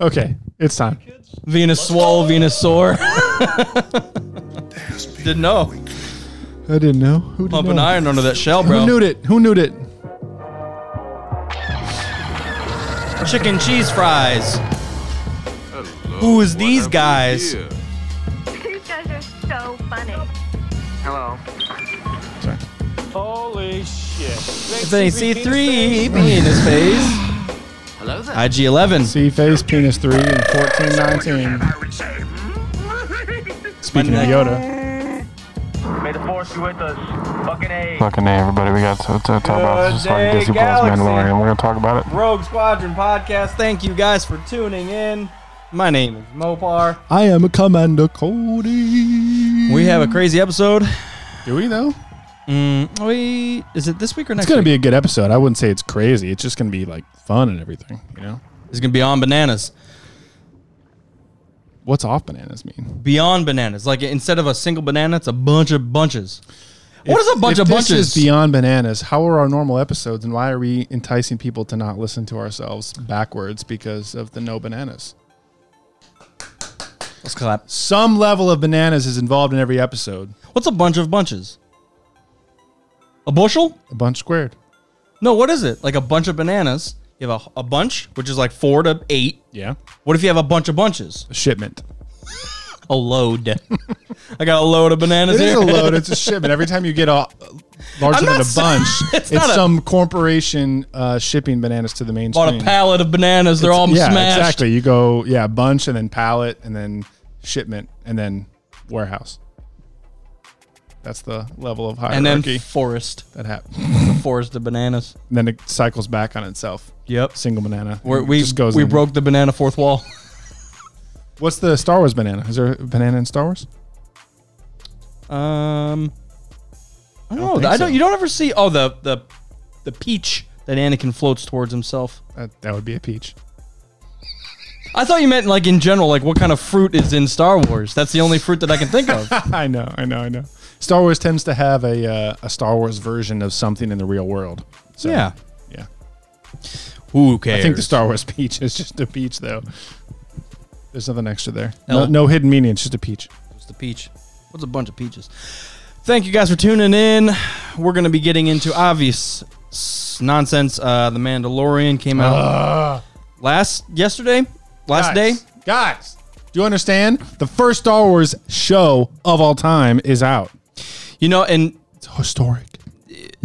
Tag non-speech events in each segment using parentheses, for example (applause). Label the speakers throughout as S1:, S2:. S1: Okay, it's time.
S2: Venus swole, Venus sore. (laughs) Didn't know.
S1: I didn't know. Who did
S2: Pump an iron under that shell,
S1: Who knew
S2: bro.
S1: it? Who knew it?
S2: Chicken cheese fries. Who is these guys?
S3: (laughs) These guys are so funny.
S4: Hello.
S5: Holy shit.
S2: It's a C3 Venus phase.
S4: Hello there.
S2: IG11.
S1: C face penis three and fourteen nineteen. Speaking of
S2: neck.
S1: Yoda,
S5: May the force be with us. Fucking A.
S6: Fucking A, everybody. We got to, to talk about
S5: Good
S6: this fucking
S5: day,
S6: Disney Plus
S5: galaxy.
S6: Mandalorian. We're going to talk about it.
S2: Rogue Squadron Podcast. Thank you guys for tuning in. My name is Mopar.
S1: I am a Commander Cody.
S2: We have a crazy episode.
S1: Do we though?
S2: Mm, we is it this week or next?
S1: It's gonna
S2: week?
S1: be a good episode. I wouldn't say it's crazy. It's just gonna be like fun and everything. You know,
S2: It's gonna be on bananas.
S1: what's off bananas mean?
S2: Beyond bananas. Like instead of a single banana, it's a bunch of bunches. What is a bunch
S1: if
S2: of
S1: this
S2: bunches?
S1: Is beyond bananas. How are our normal episodes, and why are we enticing people to not listen to ourselves backwards because of the no bananas?
S2: Let's clap.
S1: Some level of bananas is involved in every episode.
S2: What's a bunch of bunches? A bushel?
S1: A bunch squared.
S2: No, what is it? Like a bunch of bananas. You have a, a bunch, which is like four to eight.
S1: Yeah,
S2: What if you have a bunch of bunches?
S1: a shipment.
S2: A load. (laughs) I got a load of bananas
S1: It is
S2: here.
S1: a
S2: (laughs)
S1: load. It's a shipment. Every time you get a larger
S2: I'm
S1: than
S2: not
S1: a
S2: saying-
S1: bunch,
S2: (laughs) it's
S1: it's,
S2: not a-
S1: some corporation uh, shipping bananas to the mainstream.
S2: Bought a pallet of bananas. They're all
S1: yeah,
S2: smashed.
S1: exactly. You go yeah, bunch and then pallet and then shipment and then warehouse. That's the level of hierarchy
S2: And then forest.
S1: that happens.
S2: The forest of bananas.
S1: And (laughs) then it cycles back on itself.
S2: Yep.
S1: Single banana.
S2: We're,
S1: It
S2: we
S1: just goes
S2: we
S1: in.
S2: broke the banana fourth wall. (laughs)
S1: What's the Star Wars banana? Is there a banana in Star Wars?
S2: Um, I don't, know.
S1: think
S2: I don't.
S1: so.
S2: You don't ever see. Oh, the the the peach that Anakin floats towards himself.
S1: That, that would be a peach. (laughs)
S2: I thought you meant like in general, like what kind of fruit is in Star Wars? That's the only fruit that I can think of.
S1: I know, I know, I know. Star Wars tends to have a uh, a Star Wars version of something in the real world. So,
S2: Yeah.
S1: yeah.
S2: (laughs) Who cares?
S1: I think the Star Wars (laughs) peach is just a peach, though. There's nothing extra there.
S2: No.
S1: No, no hidden meaning. It's just a peach.
S2: It's the peach. What's a bunch of peaches? Thank you guys for tuning in. We're gonna be getting into obvious s- nonsense. Uh, the Mandalorian came out
S1: Ah.
S2: last yesterday, last
S1: Guys,
S2: day.
S1: guys. Do you understand? The first Star Wars show of all time is out.
S2: You know, and
S1: It's historic.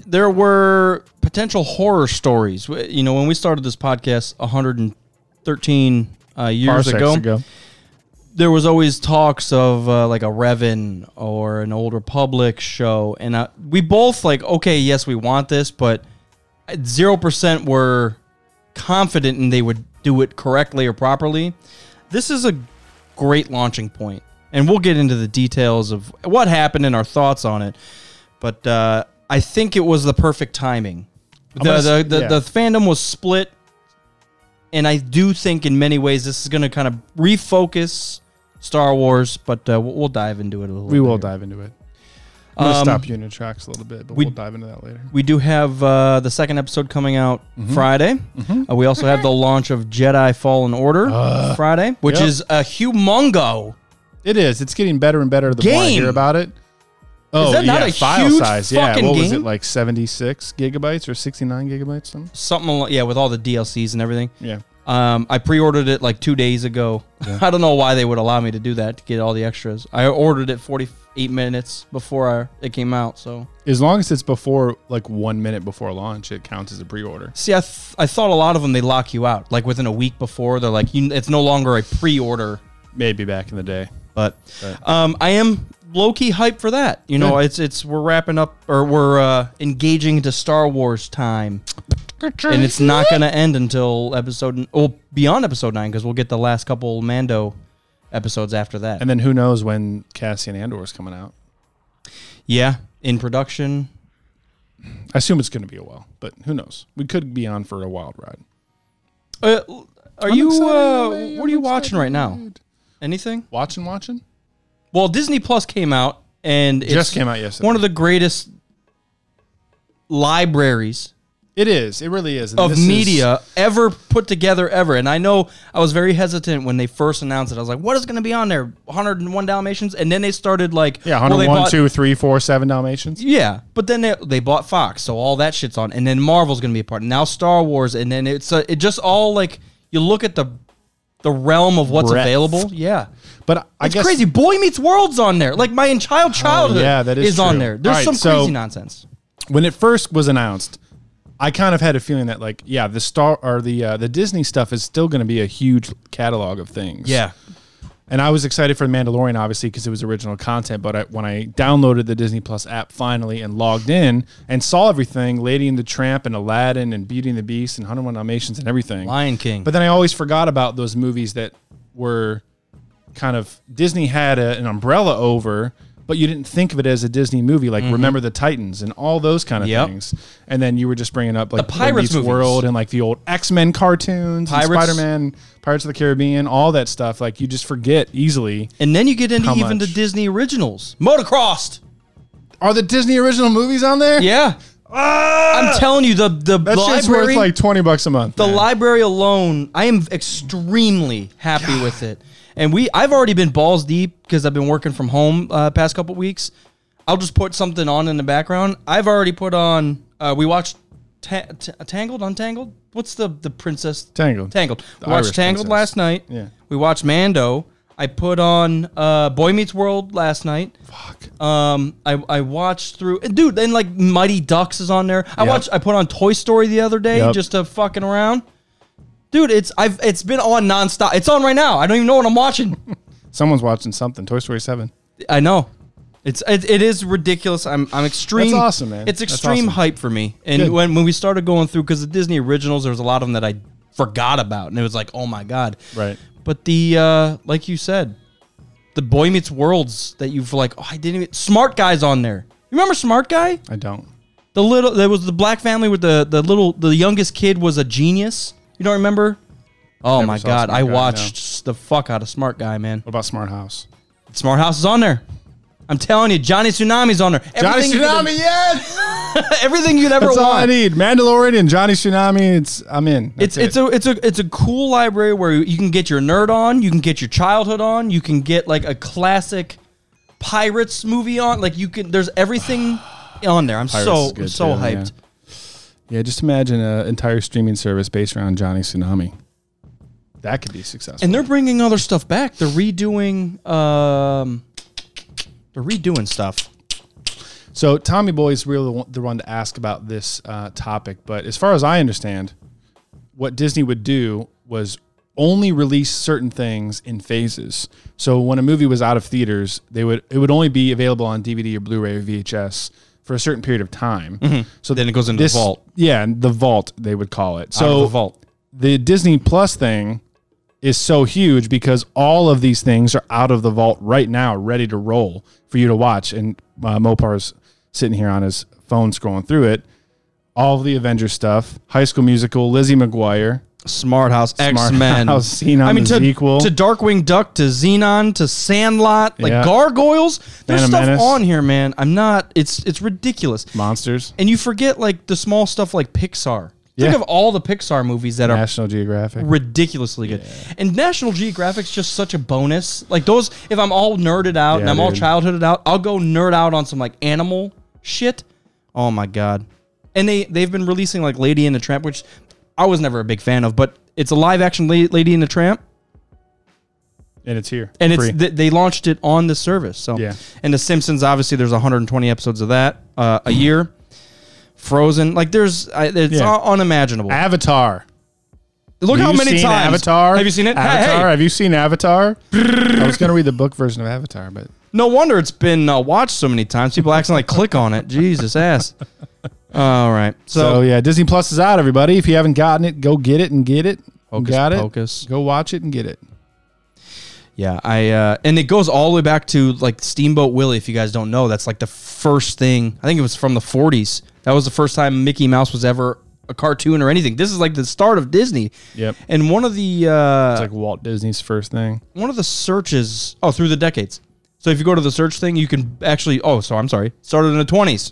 S2: there were potential horror stories. W- You know, when we started this podcast 113 uh, years
S1: Parsecs
S2: ago,
S1: ago.
S2: there was always talks of uh, like a Revan or an Old Republic show, and uh, we both like, okay, yes, we want this, but zero percent were confident and they would do it correctly or properly. This is a great launching point, and we'll get into the details of what happened and our thoughts on it. But uh, I think it was the perfect timing. The,
S1: gonna
S2: the,
S1: s-
S2: the,
S1: yeah.
S2: the fandom was split, and I do think in many ways this is going to kind of refocus Star Wars. But uh, we'll, we'll dive into it a little.
S1: We
S2: bit
S1: will
S2: here.
S1: dive into it. I'm gonna
S2: Um,
S1: stop you in your tracks a little bit, but we,
S2: we-
S1: will dive into that later.
S2: We do have uh, the second episode coming out
S1: Mm-hmm.
S2: Friday. Uh, we also have the launch of Jedi Fallen Order Friday, which
S1: yep.
S2: is a humongo.
S1: It is. It's getting better and better the more I
S2: Game.
S1: hear about it. Oh,
S2: that not a
S1: file
S2: huge
S1: size. Yeah,
S2: fucking
S1: what was
S2: game?
S1: it like? Seventy-six gigabytes or sixty-nine gigabytes? Something.
S2: Something, al- yeah, with all the DLCs and everything.
S1: Yeah.
S2: Um, I pre-ordered it like two days ago. (laughs) I don't know why they would allow me to do that to get all the extras. I ordered it 48 minutes before I, it came out. So
S1: As long as it's before like one minute before launch, it counts as a pre-order.
S2: see, I th- I thought a lot of them they lock you out like within a week before. They're like, you, it's no longer a pre-order.
S1: Maybe back in the day.
S2: But um, I am low key hype for that. You know,
S1: Good.
S2: it's it's we're wrapping up or we're uh, engaging into Star Wars time, and it's not going to end until episode well beyond episode nine because we'll get the last couple Mando episodes after that.
S1: And then who knows when Cassian Andor is coming out?
S2: yeah, in production.
S1: I assume it's going to be a while, but who knows? We could be on for a wild ride.
S2: Uh, are
S1: I'm
S2: you?
S1: excited,
S2: Uh,
S1: man.
S2: what
S1: I'm
S2: are you watching right now?
S1: excited.
S2: Anything?
S1: Watching, watching.
S2: Well, Disney Plus came out and it's
S1: Just came out yesterday.
S2: One of the greatest libraries
S1: It is. It really is. And
S2: of
S1: this is-
S2: media ever put together ever. And I know I was very hesitant when they first announced it. I was like, what is going to be on there? 101 Dalmatians? And then they started like,
S1: yeah,
S2: well, they
S1: 101,
S2: bought-
S1: 2, 3, 4, 7 Dalmatians.
S2: Yeah, but then they, they bought Fox, so all that shit's on, and then Marvel's gonna be a part. Now Star Wars, and then it's uh, it just all like you look at the the realm of what's
S1: Breadth.
S2: available. Yeah,
S1: But I
S2: it's
S1: guess
S2: crazy. Boy Meets World's on there. Like my entire childhood,
S1: Oh, yeah, that is
S2: is on
S1: true.
S2: there. There's
S1: All right,
S2: some
S1: so-
S2: crazy nonsense.
S1: when it first was announced, I kind of had a feeling that like, yeah, the star or the uh, the Disney stuff is still going to be a huge catalog of things. and I was excited for the Mandalorian, obviously, because it was original content. But I, when I downloaded the Disney Plus app finally and logged in and saw everything, Lady and the Tramp and Aladdin and Beauty and the Beast and 101 Dalmatians and everything,
S2: Lion King.
S1: But then I always forgot about those movies that were kind of Disney had a, an umbrella over, but you didn't think of it as a Disney movie, like Remember the Titans and all those kind of
S2: Mm-hmm. Yep.
S1: things. And then you were just bringing up like
S2: The Pirates
S1: Wendy's
S2: movies.
S1: World and like the old X Men cartoons, and
S2: Pirates.
S1: Spider-Man, Pirates of the Caribbean, all that stuff. Like you just forget easily.
S2: and then you get into
S1: How
S2: even the
S1: much?
S2: Disney originals, Motocrossed.
S1: Are the Disney original movies on there?
S2: Yeah, I'm telling you, the the
S1: Ah! that shit's
S2: library
S1: worth like twenty bucks a month.
S2: the
S1: man.
S2: library alone i am extremely happy with it and we i've already been balls deep because i've been working from home uh, past couple weeks i'll just put something on in the background i've already put on uh, we watched ta- T- tangled untangled what's the the princess
S1: Tangled.
S2: tangled we
S1: The
S2: watched
S1: Irish
S2: tangled
S1: princess.
S2: last night
S1: Yeah.
S2: we watched mando i put on uh, boy meets world last night
S1: Fuck.
S2: um, I, I watched through, and dude. Then like Mighty Ducks is on there. I
S1: Yep.
S2: watched. I put on Toy Story the other day
S1: Yep.
S2: just to fucking around. Dude, it's I've it's been on nonstop. It's on right now. I don't even know what I'm watching. (laughs)
S1: Someone's watching something. Toy Story Seven.
S2: I know. It's it, it is ridiculous. I'm I'm extreme.
S1: That's awesome, man.
S2: It's
S1: That's
S2: extreme
S1: awesome.
S2: hype for me. And
S1: Good.
S2: when when we started going through because the Disney originals, there was a lot of them that I forgot about, and it was like, oh my god.
S1: Right.
S2: But the uh like you said, the Boy Meets Worlds that you've like, oh, I didn't even Smart Guy's on there. You remember Smart Guy?
S1: I don't.
S2: The little there was the black family with the the little the youngest kid was a genius. You don't remember? Oh my
S1: saw
S2: god,
S1: Smart
S2: I
S1: Guy, no.
S2: watched the fuck out of Smart Guy, man.
S1: What about Smart House?
S2: Smart House is on there. I'm telling you, Johnny Tsunami's on there.
S1: Johnny
S2: Everything you could-
S1: Tsunami, yes.
S2: (laughs) everything you'd ever
S1: That's all I
S2: want.
S1: need. Mandalorian and Johnny Tsunami. It's I'm in.
S2: It's
S1: That's
S2: it's a it's a it's a cool library where you can get your nerd on, you can get your childhood on, you can get like a classic pirates movie on. Like you can, there's (sighs) everything on there. I'm
S1: Pirates
S2: so
S1: is
S2: I'm
S1: good
S2: so
S1: too,
S2: hyped.
S1: yeah. Just imagine an entire streaming service based around Johnny Tsunami. That could be successful.
S2: And they're bringing other stuff back. They're redoing um, they're redoing stuff.
S1: So Tommy Boy is really the one- the one to ask about this uh, topic, but as far as I understand, what Disney would do was only release certain things in phases. So when a movie was out of theaters, they would it would only be available on DVD or Blu-ray or VHS for a certain period of time. So
S2: Mm-hmm. Then it goes into the vault.
S1: Yeah, and the vault they would call it. So
S2: Out of the vault.
S1: the Disney Plus thing is so huge because all of these things are out of the vault right now, ready to roll for you to watch. And uh, Mopar's sitting here on his phone scrolling through it. All of the Avengers stuff, High School Musical, Lizzie McGuire,
S2: Smart House, X Men,
S1: House, Xenon the
S2: to,
S1: sequel.
S2: to Darkwing Duck, to Xenon, to Sandlot, like
S1: Yeah.
S2: Gargoyles. There's
S1: Phantom
S2: stuff
S1: Menace.
S2: on here, man. I'm not. It's it's ridiculous.
S1: Monsters,
S2: And you forget like the small stuff like Pixar. Think
S1: Yeah.
S2: of all the Pixar movies that are
S1: National Geographic.
S2: ridiculously good. And National Geographic's just such a bonus. Like those, if I'm all nerded out and
S1: Yeah,
S2: I'm all
S1: dude.
S2: childhooded out, I'll go nerd out on some like animal shit. Oh my god! And they they've been releasing like Lady in the Tramp, which I was never a big fan of, but it's a live action La- Lady in the Tramp,
S1: and it's here.
S2: and it's
S1: Free.
S2: th- they launched it on the service. So
S1: Yeah.
S2: and The Simpsons, obviously, there's 120 episodes of that uh, a year. Frozen, like there's, I, it's
S1: Yeah.
S2: un- unimaginable.
S1: Avatar.
S2: Look
S1: Have
S2: how
S1: you
S2: many
S1: seen
S2: times
S1: Avatar?
S2: have you seen it? Hey, hey.
S1: Avatar. Have you seen Avatar?
S2: (laughs)
S1: I was going to read the book version of Avatar, but
S2: No wonder it's been uh, watched so many times. People accidentally click on it.
S1: (laughs)
S2: Jesus ass. All right.
S1: So,
S2: So,
S1: yeah, Disney Plus is out, everybody. If you haven't gotten it, go get it and get it. You
S2: Hocus
S1: Got it.
S2: pocus.
S1: Go watch it and get it.
S2: yeah, I uh, and it goes all the way back to like Steamboat Willie. If you guys don't know, that's like the first thing. I think it was from the '40s. That was the first time Mickey Mouse was ever a cartoon or anything. This is like the start of Disney.
S1: Yep.
S2: And one of the uh,
S1: It's like Walt Disney's first thing.
S2: one of the searches oh through the decades so if you go to the search thing you can actually oh so i'm sorry started in the 20s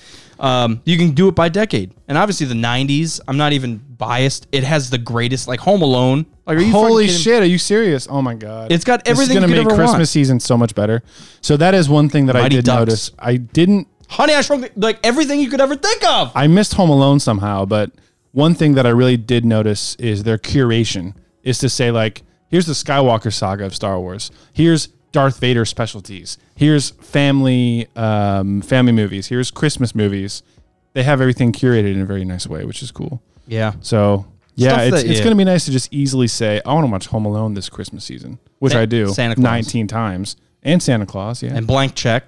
S2: (laughs) Um, you can do it by decade, and obviously the '90s. I'm not even biased. It has the greatest, like Home Alone. Like, are you fucking
S1: Holy
S2: kidding me?
S1: shit! Are you serious? Oh my god!
S2: It's got everything
S1: It's gonna
S2: you could
S1: make
S2: ever want.
S1: Christmas season so much better. So that is one thing that I
S2: Mighty
S1: did
S2: Ducks.
S1: notice. I didn't.
S2: Honey, I shrunk. the- Like everything you could ever think of.
S1: I missed Home Alone somehow, but one thing that I really did notice is their curation is to say like, here's the Skywalker saga of Star Wars. Here's Darth Vader specialties. Here's family um, family movies. Here's Christmas movies. They have everything curated in a very nice way, which is cool.
S2: Yeah.
S1: So yeah,
S2: Stuff
S1: it's,
S2: that-
S1: it's
S2: yeah.
S1: going to be nice to just easily say, I want to watch Home Alone this Christmas season, which
S2: Sa-
S1: I do
S2: Santa Claus.
S1: 19 times. And Santa Claus, yeah.
S2: And blank check,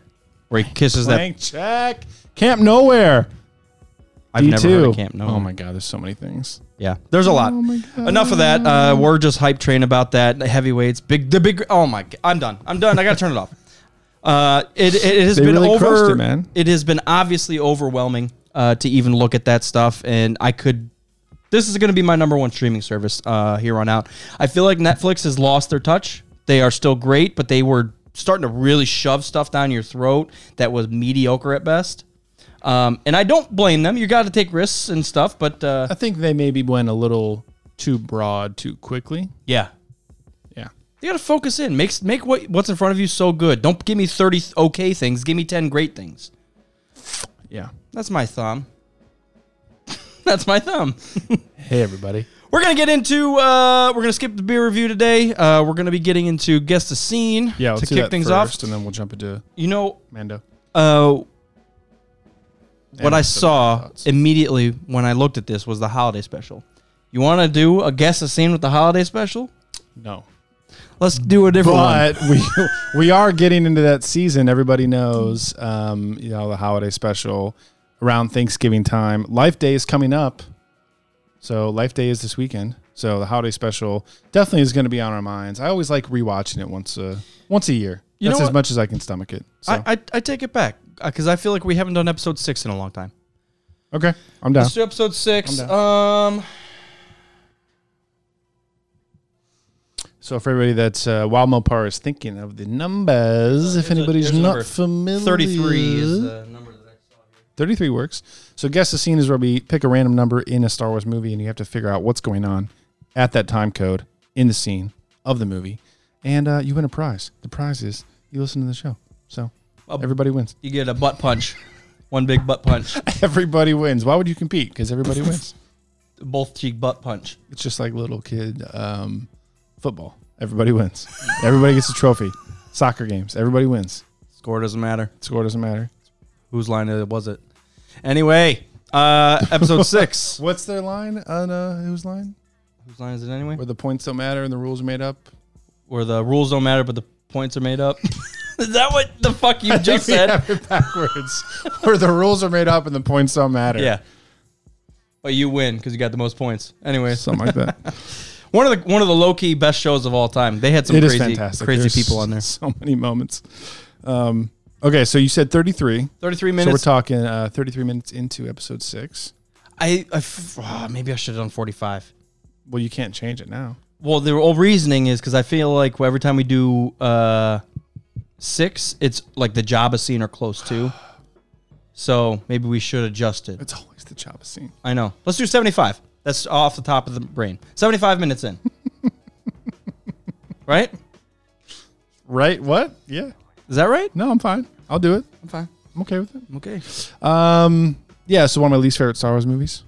S2: where he kisses
S1: Blank check. Camp Nowhere.
S2: that. I've never heard
S1: D2.
S2: of Camp No.
S1: Oh my God, there's so many things.
S2: Yeah, there's a lot. Enough of that. Uh, we're just hype train about that. The heavyweights, big, the big. Oh my! g- I'm done. I'm done. I gotta turn it off. Uh, it, it it has
S1: They
S2: been
S1: really crushed
S2: over.
S1: it, man.
S2: it has been obviously overwhelming uh, to even look at that stuff, and I could. This is going to be my number one streaming service uh, here on out. I feel like Netflix has lost their touch. They are still great, but they were starting to really shove stuff down your throat that was mediocre at best. Um, and I don't blame them. You got to take risks and stuff, but uh,
S1: I think they maybe went a little too broad too quickly.
S2: yeah,
S1: Yeah.
S2: You gotta focus in. Make make what what's in front of you so good. Don't give me thirty th- okay things. Give me ten great things.
S1: Yeah.
S2: That's my thumb. (laughs) That's my thumb.
S1: Hey, everybody.
S2: We're gonna get into. Uh, we're gonna skip the beer review today. Uh, we're gonna be getting into guess the scene.
S1: Yeah,
S2: to kick things off.
S1: and then we'll jump into
S2: You know,
S1: Mando.
S2: uh, what
S1: And
S2: I
S1: some
S2: saw
S1: thoughts.
S2: immediately when I looked at this was the holiday special. You want to do a guess the scene with the holiday special?
S1: No.
S2: Let's do a different one.
S1: But we (laughs) we are getting into that season. Everybody knows, um, you know, the holiday special around Thanksgiving time. Life Day is coming up, so Life Day is this weekend. So the holiday special definitely is going to be on our minds. I always like rewatching it once a once a year.
S2: You
S1: That's
S2: know
S1: as
S2: what?
S1: much as I can stomach it. So
S2: I, I, I take it back because I feel like we haven't done episode six in a long time.
S1: okay, I'm down.
S2: Let's do episode six.
S1: I'm
S2: Um,
S1: So for everybody that's uh, while Mopar is thinking of the numbers, if
S2: There's a-
S1: anybody's
S2: there's a
S1: not
S2: number.
S1: familiar,
S2: thirty-three is uh, the number that I saw.
S1: 33 works. So guess the scene is where we pick a random number in a Star Wars movie and you have to figure out what's going on at that time code in the scene of the movie. And uh, you win a prize. The prize is you listen to the show. So
S2: Up.
S1: everybody wins. (laughs)
S2: You get a butt punch, one big butt punch,
S1: Everybody wins. Why would you compete? Because everybody
S2: (laughs)
S1: wins.
S2: both cheek butt punch.
S1: It's just like little kid um, football. Everybody wins. Everybody gets a trophy. Soccer games. Everybody wins.
S2: Score doesn't matter.
S1: Score doesn't matter.
S2: Whose line it was it? Anyway, uh,
S1: (laughs)
S2: episode six.
S1: What's their line on uh, whose line?
S2: Whose line is it anyway?
S1: Where the points don't matter and the rules are made
S2: (laughs)
S1: up.
S2: Where the rules don't matter, but the points are made up. (laughs) is that what the fuck
S1: (laughs)
S2: you just
S1: We
S2: said?
S1: have it backwards. where the rules are made up and the points don't matter.
S2: Yeah. But you win because you got the most points. Anyway,
S1: Something like that.
S2: one of the one of the low key best shows of all time. They had (laughs) some
S1: it is
S2: crazy
S1: fantastic.
S2: crazy
S1: There's
S2: people on
S1: (laughs)
S2: there.
S1: So many moments. Um, okay, so you said 33.
S2: Thirty three
S1: So we're
S2: minutes.
S1: talking uh, 33 minutes into episode six.
S2: I, I f- ah, maybe I should have done 45.
S1: Well, you can't change it now.
S2: Well, the whole reasoning is because I feel like every time we do uh, six, it's like the Jabba scene or close to. So maybe we should adjust it.
S1: It's always the Jabba scene.
S2: I know. Let's do 75. That's off the top of the brain. 75 minutes in. (laughs) right?
S1: Right? What? Yeah.
S2: Is that right?
S1: No, I'm fine. I'll do it.
S2: I'm fine.
S1: I'm okay with it.
S2: I'm okay.
S1: Um, yeah, so one of my least favorite Star Wars movies.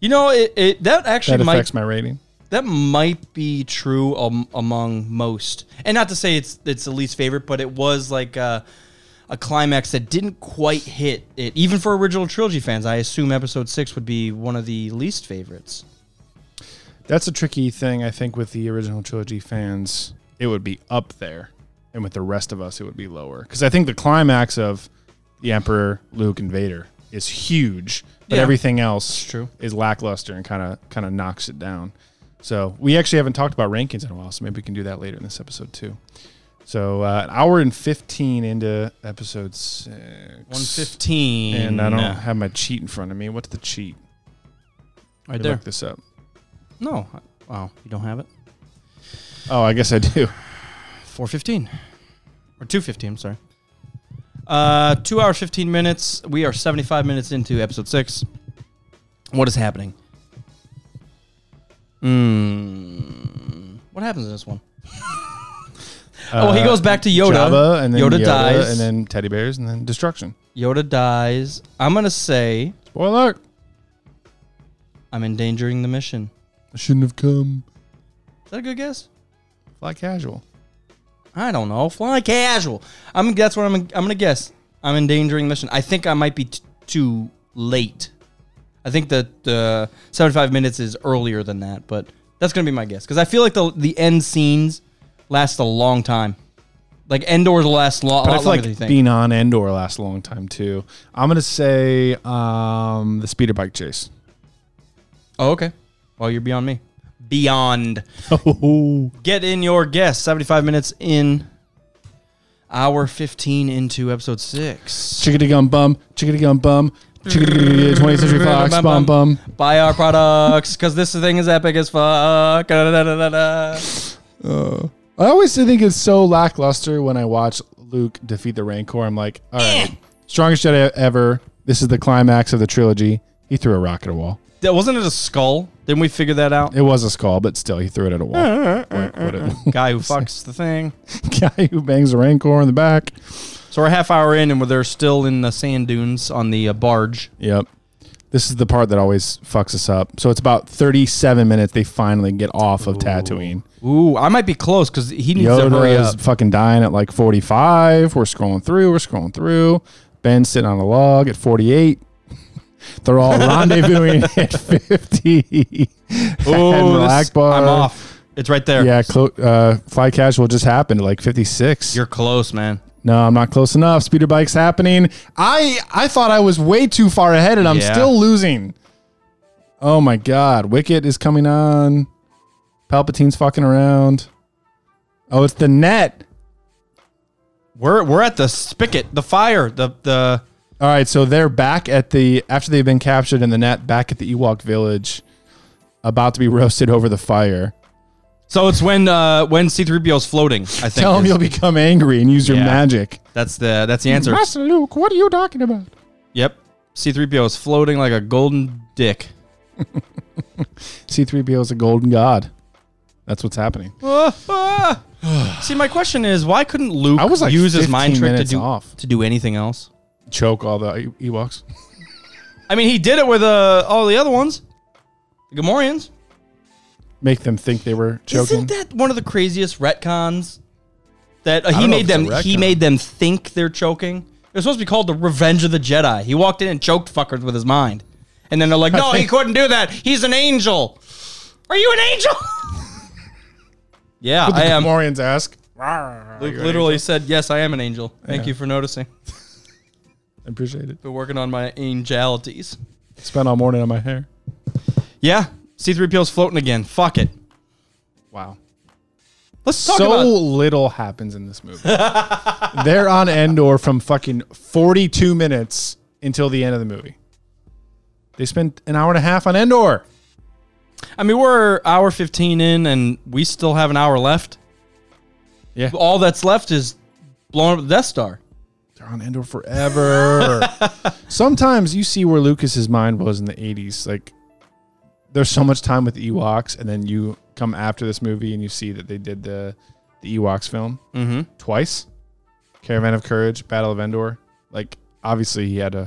S2: You know, it, it that actually
S1: That
S2: might
S1: affects my rating.
S2: that might be true um, among most and not to say it's it's the least favorite but it was like uh, a climax that didn't quite hit it even for original trilogy fans i assume episode 6 would be one of the least favorites
S1: That's a tricky thing, I think, with the original trilogy fans. It would be up there, and with the rest of us, it would be lower. Because I think the climax of the Emperor, Luke, and Vader is huge, but
S2: Yeah.
S1: everything else
S2: true.
S1: is lackluster and kind of kind of knocks it down. So we actually haven't talked about rankings in a while, so maybe we can do that later in this episode too. So uh, an hour and fifteen into episode six,
S2: 115
S1: and I don't have my cheat in front of me. What's the cheat?
S2: right
S1: Let me
S2: there
S1: Look this up.
S2: no wow you don't have it
S1: Oh, I guess I do.
S2: 415 or 215 I'm sorry Uh, two hours, 15 minutes. We are 75 minutes into episode six. What is happening? Mm, what happens in this one? oh, he
S1: Uh,
S2: goes back to Yoda.
S1: Jabba, and then
S2: Yoda, dies.
S1: and then teddy bears, and then destruction.
S2: Yoda dies. I'm going to say
S1: Spoiler!
S2: I'm endangering the mission.
S1: I shouldn't have come.
S2: Is that a good guess?
S1: Fly casual.
S2: I don't know. Fly casual. I'm. That's what I'm. I'm gonna guess. I'm endangering mission. I think I might be t- too late. I think that the 75 minutes is earlier than that, but that's gonna be my guess because I feel like the the end scenes last a long time. Like Endor lasts lo- a
S1: But I
S2: lot
S1: feel
S2: longer than you
S1: like
S2: think.
S1: being on Endor lasts a long time too. I'm gonna say um, the speeder bike
S2: (laughs)
S1: chase.
S2: oh, okay. Well, you're beyond me. Beyond.
S1: Oh,
S2: Get in your guess. 75 minutes in. Hour 15 into episode six.
S1: chickadee gum bum, chickadee gum bum, chickadee 20th Century
S2: (laughs)
S1: Fox bum bum.
S2: Buy our products because this thing is epic as fuck. Da-da-da-da-da.
S1: I always think it's so lackluster when I watch Luke defeat the Rancor. I'm like, all
S2: Eh.
S1: right, strongest Jedi ever. This is the climax of the trilogy. He threw a rock at a wall.
S2: That wasn't it a skull? Didn't we figure that out?
S1: It was a skull, but still, he threw it at a
S2: Uh,
S1: wall. What- what a-
S2: Guy who fucks the thing.
S1: (laughs)
S2: uh.
S1: guy who bangs a Rancor in the back.
S2: So we're a half hour in, and we're- they're still in the sand dunes on the uh, barge.
S1: Yep. This is the part that always fucks us up. So it's about 37 minutes. They finally get off of Tatooine.
S2: Ooh, I might be close because he needs to hurry
S1: Yoda
S2: up.
S1: (laughs) is fucking dying at like 45. We're scrolling through. We're scrolling through. Ben's sitting on a log at 48. (laughs) They're all
S2: (laughs)
S1: rendezvousing at 50. (laughs)
S2: Ooh,
S1: Admiral
S2: this-
S1: Akbar.
S2: I'm off. It's right there.
S1: Yeah, clo- uh, fly casual just happened at like 56.
S2: You're close, man.
S1: no, I'm not close enough. Speeder bike's happening. I I thought I was way too far ahead and I'm
S2: Yeah.
S1: still losing. Oh my god, Wicket is coming on. Palpatine's fucking around. Oh, it's the net.
S2: We're we're at the spigot, the fire, the the.
S1: All right, so they're back at the after they've been captured in the net, back at the Ewok village, about to be roasted over the fire.
S2: So it's when uh when C3PO's floating. I think
S1: Tell him
S2: is-
S1: you'll become angry and use your
S2: Yeah.
S1: magic.
S2: that's the that's the answer.
S1: Luke, what are you talking about?
S2: Yep. C3PO is floating like a golden dick.
S1: C-3PO is a golden god. That's what's happening.
S2: Ah, ah. (sighs) See, my question is, why couldn't Luke
S1: I was, like,
S2: use his
S1: 15
S2: mind trick to
S1: minutes
S2: do
S1: off.
S2: to do anything else?
S1: Choke all the E- Ewoks.
S2: I mean, he did it with uh, all the other ones, the Gamorreans.
S1: Make them think they were choking.
S2: Isn't that one of the craziest retcons? That uh,
S1: don't
S2: he
S1: know
S2: made
S1: if it's a
S2: them he
S1: retcon.
S2: made them think they're choking. It was supposed to be called the Revenge of the Jedi. He walked in and choked fuckers with his mind, and then they're like, "No, he
S1: think-
S2: couldn't do that. He's an angel." Are you an
S1: (laughs)
S2: angel? yeah,
S1: Would the
S2: I am.
S1: Gamorreans ask.
S2: Luke literally said, "Yes, I am an angel." Thank you for noticing.
S1: I appreciate it.
S2: Been working on my angelities.
S1: Spent all morning on my hair.
S2: Yeah, C3PO's floating again. Fuck it.
S1: Wow.
S2: Let's talk
S1: so
S2: about
S1: little happens in this movie. (laughs) They're on Endor from fucking 42 minutes until the end of the movie. They spent an hour and a half on Endor.
S2: I mean, we're hour 15 in and we still have an hour left.
S1: Yeah.
S2: All that's left is blowing up the Death Star.
S1: They're on Endor (laughs) forever. Sometimes you see where Lucas's mind was in the 80s. Like, there's so much time with the Ewoks, and then you come after this movie and you see that they did the, the Ewoks film twice Caravan of Courage, Battle of Endor. Like, obviously, he had a.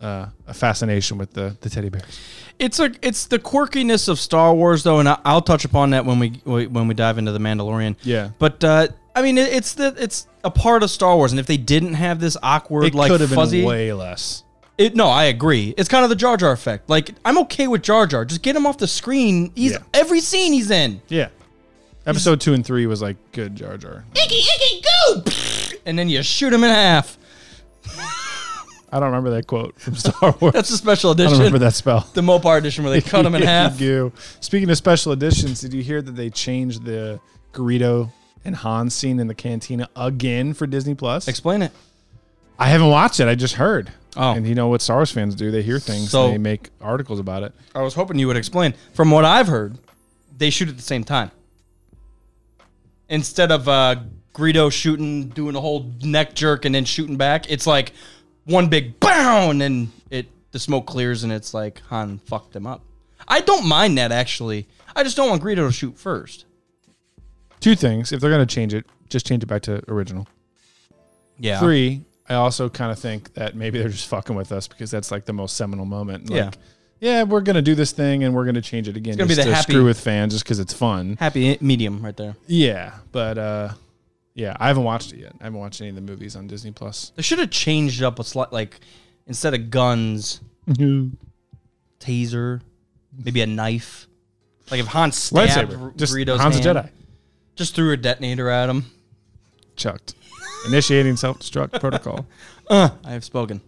S1: Uh, a fascination with the, the teddy bears.
S2: It's a it's the quirkiness of Star Wars though, and I- I'll touch upon that when we when we dive into the Mandalorian.
S1: Yeah.
S2: But uh, I mean, it- it's the it's a part of Star Wars, and if they didn't have this awkward
S1: it
S2: like
S1: could have
S2: fuzzy,
S1: been way less.
S2: It, no, I agree. It's kind of the Jar Jar effect. Like I'm okay with Jar Jar. Just get him off the screen. He's
S1: Yeah.
S2: every scene he's in.
S1: Yeah. Episode two and three was like good Jar Jar.
S2: Icky, icky, go! And then you shoot him in
S1: (laughs)
S2: half.
S1: I don't remember that quote from Star (laughs) Wars.
S2: That's a special
S1: I
S2: edition.
S1: don't remember that spell.
S2: The Mopar edition where they
S1: (laughs)
S2: cut him in half.
S1: Goo. Speaking of special editions, did you hear that they changed the Garrido and Han scene in the cantina again for Disney Plus?
S2: Explain it.
S1: I haven't watched it. I just heard.
S2: Oh.
S1: And you know what Star Wars fans do? They hear things
S2: So-
S1: and they make articles about it.
S2: I was hoping you would explain. From what I've heard, they shoot at the same time. Instead of uh, Greedo shooting, doing a whole neck jerk, and then shooting back. It's like one big bound, and it the smoke clears, and it's like Han fucked them up. I don't mind that actually. I just don't want Greedo to shoot first.
S1: Two things. If they're gonna change it, just change it back to original.
S2: Yeah.
S1: Three, I also kind of think that maybe they're just fucking with us because that's like the most seminal moment. Like,
S2: Yeah.
S1: Yeah, we're gonna do this thing and we're gonna change it again. It's
S2: gonna be the happy-
S1: screw with fans just because it's fun.
S2: Happy medium right there.
S1: Yeah, but uh, yeah, I haven't watched it yet. I haven't watched any of the movies on Disney Plus.
S2: They should have changed up a slight like instead of guns, taser, maybe a knife. Like if Han stabbed R-
S1: Lightsaber, just
S2: Greedo's
S1: Han's
S2: hand,
S1: a Jedi.
S2: just threw a detonator at him.
S1: Chucked. Initiating
S2: (laughs)
S1: self-destruct protocol. Uh.
S2: I have spoken.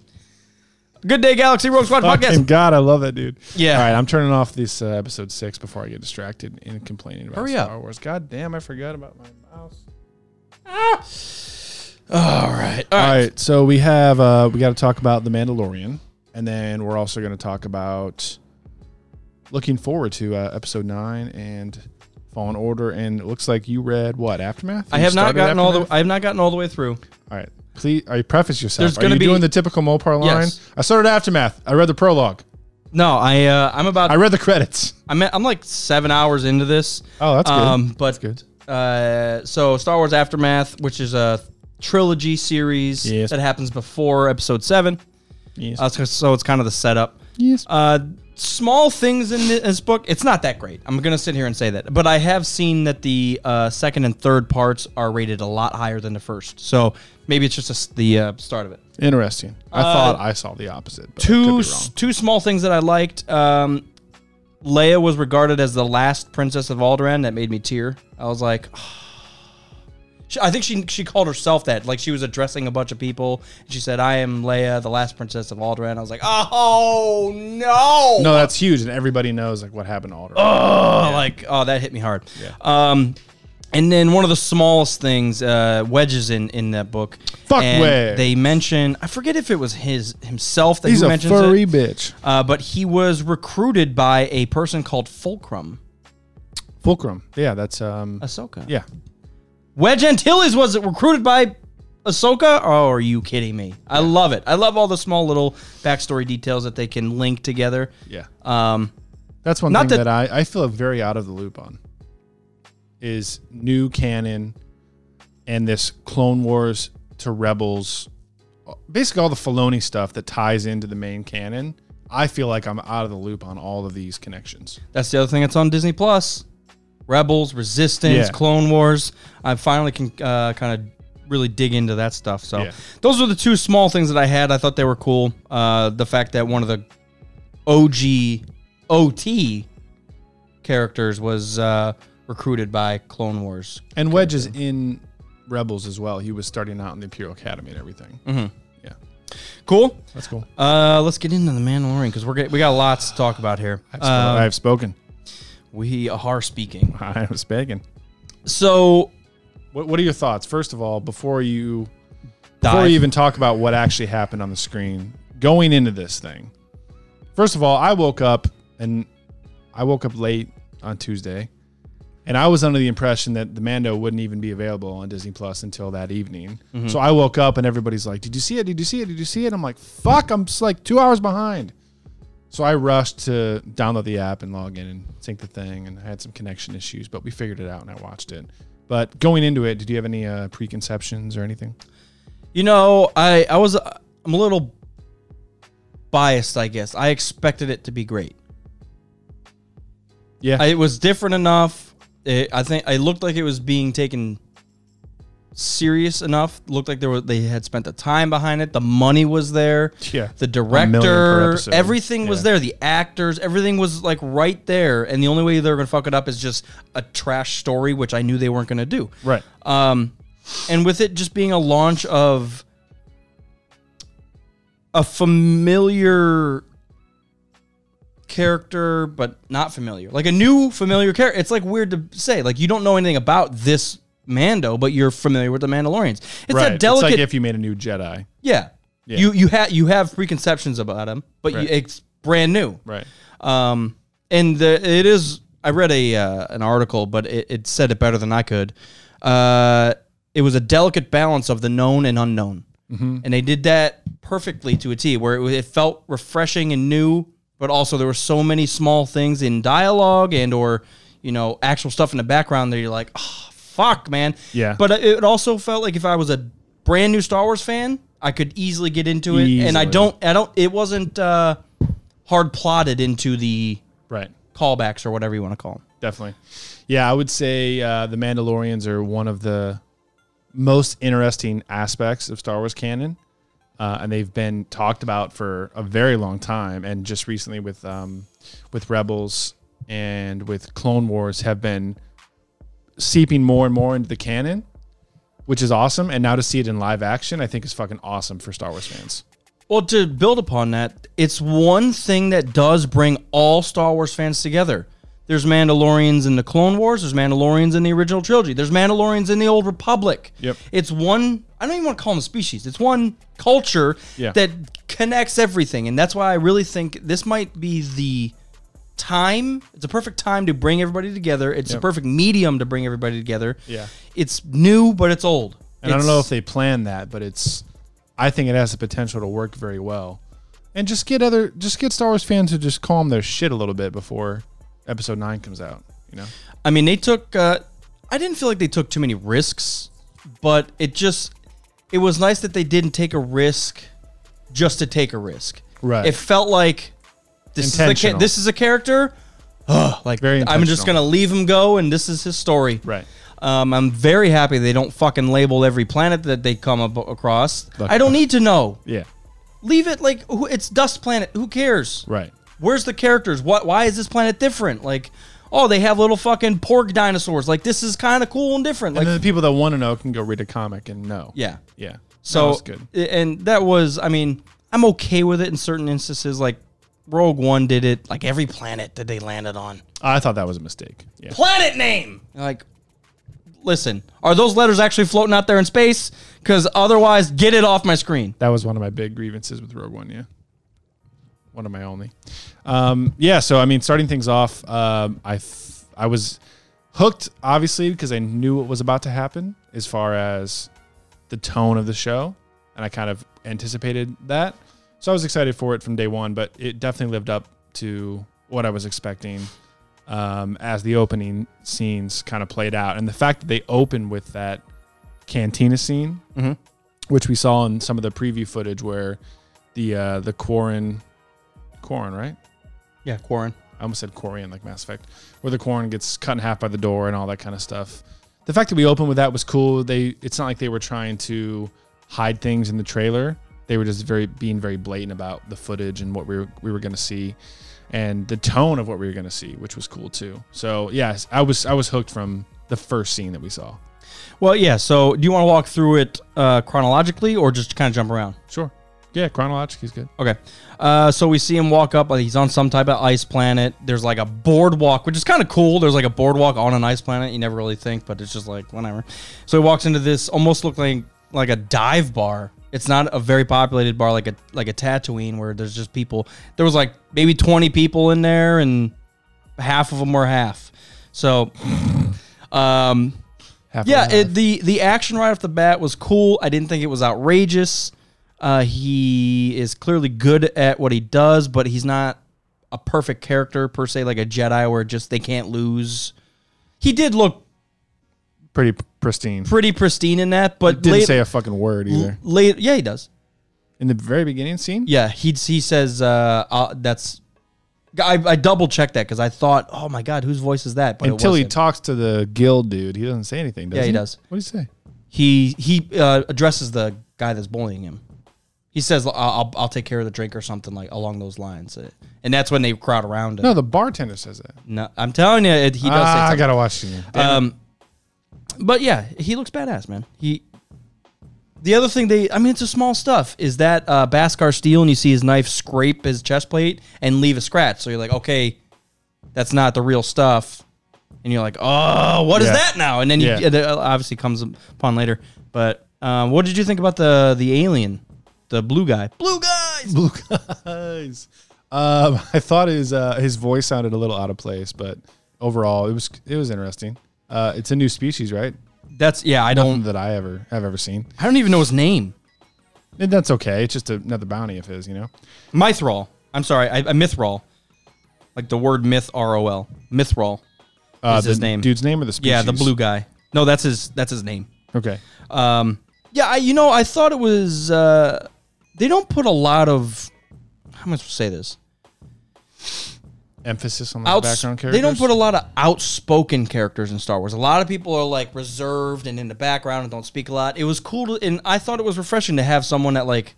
S2: Good day, Galaxy Rogue Squad
S1: Fucking (laughs)
S2: podcast.
S1: God, I love that dude.
S2: Yeah.
S1: All right, I'm turning off this uh, episode six before I get distracted and complaining about
S2: Hurry
S1: Star
S2: up.
S1: Wars. God damn, I forgot about my mouse.
S2: All right, all
S1: All
S2: right.
S1: right, so we have uh, we got to talk about the Mandalorian, and then we're also going to talk about looking forward to uh, episode nine and Fallen Order. And it looks like you read what aftermath?
S2: I
S1: You
S2: have not
S1: started
S2: gotten all the
S1: Aftermath?
S2: I have not gotten all the way through.
S1: All right, please. Are you preface yourself?
S2: There's
S1: Are
S2: gonna
S1: you
S2: be-
S1: doing the typical Mopar line?
S2: Yes.
S1: I started aftermath. I read the prologue.
S2: No, I uh, I'm about
S1: I read the credits.
S2: I'm at, I'm like seven hours into this.
S1: Oh, that's good.
S2: Um, but
S1: That's good.
S2: Uh, so Star Wars Aftermath, which is a trilogy series
S1: Yes.
S2: that happens before Episode Seven.
S1: Yes.
S2: Uh, so, so it's kind of the setup.
S1: Yes.
S2: Uh, small things in thi- this book. It's not that great. I'm gonna sit here and say that, but I have seen that the uh, second and third parts are rated a lot higher than the first. So maybe it's just a s the uh, start of it
S1: Interesting. I thought I saw the opposite. But I could
S2: uh, two
S1: be
S2: s-
S1: wrong.
S2: two small things that I liked. Um, Leia was regarded as the last princess of Alderaan. That made me tear. I was like, "Ah." She- I think she she called herself that. Like she was addressing a bunch of people. And she said, "I am Leia, the last princess of Alderaan." I was like, "Oh no!"
S1: No, that's huge, and everybody knows like what happened to Alder.
S2: Oh, like oh, that hit me hard. Um, and then one of the smallest things, uh, wedges in in that book.
S1: Fuck
S2: and
S1: Wedge.
S2: They mention I forget if it was his himself that
S1: He's
S2: he
S1: a
S2: mentions
S1: furry
S2: it.
S1: bitch.
S2: Uh, but he was recruited by a person called Fulcrum
S1: Fulcrum. Yeah, that's um.
S2: Ahsoka.
S1: Yeah.
S2: Wedge Antilles was recruited by Ahsoka? Oh, are you kidding me? I love it. I love all the small little backstory details that they can link together.
S1: Yeah.
S2: Um,
S1: That's one
S2: Not
S1: thing
S2: that-
S1: that, I, I feel very out of the loop on is new canon and this Clone Wars to Rebels, basically all the Filoni stuff that ties into the main canon. I feel like I'm out of the loop on all of these connections.
S2: that's the other thing that's on Disney Plus. Rebels, Resistance,
S1: Yeah.
S2: Clone Wars. I finally can uh, kind of really dig into that stuff. So
S1: Yeah.
S2: those are the two small things that I had. I thought they were cool. Uh, the fact that one of the OG OT characters was uh, recruited by Clone Wars.
S1: And Wedge is in Rebels as well. He was starting out in the Imperial Academy and everything. Yeah,
S2: Cool.
S1: that's cool.
S2: Uh, let's get into the Mandalorian because we're get, we got lots to talk about here.
S1: I
S2: Uh,
S1: have spoken. (laughs)
S2: we are speaking.
S1: I have spoken.
S2: So
S1: What, what are your thoughts? First of all, before you before
S2: dive.
S1: you even talk about what actually happened on the screen going into this thing first of all i woke up and i woke up late on tuesday and i was under the impression that the mando wouldn't even be available on disney plus until that evening so i woke up and everybody's like did you see it did you see it did you see it i'm like fuck i'm just like two hours behind so i rushed to download the app and log in and sync the thing and i had some connection issues but we figured it out and i watched it but going into it did you have any uh, preconceptions or anything
S2: you know, I I was uh, I'm a little biased, I guess. I expected it to be great.
S1: yeah
S2: I, it was different enough. It, I think it looked like it was being taken serious enough. Looked like there were they had spent the time behind it. The money was there.
S1: Yeah.
S2: The
S1: A million per
S2: director,
S1: episode.
S2: everything was
S1: Yeah.
S2: there. The actors, everything was like right there. And the only way they're gonna fuck it up is just a trash story, which I knew they weren't gonna do.
S1: Right.
S2: Um, and with it just being a launch of a familiar character, but not familiar, like a new familiar character. It's like weird to say, like you don't know anything about this Mando, but you're familiar with the Mandalorians. It's
S1: right.
S2: that delicate,
S1: It's like if you made a new Jedi.
S2: yeah.
S1: Yeah.
S2: You you have you have preconceptions about him, but
S1: Right.
S2: you, it's brand new.
S1: Right.
S2: Um, and the, it is. I read a uh, an article, but it, it said it better than I could. Uh, it was a delicate balance of the known and unknown, and they did that perfectly to a T, where it, wa- it felt refreshing and new, but also there were so many small things in dialogue and or you know actual stuff in the background that you're like, oh, fuck, man,
S1: Yeah.
S2: But it also felt like if I was a brand new Star Wars fan, I could easily get into it, and I
S1: Easily.
S2: don't, I don't, it wasn't uh, hard plotted into the
S1: Right.
S2: callbacks or whatever you want to call them.
S1: Definitely. Yeah, I would say uh, the Mandalorians are one of the most interesting aspects of Star Wars canon, uh, and they've been talked about for a very long time. And just recently, with um, with Rebels and with Clone Wars, have been seeping more and more into the canon, which is awesome. And now to see it in live action, I think is fucking awesome for Star Wars fans.
S2: Well, to build upon that, it's one thing that does bring all Star Wars fans together. There's Mandalorians in the Clone Wars. There's Mandalorians in the original trilogy. There's Mandalorians in the Old Republic.
S1: Yep.
S2: It's one. I don't even want to call them species. It's one culture
S1: Yeah.
S2: that connects everything, and that's why I really think this might be the time. It's a perfect time to bring everybody together. It's a
S1: Yep.
S2: perfect medium to bring everybody together.
S1: Yeah.
S2: It's new, but it's old.
S1: And I don't know
S2: It's-
S1: if they planned that, but it's I think it has the potential to work very well. And just get other just get Star Wars fans to just calm their shit a little bit before episode 9 comes out, you know.
S2: I mean, they took. Uh, I didn't feel like they took too many risks, but it just it was nice that they didn't take a risk just to take a risk.
S1: Right.
S2: It felt like this is the ca-
S1: Intentional.
S2: this is a character. Ugh, like
S1: Very
S2: I'm just
S1: intentional.
S2: gonna leave him go, and this is his story.
S1: Right.
S2: Um, I'm very happy they don't fucking label every planet that they come ab- across.
S1: Look-
S2: I don't need to know.
S1: Yeah.
S2: Leave it like who- it's dust planet. Who cares?
S1: Right.
S2: Where's the characters? What? Why is this planet different? Like, oh, they have little fucking pork dinosaurs. Like, this is kind of cool and different. Like,
S1: and then the people that want to know can go read a comic and know.
S2: yeah.
S1: Yeah.
S2: So
S1: that's good.
S2: a- And that was, I mean, I'm okay with it in certain instances. Like, Rogue One did it. Like every planet that they landed on.
S1: I thought that was a mistake. Yeah.
S2: Planet name. Like, listen, are those letters actually floating out there in space? Because otherwise, get it off my screen.
S1: That was one of my big grievances with Rogue One. Yeah, one of my only. Um, yeah, so I mean, starting things off, um, I th- I was hooked obviously because I knew what was about to happen as far as the tone of the show, and I kind of anticipated that, so I was excited for it from day one. But it definitely lived up to what I was expecting um, as the opening scenes kind of played out, and the fact that they opened with that cantina scene which we saw in some of the preview footage where the uh, the Quarren, Quarren, right?
S2: Yeah, Quarren.
S1: I almost said Quarian like Mass Effect, where the Quarren gets cut in half by the door and all that kind of stuff. The fact that we opened with that was cool. They it's not like they were trying to hide things in the trailer. They were just very being very blatant about the footage and what we were we were going to see, and the tone of what we were going to see, which was cool too. So yes, I was I was hooked from the first scene that we saw.
S2: Well, yeah. So, do you want to walk through it uh, chronologically, or just kind of jump around?
S1: Sure, yeah, chronologically is good.
S2: Okay. Uh, so we see him walk up. like, He's on some type of ice planet. There's like a boardwalk, which is kind of cool. There's like a boardwalk on an ice planet. You never really think, but it's just like whatever. So he walks into this almost look like like a dive bar. It's not a very populated bar like a like a Tatooine where there's just people. There was like maybe 20 people in there, and half of them were half. So, (sighs) um,
S1: Half
S2: yeah,
S1: and half.
S2: it, the the action right off the bat was cool. I didn't think it was outrageous. Uh, he is clearly good at what he does, but he's not a perfect character per se, like a Jedi, where just they can't lose. He did look
S1: pretty p- pristine.
S2: pretty pristine in that, but
S1: Didn't
S2: late,
S1: say a fucking
S2: Mm.
S1: word either.
S2: late, yeah, he does.
S1: In the very beginning scene?
S2: Yeah, he he says uh, uh, that's. I, I double checked that because I thought, oh my god, whose voice is that? But it
S1: Until
S2: was
S1: he
S2: him.
S1: talks to the guild dude, he doesn't say anything, does
S2: Yeah,
S1: he?
S2: he does.
S1: What does he say?
S2: he he uh, addresses the guy that's bullying him. He says, "I'll- "I'll I'll take care of the drink" or something like along those lines, Uh, and that's when they crowd around him.
S1: No, the bartender says that.
S2: No, I'm telling you, it, he does. say
S1: Ah, I
S2: something.
S1: gotta watch it. again. (laughs)
S2: Um, but yeah, he looks badass, man. He. The other thing they, I mean, it's a small stuff. Is that uh, Baskar steel, and you see his knife scrape his chest plate and leave a scratch. So you're like, okay, that's not the real stuff. And you're like, oh, what is
S1: Yeah.
S2: that now? And then you,
S1: Yeah.
S2: it uh, obviously comes upon later. But um, what did you think about the the alien, the blue guy? Blue guys.
S1: Blue guys. Um, I thought his uh, his voice sounded a little out of place, but overall it was it was interesting. Uh, it's a new species, right?
S2: That's yeah. I
S1: Nothing
S2: don't.
S1: that I ever have ever seen.
S2: I don't even know his name.
S1: And that's okay. It's just another bounty of his, you know.
S2: Mithril. I'm sorry. I, I Mithril. Like the word myth. R O L. Mithril.
S1: Uh,
S2: Is
S1: the
S2: his name.
S1: dude's name or the species?
S2: Yeah, the blue guy. No, that's his. That's his name.
S1: Okay.
S2: Um, yeah, I, you know, I thought it was. Uh, they don't put a lot of. How am I supposed to say this?
S1: Emphasis on the
S2: Outs-
S1: background characters.
S2: they don't put a lot of outspoken characters in Star Wars. A lot of people are like reserved and in the background and don't speak a lot. It was cool, to, and I thought it was refreshing to have someone that like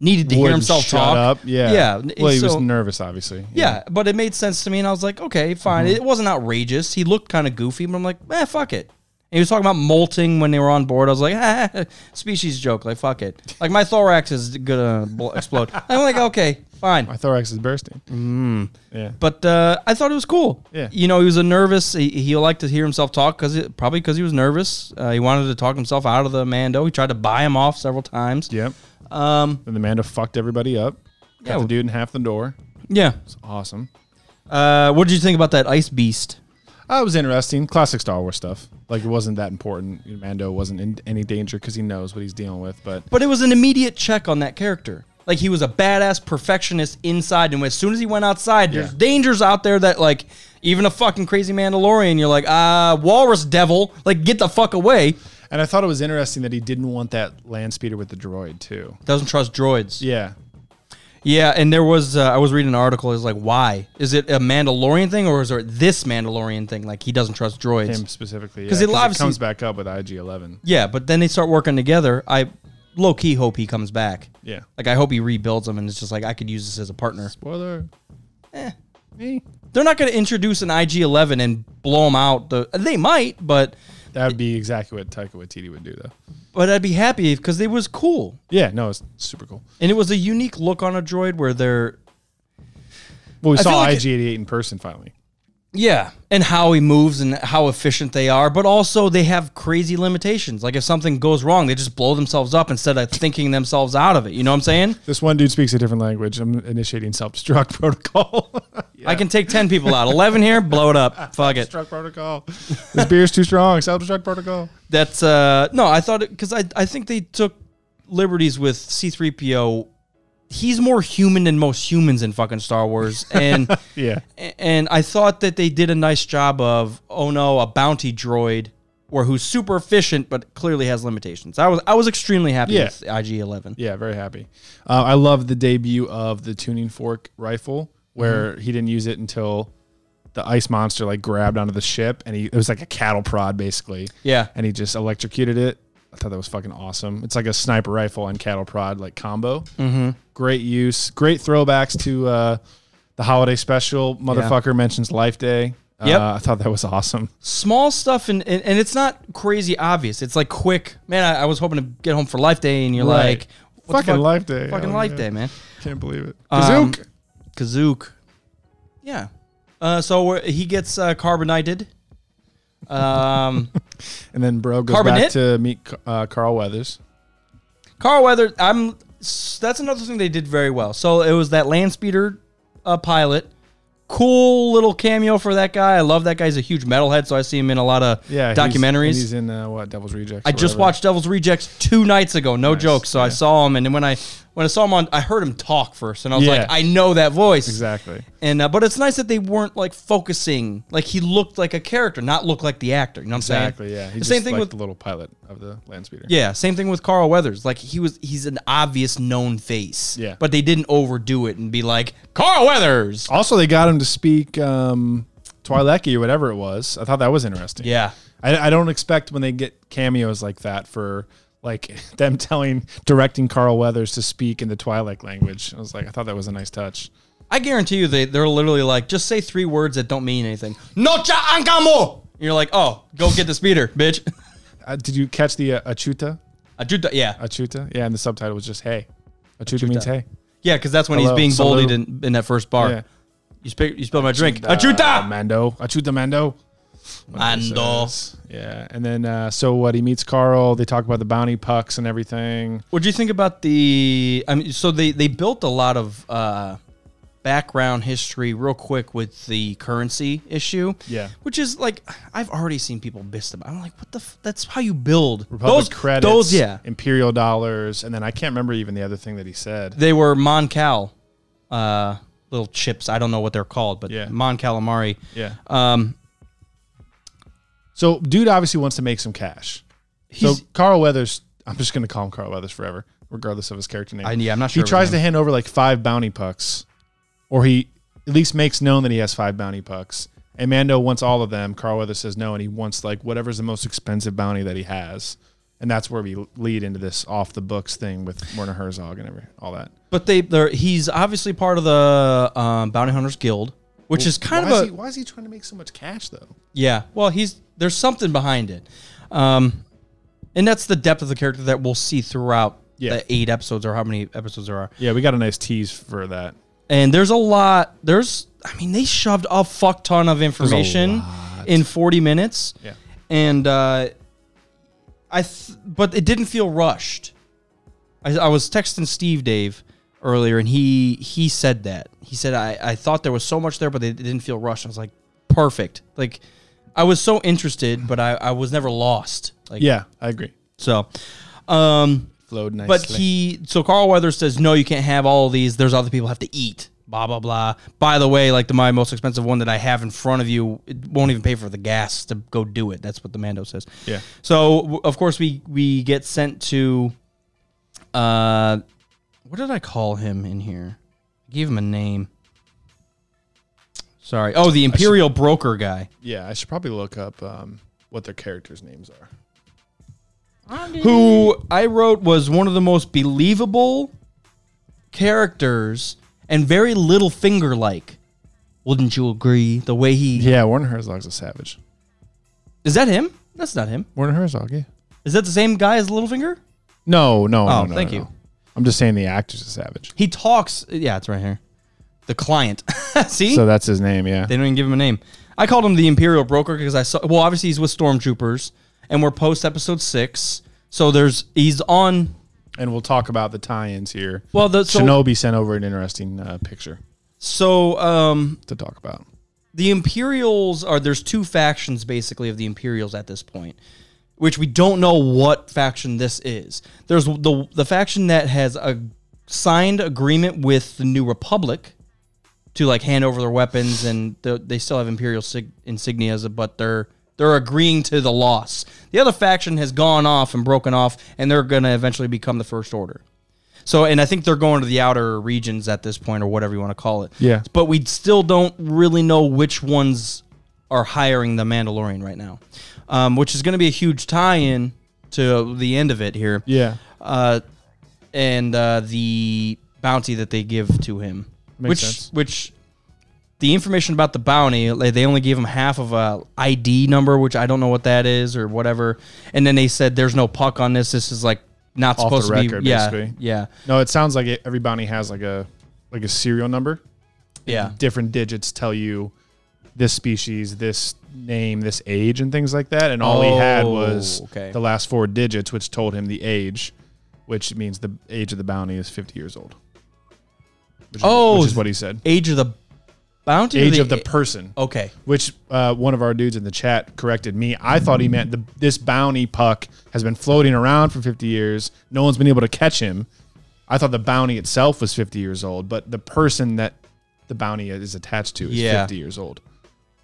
S2: needed to hear
S1: Wouldn't
S2: himself
S1: shut
S2: talk.
S1: up. Yeah.
S2: yeah.
S1: Well, he was
S2: so-
S1: nervous, obviously.
S2: yeah, but it made sense to me, and I was like, okay, fine. It wasn't outrageous. He looked kind of goofy, but I'm like, eh, fuck it. And he was talking about molting when they were on board. I was like, (laughs) ah, species joke, like fuck it. Like my thorax is gonna bl- explode. I'm like, okay,
S1: My
S2: fine.
S1: thorax is bursting. Mm. Yeah.
S2: But uh, I thought it was cool.
S1: Yeah.
S2: you know, he was a nervous. He, he liked to hear himself talk because probably because he was nervous. Uh, he wanted to talk himself out of the Mando. He tried to buy him off several times.
S1: Yep.
S2: Um,
S1: Then the Mando fucked everybody up. Got
S2: Yeah.
S1: the dude in half the door.
S2: yeah.
S1: It's awesome.
S2: Uh, what did you think about that ice beast?
S1: Uh, it was interesting. Classic Star Wars stuff. Like it wasn't that important. Mando wasn't in any danger because he knows what he's dealing with. But
S2: But it was an immediate check on that character. Like he was a badass perfectionist inside, and as soon as he went outside, there's
S1: Yeah.
S2: dangers out there that like even a fucking crazy Mandalorian, you're like, ah, walrus devil, like get the fuck away.
S1: and I thought it was interesting that he didn't want that land speeder with the droid too.
S2: Doesn't trust droids.
S1: Yeah.
S2: Yeah, and there was uh, I was reading an article. Is like, why is it a Mandalorian thing or is it this Mandalorian thing? Like he doesn't trust droids.
S1: Him specifically.
S2: 'Cause
S1: yeah,
S2: it obviously-
S1: comes back up with IG Eleven.
S2: Yeah, but then they start working together. I low key hope he comes back.
S1: Yeah.
S2: Like I hope he rebuilds them, and it's just like I could use this as a partner.
S1: Spoiler.
S2: Eh.
S1: Me.
S2: They're not going to introduce an IG Eleven and blow them out. The they might, but
S1: That would be exactly what Taika Waititi would do though.
S2: but I'd be happy because it was cool
S1: Yeah. No, it's super cool.
S2: and it was a unique look on a droid where they're
S1: Well, we
S2: I feel
S1: saw
S2: like-
S1: IG88 in person finally.
S2: yeah and how he moves and how efficient they are, but also they have crazy limitations. Like if something goes wrong, they just blow themselves up instead of thinking themselves out of it. You know what I'm saying?
S1: This one dude speaks a different language. I'm initiating self-destruct (laughs) protocol. Yeah.
S2: I can take ten people out, eleven here, blow it up. Fuck it.
S1: Self-destruct protocol. this beer's too strong. Self-destruct protocol.
S2: That's uh no, I thought because I I think they took liberties with C3PO. He's more human than most humans in fucking
S1: (laughs)
S2: Star Wars, and
S1: Yeah.
S2: and I thought that they did a nice job of oh no, a bounty droid or who's super efficient but clearly has limitations. I was I was extremely happy
S1: Yeah.
S2: with IG11.
S1: Yeah, very happy. Uh, I love the debut of the tuning fork rifle, where
S2: Mm-hmm.
S1: he didn't use it until the ice monster like grabbed onto the ship, and he it was like a cattle prod basically.
S2: Yeah.
S1: and he just electrocuted it. I thought that was fucking awesome. It's like a sniper rifle and cattle prod like combo. Mm-hmm. Great use. Great throwbacks to uh, the holiday special. Motherfucker mentions Life Day.
S2: Yep.
S1: Uh, I thought that was awesome.
S2: Small stuff and, and and it's not crazy obvious. It's like quick. Man, I, I was hoping to get home for Life Day, and you're
S1: Right.
S2: like what the
S1: Fucking
S2: fuck-
S1: Life Day.
S2: Fucking
S1: Oh,
S2: Life
S1: yeah.
S2: Day, man.
S1: Can't believe it.
S2: Um,
S1: Kazook.
S2: Kazook. Yeah. Uh, so we're- he gets uh, carbonated.
S1: (laughs)
S2: Um,
S1: and then bro goes
S2: Carbonate?
S1: back to meet uh, Carl Weathers.
S2: Carl Weather. I'm. s- That's another thing they did very well. So it was that land speeder uh, pilot. Cool little cameo for that guy. I love that guy. He's a huge metalhead, so I see him in a lot of
S1: yeah he's-
S2: documentaries.
S1: and He's, in uh, what Devil's Rejects.
S2: I
S1: or
S2: just
S1: whatever.
S2: watched Devil's Rejects two nights ago, no joke. So I saw him, and then when I when I saw him on, I heard him talk first, and I was
S1: Yeah.
S2: like, I know that voice
S1: exactly.
S2: And uh, but it's nice that they weren't like focusing. Like he looked like a character, not look like the actor. You know what I'm
S1: Exactly.
S2: saying?
S1: Yeah. He
S2: The
S1: just
S2: same thing
S1: liked
S2: with
S1: the little pilot of the land speeder.
S2: yeah. Same thing with Carl Weathers. Like he was, he's an obvious known face.
S1: Yeah.
S2: But they didn't overdo it and be like Carl Weathers.
S1: Also, they got him to speak um, Twi'leki or whatever it was. I thought that was interesting.
S2: Yeah.
S1: I, I don't expect when they get cameos like that for like (laughs) them telling directing Carl Weathers to speak in the Twi'lek language. I was like, I thought that was a nice touch.
S2: I guarantee you, they they're literally like just say three words that don't mean anything. Nocha ankamo. And You're like, oh, go get the speeder, (laughs) bitch.
S1: Uh, did you catch the uh, Achuta?
S2: Ajuta, yeah,
S1: Achuta? Yeah, and the subtitle was just hey. Achuta, means hey.
S2: yeah, because that's when
S1: Hello,
S2: he's being bullied
S1: salute.
S2: in, in that first bar.
S1: Yeah.
S2: You sp- you spilled my drink.
S1: Uh,
S2: Ajuta.
S1: Mando. Achuta Mando.
S2: Mando.
S1: says. Yeah, and then uh, so what? He meets Carl. They talk about the bounty pucks and everything.
S2: What do you think about the? I mean, so they they built a lot of uh, background history real quick with the currency issue.
S1: Yeah.
S2: Which is like I've already seen people bissed about. I'm like, what the? F-? That's how you build
S1: Republic
S2: those
S1: credits,
S2: Those, yeah.
S1: imperial dollars, and then I can't remember even the other thing that he said.
S2: They were Moncal, uh, little chips. I don't know what they're called, but
S1: Yeah.
S2: Mon Calamari.
S1: Yeah.
S2: Um,
S1: So, dude obviously wants to make some cash.
S2: he's,
S1: so Carl Weathers, I'm just going to call him Carl Weathers forever, regardless of his character name.
S2: I, yeah, I'm not
S1: he
S2: sure. of his
S1: tries
S2: name.
S1: to hand over like five bounty pucks, or he at least makes known that he has five bounty pucks. And Mando wants all of them. Carl Weathers says no, and he wants like whatever's the most expensive bounty that he has. And that's where we lead into this off the books thing with Werner Herzog and every, all that.
S2: But they, they're, he's obviously part of the um, Bounty Hunters Guild, which is kind
S1: why
S2: of
S1: is
S2: a
S1: he, why is he trying to make so much cash though?
S2: yeah. Well, he's there's something behind it, um, and that's the depth of the character that we'll see throughout
S1: Yeah.
S2: the eight episodes or how many episodes there are.
S1: Yeah, we got a nice tease for that.
S2: And there's a lot. There's I mean they shoved a fuck ton of information
S1: lot.
S2: in 40 minutes.
S1: Yeah.
S2: and uh, I, th- but it didn't feel rushed. I, I was texting Steve Dave earlier, and he he said that he said I I thought there was so much there, but it didn't feel rushed. I was like, perfect. Like, I was so interested, but I I was never lost. Like,
S1: Yeah, I agree.
S2: So, um,
S1: Flowed nicely.
S2: but he so Carl Weathers says no, you can't have all of these. There's other people have to eat. Blah blah blah. By the way, like the my most expensive one that I have in front of you, it won't even pay for the gas to go do it. That's what the Mando says.
S1: Yeah.
S2: So w- of course we we get sent to, uh, what did I call him in here? I gave him a name. Sorry. Oh, the Imperial broker guy.
S1: yeah, I should probably look up um, what their characters' names are.
S2: who I wrote was one of the most believable characters and very little finger like. Wouldn't you agree? The way he
S1: Yeah, Werner Herzog's a savage.
S2: is that him? That's not him.
S1: Werner Herzog, yeah.
S2: Is that the same guy as Littlefinger?
S1: No, no,
S2: Oh,
S1: no, no,
S2: thank
S1: no,
S2: you.
S1: no. I'm just saying the actor's a savage.
S2: He talks. Yeah, it's right here. The client. (laughs) See,
S1: So that's his name, yeah.
S2: they don't even give him a name. I called him the Imperial Broker because I saw. Well, obviously he's with stormtroopers, and we're post episode six. So there's he's on.
S1: and we'll talk about the tie-ins here.
S2: Well, the so,
S1: Shinobi sent over an interesting uh, picture
S2: so um
S1: to talk about.
S2: the Imperials are there's two factions basically of the Imperials at this point, which we don't know what faction this is. There's the the faction that has a signed agreement with the New Republic to like hand over their weapons, and the, they still have Imperial sig- insignias, but they're they're agreeing to the loss. The other faction has gone off and broken off, and they're going to eventually become the First Order. So, and I think they're going to the outer regions at this point, or whatever you want to call it.
S1: Yeah.
S2: But we still don't really know which ones are hiring the Mandalorian right now, um, which is going to be a huge tie-in to the end of it here.
S1: Yeah,
S2: Uh, and uh, the bounty that they give to him,
S1: Makes
S2: which
S1: sense.
S2: which the information about the bounty, like, they only gave him half of a ID number, which I don't know what that is or whatever. And then they said there's no puck on this. This is like not
S1: Off the
S2: supposed to
S1: record,
S2: be. Yeah,
S1: basically.
S2: yeah,
S1: no, it sounds like it, every bounty has like a like a serial number.
S2: yeah.
S1: Different digits tell you this species, this name, this age, and things like that. And all he had
S2: Oh,
S1: was
S2: okay.
S1: the last four digits, which told him the age, which means the age of the bounty is 50 years old. Which is,
S2: Oh,
S1: which is what he said.
S2: Age of the bounty. or
S1: Age of the person.
S2: okay.
S1: which uh, one of our dudes in the chat corrected me. I thought he meant the, this bounty puck has been floating around for 50 years. No one's been able to catch him. I thought the bounty itself was 50 years old, but the person that the bounty is attached to is
S2: Yeah.
S1: 50 years old.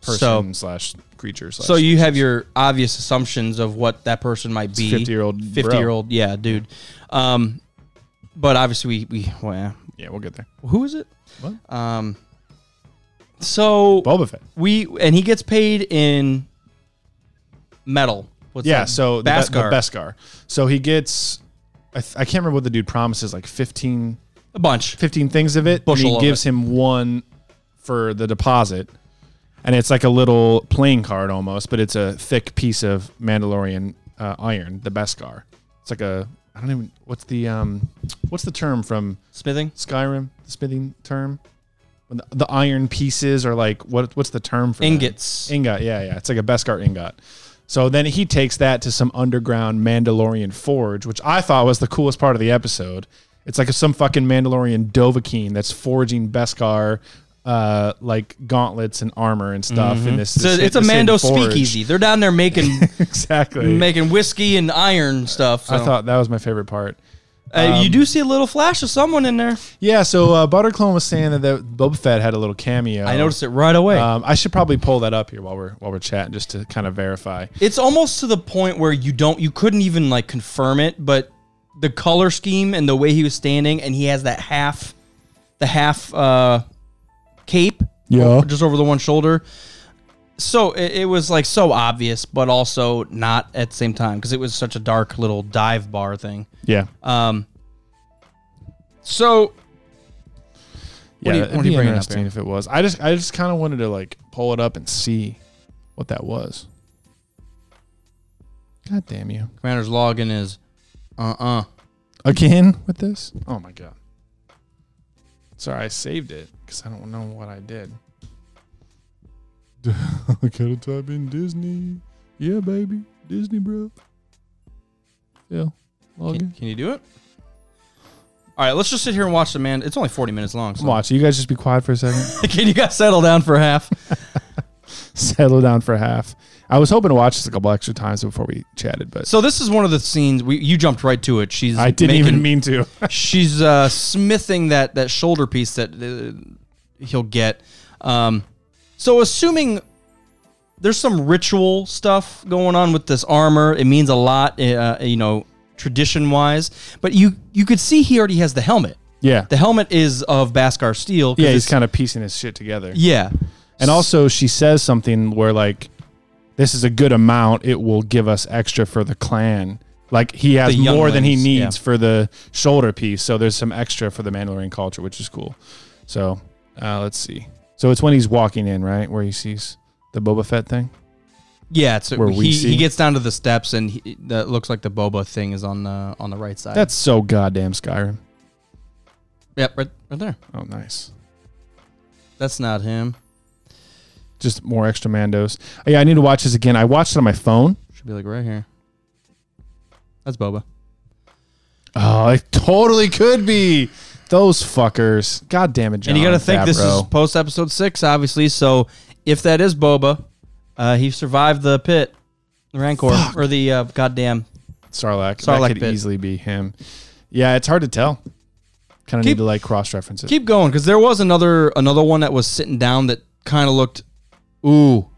S1: Person
S2: So-
S1: slash creature slash.
S2: So you have your obvious assumptions of what that person might be.
S1: 50-year-old bro.
S2: Fifty year old. Yeah, dude. Um, but obviously we we well, yeah.
S1: yeah, we'll get there.
S2: who is it?
S1: What?
S2: Um. So
S1: Boba Fett.
S2: we and he gets paid in metal. What's
S1: Yeah,
S2: that?
S1: so the, Be- the
S2: Beskar.
S1: Beskar. So he gets. I, th- I can't remember what the dude promises, like 15
S2: a bunch.
S1: 15 things of it.
S2: Bushel
S1: and
S2: of
S1: he gives him one for the deposit. And it's like a little playing card almost, but it's a thick piece of Mandalorian uh, iron, the Beskar. It's like a I don't even what's the um what's the term from
S2: Smithing.
S1: Skyrim, the smithing term? When the, the iron pieces are like what what's the term for that?
S2: Ingots.
S1: Ingot, yeah, yeah. It's like a Beskar ingot. So then he takes that to some underground Mandalorian forge, which I thought was the coolest part of the episode. It's like some fucking Mandalorian Dovahkiin that's forging Beskar uh, like gauntlets and armor and stuff. And this,
S2: It's
S1: this
S2: a,
S1: hit-
S2: Mm-hmm. it's a
S1: this hidden
S2: Mando
S1: forge.
S2: speakeasy. They're down there making
S1: (laughs) exactly.
S2: making whiskey and iron stuff. So.
S1: I thought um, that was my favorite part.
S2: Uh, you do see a little flash of someone in there.
S1: Yeah, so uh, Butterclone was saying that, that Boba Fett had a little cameo.
S2: I noticed it right away.
S1: Um, I should probably pull that up here while we're while we're chatting just to kind of verify.
S2: it's almost to the point where you don't you couldn't even like confirm it but the color scheme and the way he was standing and he has that half the half uh cape
S1: Yeah.
S2: o- just over the one shoulder so it, it was like so obvious but also not at the same time because it was such a dark little dive bar thing
S1: Yeah.
S2: um so
S1: yeah,
S2: do you-
S1: it'd
S2: what do you
S1: be
S2: bring up
S1: interesting
S2: here?
S1: if it was. I just I just kind of wanted to like pull it up and see what that was. God damn you.
S2: commander's login is uh-uh
S1: Again with this? Oh my god. Sorry, I saved it because I don't know what I did. (laughs) I gotta type in Disney. Yeah, baby. Disney, bro. Yeah.
S2: can,
S1: Login.
S2: can you do it all right let's just sit here and watch the man it's only 40 minutes long so
S1: Come on, so you guys just be quiet for a
S2: (laughs)
S1: second.
S2: can you guys settle down for half
S1: (laughs) Settle down for half. I was hoping to watch this a couple extra times before we chatted, but
S2: So this is one of the scenes we you jumped right to it. She's
S1: I didn't
S2: making-
S1: even mean to. (laughs)
S2: (laughs) she's uh, smithing that that shoulder piece that uh, he'll get. Um, so assuming there's some ritual stuff going on with this armor, it means a lot, uh, you know, tradition wise. But you you could see he already has the helmet.
S1: yeah.
S2: The helmet is of Baskar steel. 'cause
S1: Yeah, he's
S2: it's-
S1: kind of piecing his shit together.
S2: yeah.
S1: And also, she says something where like, "This is a good amount. It will give us extra for the clan." Like he has
S2: The
S1: more than he
S2: younglings,
S1: needs
S2: yeah.
S1: for the shoulder piece, so there's some extra for the Mandalorian culture, which is cool. So uh, let's see. So it's when he's walking in, right, where he sees the Boba Fett thing.
S2: yeah. It's,
S1: Where we
S2: he,
S1: see-
S2: he gets down to the steps and he, that looks like the boba thing is on the on the right side.
S1: That's so goddamn Skyrim.
S2: yep, right, right there.
S1: Oh, nice.
S2: That's not him.
S1: Just more extra Mandos. Oh, yeah, I need to watch this again. I watched it on my phone.
S2: Should be like right here. That's Boba.
S1: Oh, it totally could be those fuckers. God damn it, John.
S2: and you got to think this is
S1: Favreau.
S2: post episode six, obviously. So if that is Boba, uh, he survived the pit, the Rancor, or the uh, goddamn.
S1: Sarlacc.
S2: Sarlacc
S1: that could
S2: pit.
S1: easily be him. Yeah, it's hard to tell. Kind of need
S2: Keep-
S1: to like cross reference it.
S2: Keep going, because there was another another one that was sitting down that kind of looked. Ooh.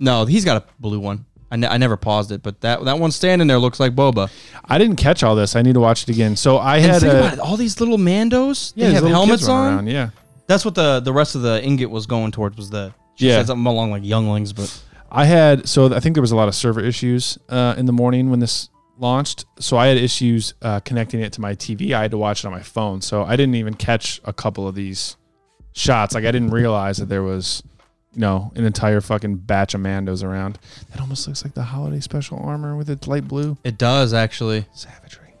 S2: No, he's got a blue one. I, ne- I never paused it, but that that one standing there looks like Boba.
S1: I didn't catch all this. I need to watch it again. So I
S2: And
S1: had
S2: think
S1: a,
S2: about it, all these little Mandos.
S1: yeah,
S2: they
S1: these
S2: have
S1: little
S2: helmets
S1: kids running
S2: on.
S1: around, Yeah,
S2: That's what the the rest of the ingot was going towards. Was the she
S1: Yeah.
S2: said something along like younglings, but
S1: I had. So I think there was a lot of server issues uh, in the morning when this launched. So I had issues uh, connecting it to my TV. I had to watch it on my phone. So I didn't even catch a couple of these shots. Like I didn't realize that there was. You know, an entire fucking batch of Mandos around. That almost looks like the holiday special armor with its light blue.
S2: it does actually.
S1: savagery.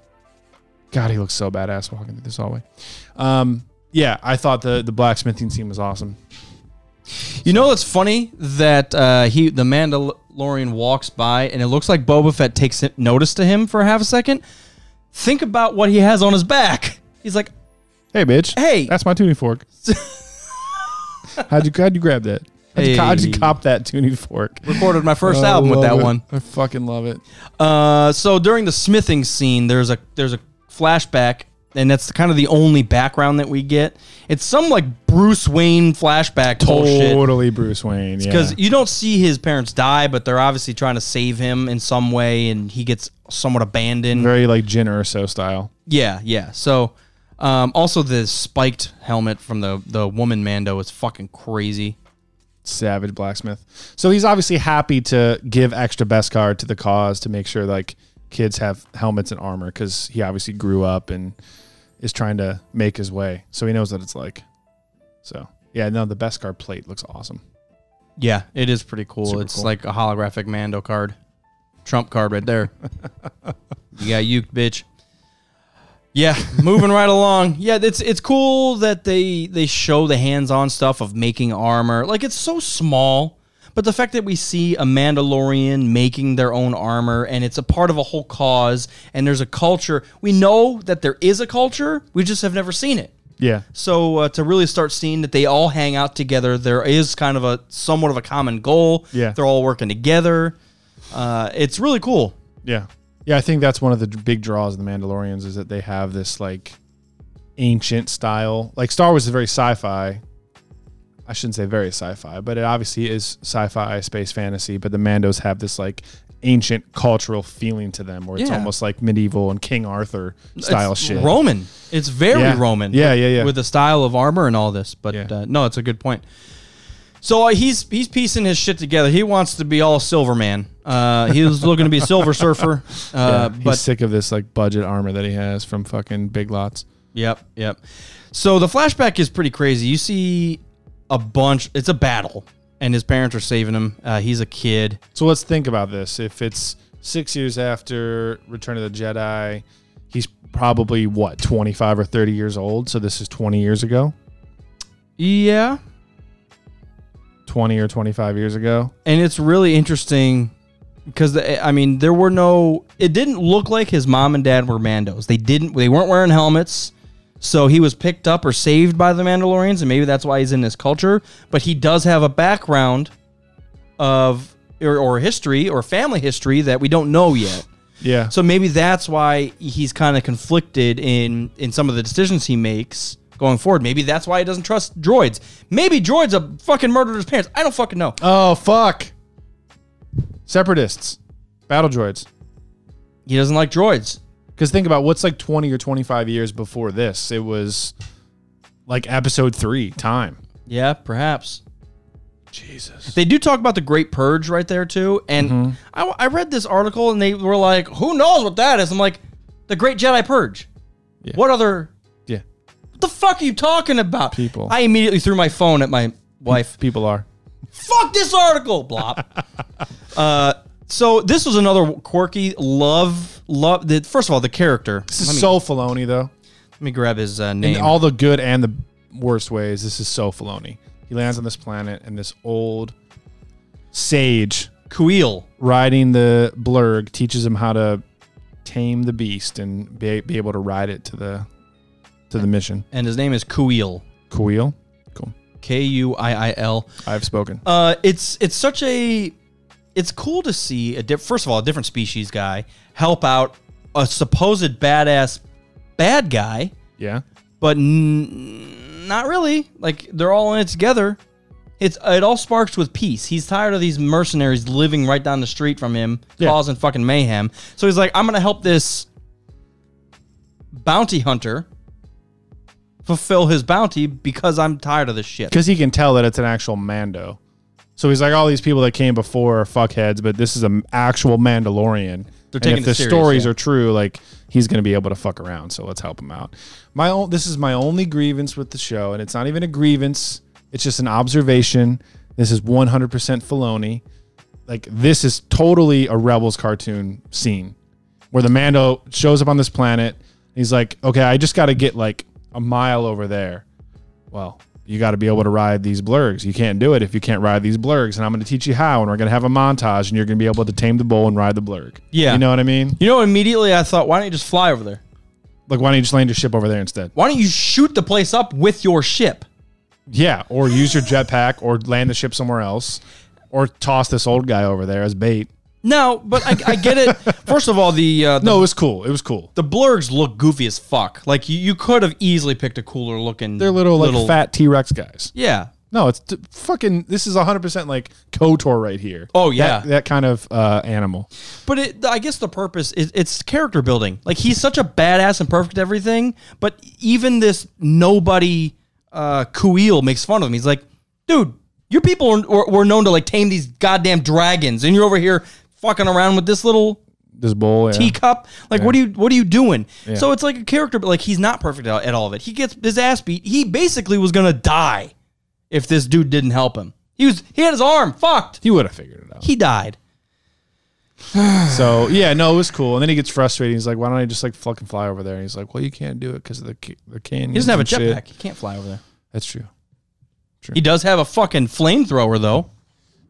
S1: God, he looks so badass walking through this hallway. Um, yeah, I thought the the blacksmithing scene was awesome.
S2: You know, it's funny that uh, he the Mandalorian walks by and it looks like Boba Fett takes it- notice to him for half a second. Think about what he has on his back. He's like,
S1: Hey, bitch. (laughs)
S2: Hey.
S1: that's my tuning fork. how'd you how'd you grab that? How'd, you, how'd you
S2: Hey.
S1: cop that tuning fork?
S2: (laughs) recorded my first
S1: Oh, I
S2: album with
S1: love
S2: that
S1: it.
S2: one.
S1: I fucking love it.
S2: Uh, so during the smithing scene, there's a there's a flashback, and that's kind of the only background that we get. It's some like Bruce Wayne flashback bullshit.
S1: Totally Bruce Wayne. Yeah.
S2: because you don't see his parents die, but they're obviously trying to save him in some way, and he gets somewhat abandoned.
S1: very like Jyn Erso style.
S2: yeah, yeah. So, um, also the spiked helmet from the the woman Mando is fucking crazy.
S1: savage blacksmith. So he's obviously happy to give extra best card to the cause to make sure like kids have helmets and armor because he obviously grew up and is trying to make his way. So he knows what it's like. So yeah, no, the best card plate looks awesome.
S2: Yeah, it is pretty cool.
S1: Super
S2: it's
S1: cool.
S2: like a holographic Mando card, Trump card right
S1: (laughs)
S2: there. you got you, bitch. Yeah, moving right along. Yeah, it's it's cool that they they show the hands-on stuff of making armor. Like it's so small, But the fact that we see a Mandalorian making their own armor and it's a part of a whole cause and there's a culture, we know that there is a culture. We just have never seen it.
S1: Yeah.
S2: So uh, to really start seeing that they all hang out together, there is kind of a somewhat of a common goal.
S1: Yeah.
S2: they're all working together. Uh, it's really cool.
S1: Yeah. Yeah, I think that's one of the big draws of the Mandalorians is that they have this like ancient style. Like Star Wars is very sci-fi. I shouldn't say very sci-fi, but it obviously is sci-fi, space fantasy, but the Mandos have this like ancient cultural feeling to them where it's
S2: Yeah.
S1: almost like medieval and King Arthur style
S2: It's
S1: shit.
S2: Roman. It's very
S1: Yeah.
S2: Roman.
S1: Yeah,
S2: with-
S1: yeah, yeah.
S2: With the style of armor and all this, but
S1: Yeah.
S2: uh, no, it's a good point. So uh, he's he's piecing his shit together. He wants to be all Silver Man. Uh, he was looking to be
S1: (laughs)
S2: Silver Surfer, uh,
S1: He's
S2: but
S1: sick of this like budget armor that he has from fucking Big Lots.
S2: Yep, yep. So the flashback is pretty crazy. You see a bunch. It's a battle, and his parents are saving him. Uh, he's a kid.
S1: So let's think about this. If it's six years after Return of the Jedi, he's probably what, 25 or 30 years old. So this is 20 years ago,
S2: Yeah,
S1: 20 or 25 years ago.
S2: and it's really interesting because I mean there were no. It didn't look like his mom and dad were Mandos. They didn't. They weren't wearing helmets. So he was picked up or saved by the Mandalorians, and maybe that's why he's in this culture. But he does have a background of or, or history or family history that we don't know yet.
S1: Yeah.
S2: So maybe that's why he's kind of conflicted in in some of the decisions he makes going forward. Maybe that's why he doesn't trust droids. Maybe droids have fucking murdered his parents. I don't fucking know.
S1: oh, fuck. Separatists, battle droids.
S2: He doesn't like droids.
S1: Because think about what's like 20 or 25 years before this. It was like episode three time.
S2: Yeah, perhaps.
S1: Jesus.
S2: They do talk about the Great Purge right there too, and
S1: Mm-hmm.
S2: I, I read this article and they were like, "Who knows what that is?" I'm like, "The Great Jedi Purge."
S1: Yeah.
S2: What other?
S1: Yeah.
S2: What the fuck are you talking about?
S1: People.
S2: I immediately threw my phone at my
S1: (laughs)
S2: wife.
S1: People are.
S2: fuck this
S1: (laughs)
S2: article, blop. uh, so this was another quirky love, love. The, first of all, the character.
S1: This is
S2: let, me,
S1: so Filoni, though.
S2: let me grab his uh,
S1: in
S2: name.
S1: all the good and the worst ways. This is so Filoni. He lands on this planet, and this old sage
S2: Kuil.
S1: riding the blurg teaches him how to tame the beast and be, be able to ride it to the to the mission.
S2: and his name is Kuil.
S1: Kuil, cool.
S2: K U I I L.
S1: I've spoken.
S2: Uh, it's it's such a it's cool to see a diff- first of all a different species guy help out a supposed badass bad guy,
S1: Yeah,
S2: but n- not really. Like they're all in it together. It's it all sparks with peace. He's tired of these mercenaries living right down the street from him,
S1: Yeah.
S2: causing fucking mayhem. So he's like, I'm gonna help this bounty hunter fulfill his bounty because I'm tired of this shit.
S1: because he can tell that it's an actual Mando. So he's like, all these people that came before are fuckheads, but this is an actual Mandalorian.
S2: They're
S1: and
S2: taking
S1: if the
S2: this serious,
S1: stories
S2: yeah.
S1: are true, like he's gonna be able to fuck around. So let's help him out. My own, this is my only grievance with the show, and it's not even a grievance. It's just an observation. This is 100% Filoni. Like this is totally a Rebels cartoon scene where the Mando shows up on this planet. And he's like, okay, I just got to get like a mile over there. Well, you got to be able to ride these blurgs. You can't do it if you can't ride these blurgs. And I'm going to teach you how. And we're going to have a montage, and you're going to be able to tame the bull and ride the blurg.
S2: Yeah.
S1: you know what I mean.
S2: You know, immediately I thought, why don't you just fly over there?
S1: Like, why don't you just land your ship over there instead?
S2: Why don't you shoot the place up with your ship?
S1: Yeah, or use your jetpack, or land the ship somewhere else, or toss this old guy over there as bait.
S2: No, but I, I get it. (laughs) First of all, the, uh, the
S1: No, Oh, it was cool. It was cool.
S2: the blurgs look goofy as fuck. Like you, you could have easily picked a cooler looking.
S1: They're little, like fat T Rex guys.
S2: Yeah,
S1: No, it's t- fucking. This is 100% like Kotor right here.
S2: Oh,
S1: That-
S2: yeah.
S1: that, kind of uh, animal.
S2: but it, I guess the purpose is it's character building. Like he's such a badass and perfect at everything, but even this nobody uh, Kuil makes fun of him. He's like, dude, your people were, were, were known to like tame these goddamn dragons, and you're over here fucking around with this little
S1: This bull. Yeah.
S2: teacup. Like, what are you what are you doing? So it's like a character, but like he's not perfect at at all of it. He gets his ass beat. He basically was gonna die if this dude didn't help him. He was he had his arm fucked.
S1: He would have figured it out.
S2: He died.
S1: So (laughs) yeah, no, it was cool. And then he gets frustrated. He's like, "Why don't I just like fucking fly over there?" And he's like, "Well, you can't do it because of the ca- the canyon."
S2: He doesn't have a jetpack. He can't fly over there.
S1: That's true.
S2: He does have a fucking flamethrower though.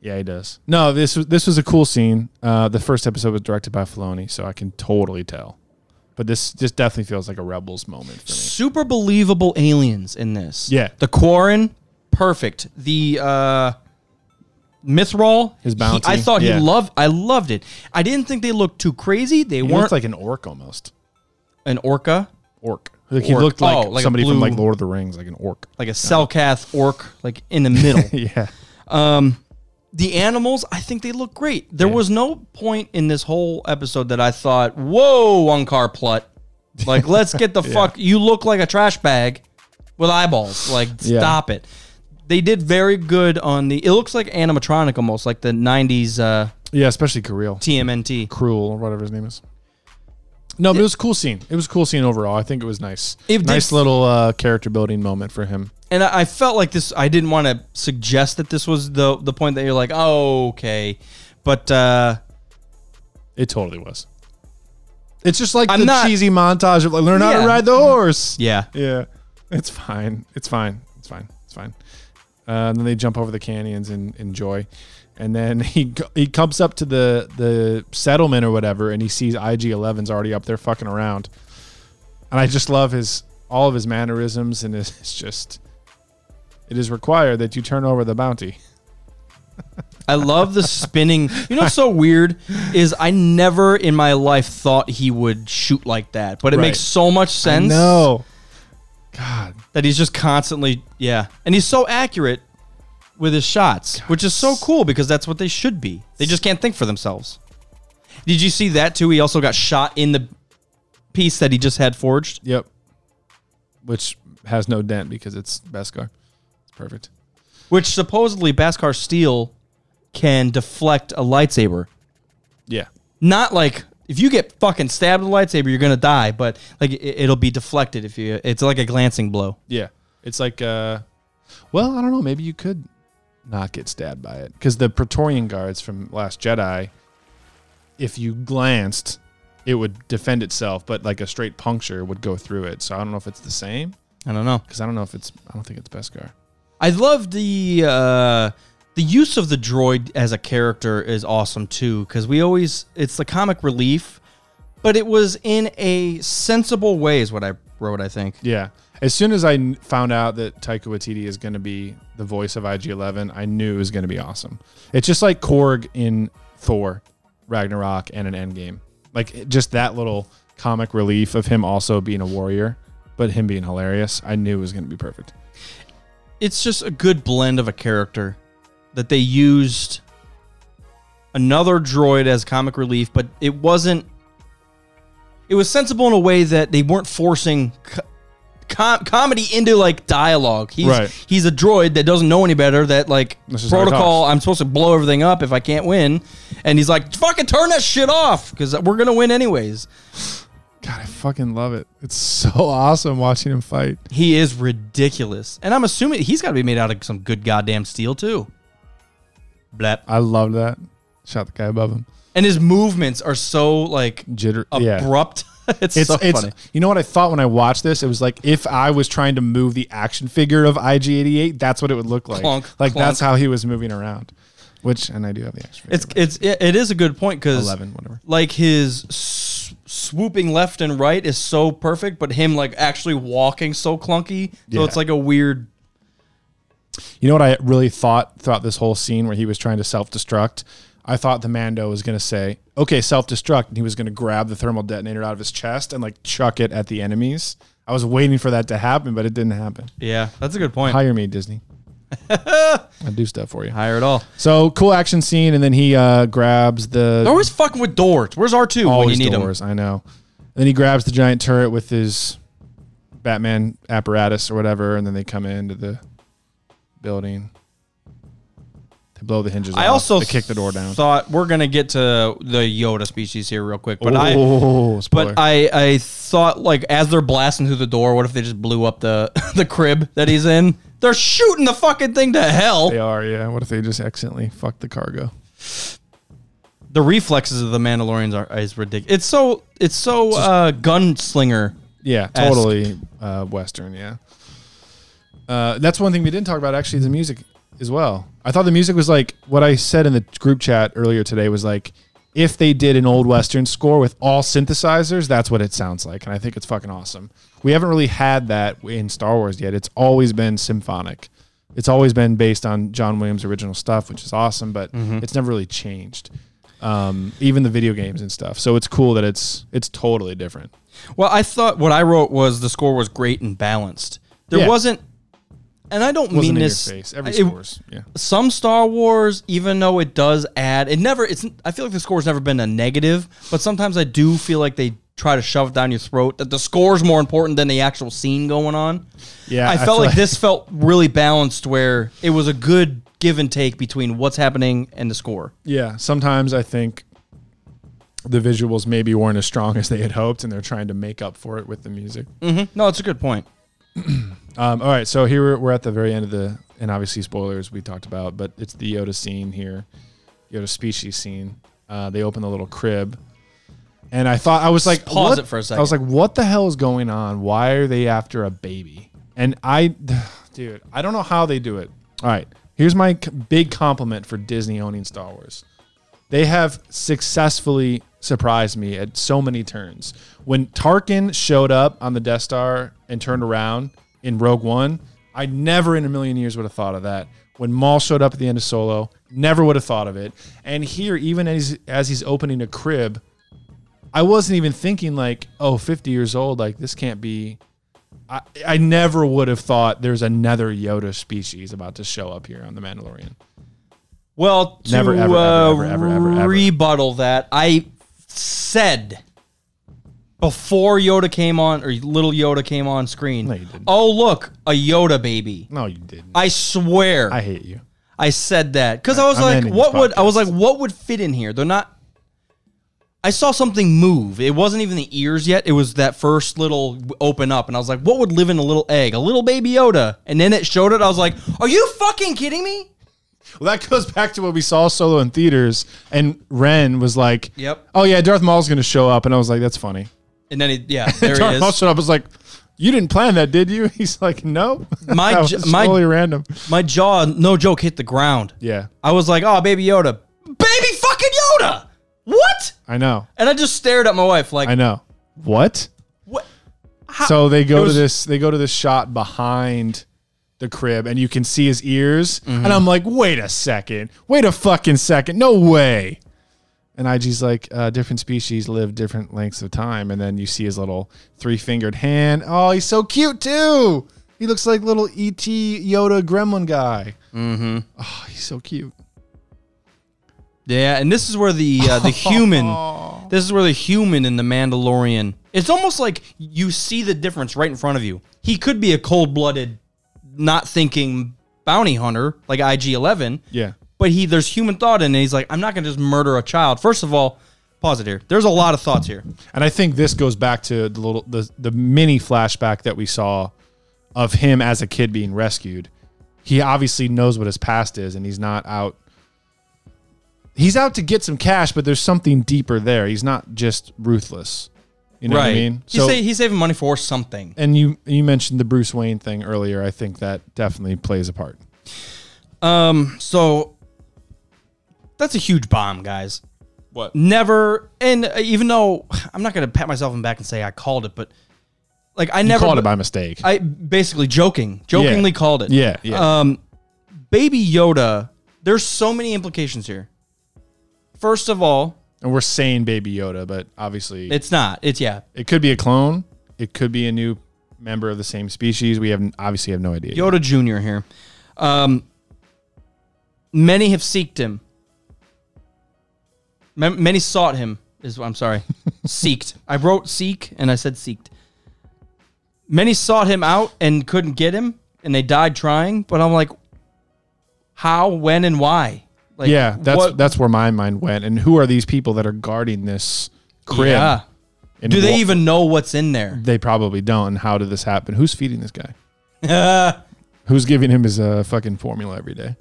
S1: Yeah, he does. No, this was this was a cool scene. Uh, the first episode was directed by Filoni, so I can totally tell. But this this definitely feels like a Rebels moment for me.
S2: Super believable aliens in this.
S1: Yeah.
S2: The Quarren, perfect. The uh Mithril,
S1: His
S2: he-
S1: bounty,
S2: I thought
S1: yeah.
S2: he loved. I loved it. I didn't think they looked too crazy. They
S1: He
S2: weren't
S1: looked
S2: like
S1: like an orc almost.
S2: an orca,
S1: Orc. Like he
S2: Orc.
S1: looked like,
S2: Oh, like a
S1: somebody from
S2: blue-
S1: like Lord of the Rings, like an orc. (laughs)
S2: like a Selkath orc, like in the middle. Um,
S1: Yeah.
S2: the animals, I think they look great. There was no point in this whole episode that I thought, whoa, Unkar Plut. Like, let's get the fuck. You look like a trash bag with eyeballs. Like,
S1: Yeah.
S2: stop it. They did very good on the. It looks like animatronic almost, like the 90s uh,
S1: Yeah, especially Kirill.
S2: TMNT.
S1: Cruel or whatever his name is. No, but it was a cool scene. It was a cool scene overall. I think it was nice.
S2: It did-
S1: nice little uh, character building moment for him.
S2: and I, I felt like this. I didn't want to suggest that this was the the point that you're like, oh, okay, but uh,
S1: It totally was. It's just like
S2: I'm
S1: the
S2: not-
S1: cheesy montage of like learn how
S2: Yeah.
S1: to ride the horse.
S2: yeah,
S1: Yeah, it's fine. It's fine. It's fine. It's fine. Uh, and then they jump over the canyons and enjoy. And then (laughs) he go- he comes up to the the settlement or whatever, and he sees IG 11's already up there fucking around. And I just love his all of his mannerisms, and it's (laughs) it's just it is required that you turn over the bounty.
S2: I love the spinning. You know what's so weird is I never in my life thought he would shoot like that, but it
S1: Right.
S2: makes so much sense.
S1: No, God,
S2: that he's just constantly yeah, and he's so accurate with his shots, which is so cool because that's what they should be. They just can't think for themselves. Did you see that too? He also got shot in the piece that he just had forged.
S1: yep. Which has no dent because it's Beskar. It's perfect.
S2: which supposedly Baskar steel can deflect a lightsaber.
S1: Yeah,
S2: Not like if you get fucking stabbed with a lightsaber, you're gonna die, but like it, it'll be deflected if you. It's like a glancing blow.
S1: Yeah. It's like uh well, I don't know, maybe you could not get stabbed by it cuz the Praetorian guards from Last Jedi if you glanced, it would defend itself, but like a straight puncture would go through it. So I don't know if it's the same
S2: I don't know.
S1: cuz I don't know if it's I don't think it's Beskar.
S2: I love the uh, the use of the droid as a character is awesome too, because we always it's the comic relief, but it was in a sensible way is what I wrote. I think.
S1: Yeah. As soon as I kn- found out that Taika Waititi is going to be the voice of IG-11, I knew it was going to be awesome. It's just like Korg in Thor, Ragnarok, and an Endgame. Like it- just that little comic relief of him also being a warrior, but him being hilarious. I knew it was going to be perfect.
S2: it's just a good blend of a character that they used another droid as comic relief, but it wasn't. It was sensible in a way that they weren't forcing co- com- comedy into like dialogue. He's
S1: Right.
S2: he's a droid that doesn't know any better. That like
S1: This is how he
S2: protocol,
S1: talks.
S2: I'm supposed to blow everything up if I can't win, and he's like, "Fucking turn that shit off," because we're gonna win anyways.
S1: God, I fucking love it. It's (laughs) so awesome watching him fight.
S2: He is ridiculous, and I'm assuming he's got to be made out of some good goddamn steel too. Blap.
S1: I love that. Shot the guy above him.
S2: and his movements are so like
S1: Jitter. yeah.
S2: abrupt. (laughs) it's,
S1: It's
S2: so
S1: it's
S2: funny.
S1: you know what I thought when I watched this? It was like if I was trying to move the action figure of IG88, that's what it would look like.
S2: Clunk,
S1: like
S2: clunk.
S1: that's how he was moving around. Which and I do have the action figure.
S2: It's it's it, it is a good point because
S1: 11, whatever.
S2: Like his s- swooping left and right is so perfect, but him like actually walking so clunky. So
S1: Yeah.
S2: it's like a weird.
S1: you know what I really thought throughout this whole scene where he was trying to self-destruct? I thought the Mando was gonna say, okay, self-destruct, and he was gonna grab the thermal detonator out of his chest and like chuck it at the enemies. I was waiting for that to happen, but it didn't happen.
S2: Yeah, that's a good point.
S1: Hire me,
S2: (laughs)
S1: Disney. I do stuff for you.
S2: Higher at all.
S1: So cool action scene, and then he uh, grabs the
S2: They're always fucking with doors. Where's R two when you
S1: always
S2: need him?
S1: doors. I know. And then he grabs the giant turret with his Batman apparatus or whatever, and then they come into the building. They blow the hinges.
S2: I
S1: off.
S2: also
S1: they kick the door down.
S2: Thought we're gonna get to the Yoda species here real quick, but I
S1: oh, spoiler.
S2: But I, I thought like as they're blasting through the door, what if they just blew up the (laughs) the crib that he's in? They're shooting the fucking thing to hell.
S1: they are. Yeah. What if they just accidentally fuck the cargo?
S2: The reflexes of the Mandalorians are is ridiculous. It's so it's so uh, gunslinger.
S1: Yeah, totally uh, Western. Yeah, uh, that's one thing we didn't talk about. Actually, is the music. as well. I thought the music was like what I said in the group chat earlier today was like if they did an old western score with all synthesizers, that's what it sounds like, and I think it's fucking awesome. We haven't really had that in Star Wars yet. It's always been symphonic. It's always been based on John Williams' original stuff, which is awesome, but it's never really changed. Um, even the video games and stuff. So it's cool that it's it's totally different.
S2: Well, I thought what I wrote was the score was great and balanced. There
S1: Yeah.
S2: wasn't, and I don't
S1: Wasn't
S2: mean
S1: in
S2: this.
S1: your face. Every
S2: it-
S1: scores. Yeah.
S2: some Star Wars, even though it does add, it never. It's. I feel like the score's never been a negative, but sometimes I do feel like they try to shove it down your throat that the score's more important than the actual scene going on.
S1: Yeah,
S2: I,
S1: I
S2: felt
S1: feel
S2: like,
S1: like-
S2: this felt really balanced, where it was a good give and take between what's happening and the score.
S1: Yeah, sometimes I think the visuals maybe weren't as strong as they had hoped, and they're trying to make up for it with the music.
S2: No, it's a good point.
S1: Um, all right, so here we're, we're at the very end of the, and obviously spoilers we talked about, but it's the Yoda scene here, Yoda species scene. Uh, they open the little crib, and I thought I was like,
S2: Pause
S1: what-
S2: it for a
S1: I was like,
S2: second.
S1: what the hell is going on? Why are they after a baby? And I, (sighs) dude, I don't know how they do it. All right, here's my c- big compliment for Disney owning Star Wars. they have successfully surprised me at so many turns. When Tarkin showed up on the Death Star and turned around in Rogue One, I never in a million years would have thought of that. When Maul showed up at the end of Solo, never would have thought of it. And here, even as as he's opening a crib, I wasn't even thinking like, oh, 50 years old, like this can't be. I, I never would have thought there's another Yoda species about to show up here on The Mandalorian.
S2: Well, to
S1: Never, ever,
S2: uh,
S1: ever, ever, ever, ever, ever.
S2: rebuttal that, I said before Yoda came on or little Yoda came on screen.
S1: No, you didn't.
S2: Oh, look, a Yoda baby.
S1: No, you didn't.
S2: I swear,
S1: I
S2: I,
S1: hate you.
S2: said that because I was
S1: I'm
S2: like,
S1: ending
S2: what
S1: this
S2: would I was
S1: podcast.
S2: like, what would fit in here? They're not. I saw something move. It wasn't even the ears yet. It was that first little open up, and I was like, what would live in a little egg? A little baby Yoda, and then it showed it. I was like, are you fucking kidding me?
S1: Well, that goes back to what we saw solo in theaters, and Ren was like,
S2: Yep.
S1: oh yeah, Darth Maul's gonna show up," and I was like, "That's funny."
S2: And then
S1: (laughs)
S2: it, yeah, (laughs) there
S1: Darth
S2: it is.
S1: Maul showed up. I was like, "You didn't plan that, did you?" (laughs) He's like, "No,
S2: My
S1: that
S2: j-
S1: was
S2: my-
S1: totally random."
S2: My jaw, no joke, hit the ground.
S1: Yeah,
S2: I was like, oh, baby Yoda. Baby fucking Yoda! What?
S1: I know,
S2: And I just stared at my wife like,
S1: I know. What?
S2: what? How-
S1: So they
S2: Ah, It
S1: go
S2: was-
S1: to this. They go to this shot behind the crib, and you can see his ears.
S2: Mm-hmm.
S1: And I'm like, "Wait a second! Wait a fucking second! No way!" And IG's like, uh, "Different species live different lengths of time." And then you see his little three fingered hand. Oh, he's so cute too. He looks like little ET Yoda Gremlin guy. Mm-hmm. Oh, he's so cute.
S2: Yeah, and this is where the uh,
S1: (laughs)
S2: the human, this is where the human in the Mandalorian. It's almost like you see the difference right in front of you. He could be a cold blooded, not thinking bounty hunter like IG Eleven.
S1: Yeah.
S2: but he there's human thought in it. He's like, I'm not gonna just murder a child. First of all, pause it here. There's a lot of thoughts here.
S1: And I think this goes back to the little the, the mini flashback that we saw of him as a kid being rescued. He obviously knows what his past is and he's not out he's out to get some cash, but there's something deeper there. He's not just ruthless. You know what I mean?
S2: He's, sa- he's saving money for something.
S1: and you you mentioned the Bruce Wayne thing earlier. I think that definitely plays a part.
S2: Um, so that's a huge bomb, guys.
S1: What?
S2: Never, and uh, even though (sighs) I'm not gonna pat myself on the back and say I called it, but like I
S1: You
S2: never
S1: called it by mistake.
S2: I basically joking, jokingly called it.
S1: Yeah, yeah.
S2: Um, Baby Yoda. There's so many implications here. First of all,
S1: and we're saying Baby Yoda, but obviously
S2: it's not. It's yeah.
S1: it could be a clone. It could be a new member of the same species. We have obviously have no idea. yet.
S2: Yoda Jr. here. Um, many have seeked him. Ma- many sought him. Is
S1: (laughs)
S2: I'm sorry, seeked. I wrote seek and I said seeked. Many sought him out and couldn't get him, and they died trying. But I'm like, how, when, and why? Like,
S1: yeah, that's
S2: what-
S1: that's where my mind went. And who are these people that are guarding this crib?
S2: Yeah.
S1: And
S2: Do they
S1: wha-
S2: even know what's in there?
S1: They probably don't. And how did this happen? Who's feeding this guy?
S2: (laughs)
S1: Who's giving him his uh, fucking formula every day?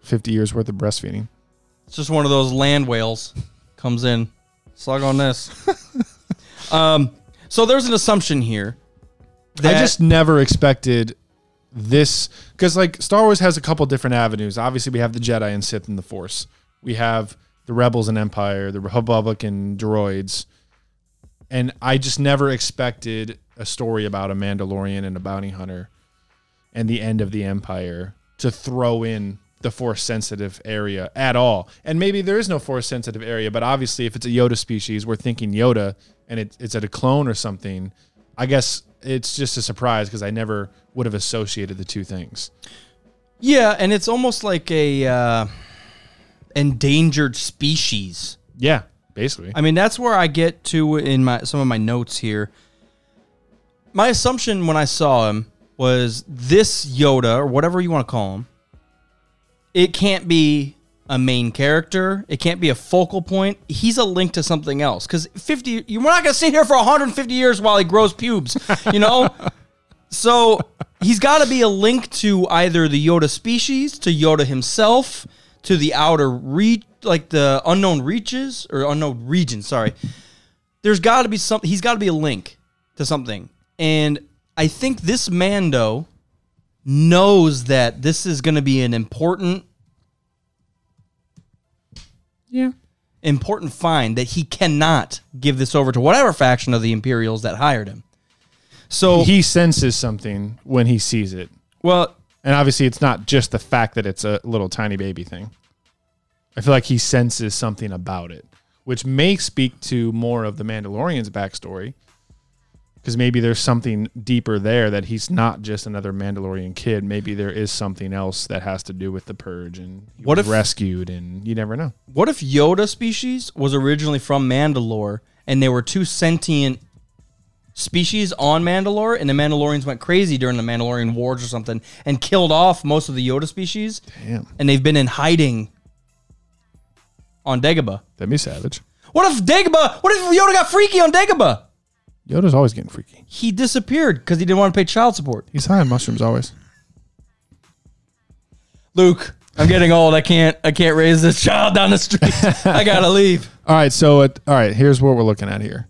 S1: Fifty years worth of breastfeeding.
S2: It's just one of those land whales comes in. Slug on this. um, so there's an assumption here.
S1: I just never expected this because like Star Wars has a couple different avenues. Obviously, we have the Jedi and Sith and the Force. We have the Rebels and Empire, the Republic and droids. And I just never expected a story about a Mandalorian and a bounty hunter and the end of the Empire to throw in the force sensitive area at all. And maybe there is no force sensitive area, but obviously, if it's a Yoda species, we're thinking Yoda and it, it's at a clone or something. I guess it's just a surprise because I never would have associated the two things.
S2: Yeah, and it's almost like a uh, endangered species.
S1: Yeah, basically.
S2: I mean, that's where I get to in my some of my notes here. My assumption when I saw him was this Yoda or whatever you want to call him. It can't be a main character. It can't be a focal point. He's a link to something else. Because fifty, you're not gonna sit here for 150 years while he grows pubes. You know. So he's got to be a link to either the Yoda species, to Yoda himself, to the outer re like the unknown reaches or unknown region. Sorry, there's got to be some. He's got to be a link to something, and I think this Mando knows that this is going to be an important
S1: yeah.
S2: important find that he cannot give this over to whatever faction of the Imperials that hired him. So
S1: He senses something when he sees it.
S2: well,
S1: And obviously, it's not just the fact that it's a little tiny baby thing. I feel like he senses something about it, which may speak to more of the Mandalorian's backstory. Because maybe there's something deeper there that he's not just another Mandalorian kid. Maybe there is something else that has to do with the purge and he
S2: What
S1: was
S2: if-
S1: rescued, and you never know.
S2: What if Yoda species was originally from Mandalore and there were two sentient species on Mandalore and the Mandalorians went crazy during the Mandalorian Wars or something and killed off most of the Yoda species
S1: Damn,
S2: and they've been in hiding on Dagobah.
S1: that'd be savage.
S2: What if Dagobah, what if Yoda got freaky on Dagobah?
S1: Yoda's always getting freaky.
S2: He disappeared because he didn't want to pay child support.
S1: He's high on mushrooms always.
S2: Luke, I'm getting old. I can't I can't raise this child down the street. (laughs) I got to leave.
S1: All right, so it, all right, here's what we're looking at here.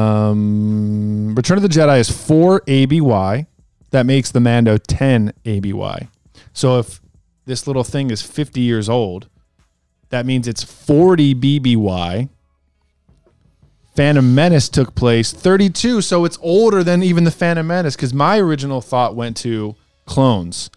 S1: Um, Return of the Jedi is four ABY. That makes the Mando ten ABY. So if this little thing is fifty years old, that means it's forty BBY. Phantom Menace took place thirty-two, so it's older than even the Phantom Menace. Because my original thought went to clones,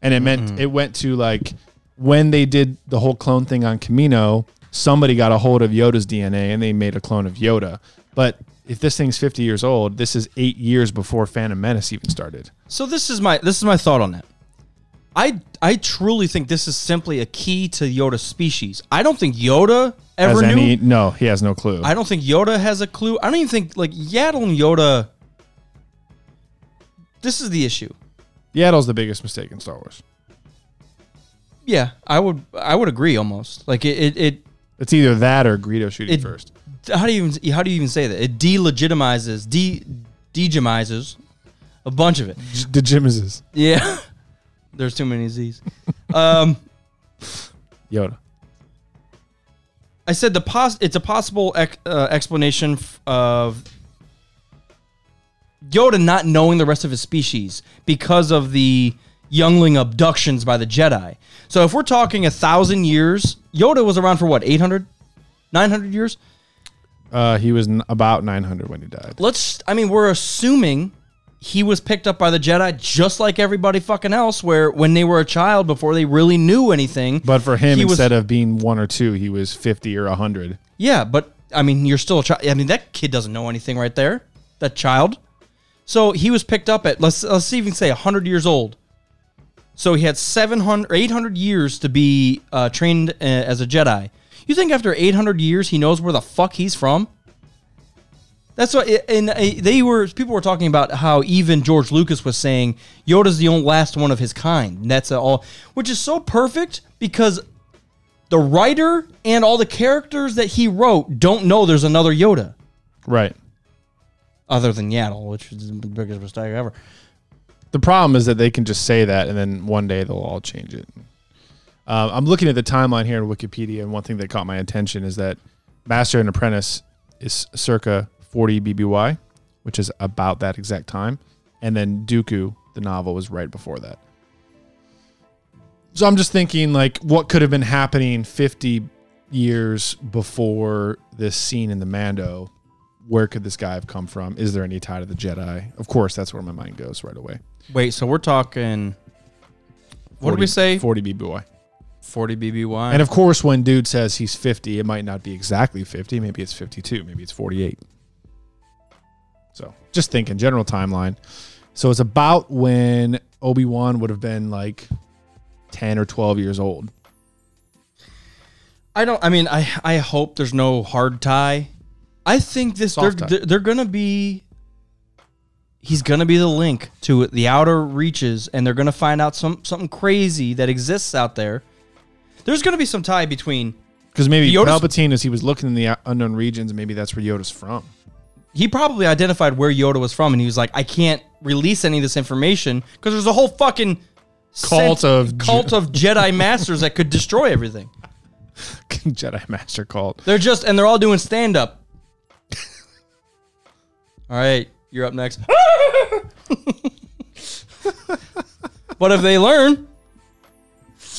S1: and it meant it went to like when they did the whole clone thing on Camino, somebody got a hold of Yoda's DNA and they made a clone of Yoda. But if this thing's 50 years old, this is eight years before Phantom Menace even started.
S2: So this is my this is my thought on that. I I truly think this is simply a key to Yoda's species. I don't think Yoda
S1: Has
S2: ever knew.
S1: any- no, he has no clue.
S2: I don't think Yoda has a clue. I don't even think like Yaddle and Yoda. This is the issue.
S1: Yaddle's the biggest mistake in Star Wars.
S2: Yeah, I would I would agree almost. Like it it, it
S1: It's either that or Greedo shooting
S2: It-
S1: first.
S2: how do you even how do you even say that? It delegitimizes de degemizes a bunch of it.
S1: The Jimizes.
S2: Yeah. (laughs) There's too many Z's. Um
S1: Yoda.
S2: I said the pos- it's a possible ec- uh, explanation f- of Yoda not knowing the rest of his species because of the youngling abductions by the Jedi. So if we're talking a thousand years, Yoda was around for what, 800? 900 years?
S1: Uh, he was n- about 900 when he died.
S2: Let's, I mean, we're assuming he was picked up by the Jedi just like everybody fucking else, where when they were a child before they really knew anything.
S1: But for him,
S2: he was-
S1: instead of being one or two, he was 50 or 100.
S2: Yeah, but I mean, you're still a child. I mean, that kid doesn't know anything right there. That child. So he was picked up at let's let's even say 100 years old. So he had 700 or 800 years to be uh, trained uh, as a Jedi. You think after 800 years he knows where the fuck he's from? That's what and uh, they were people were talking about how even George Lucas was saying Yoda's the only last one of his kind. And that's all which is so perfect because the writer and all the characters that he wrote don't know there's another Yoda
S1: Right.
S2: other than Yaddle, which is the biggest mistake ever.
S1: the problem is that they can just say that and then one day they'll all change it. Um, I'm looking at the timeline here in Wikipedia, and one thing that caught my attention is that Master and Apprentice is circa 40 BBY, which is about that exact time, and then Dooku The novel was right before that. So I'm just thinking like what could have been happening 50 years before this scene in the Mando. Where could this guy have come from? Is there any tie to the Jedi? Of course, that's where my mind goes right away.
S2: Wait, so we're talking. What
S1: 40
S2: did we say?
S1: 40 BBY.
S2: 40 BBY.
S1: And of course, when dude says he's 50, it might not be exactly 50. Maybe it's 52. Maybe it's 48. So just thinking, general timeline. So it's about when Obi Wan would have been like 10 or 12 years old.
S2: I don't. I mean, I I hope there's no hard tie. I think this they're,
S1: Soft tie.
S2: they're they're gonna be. He's gonna be the link to the outer reaches, and they're gonna find out some something crazy that exists out there. There's gonna be some tie between.
S1: Because maybe
S2: Yoda's-
S1: Palpatine, as he was looking in the uh, unknown regions, maybe that's where Yoda's from.
S2: He probably identified where Yoda was from, and he was like, "I can't release any of this information because there's a whole fucking
S1: Cult of Je-
S2: cult of Jedi masters that could destroy everything."
S1: (laughs) Jedi Master called.
S2: They're just and they're all doing stand up. (laughs) all right, you're up next. (laughs) but if they learn,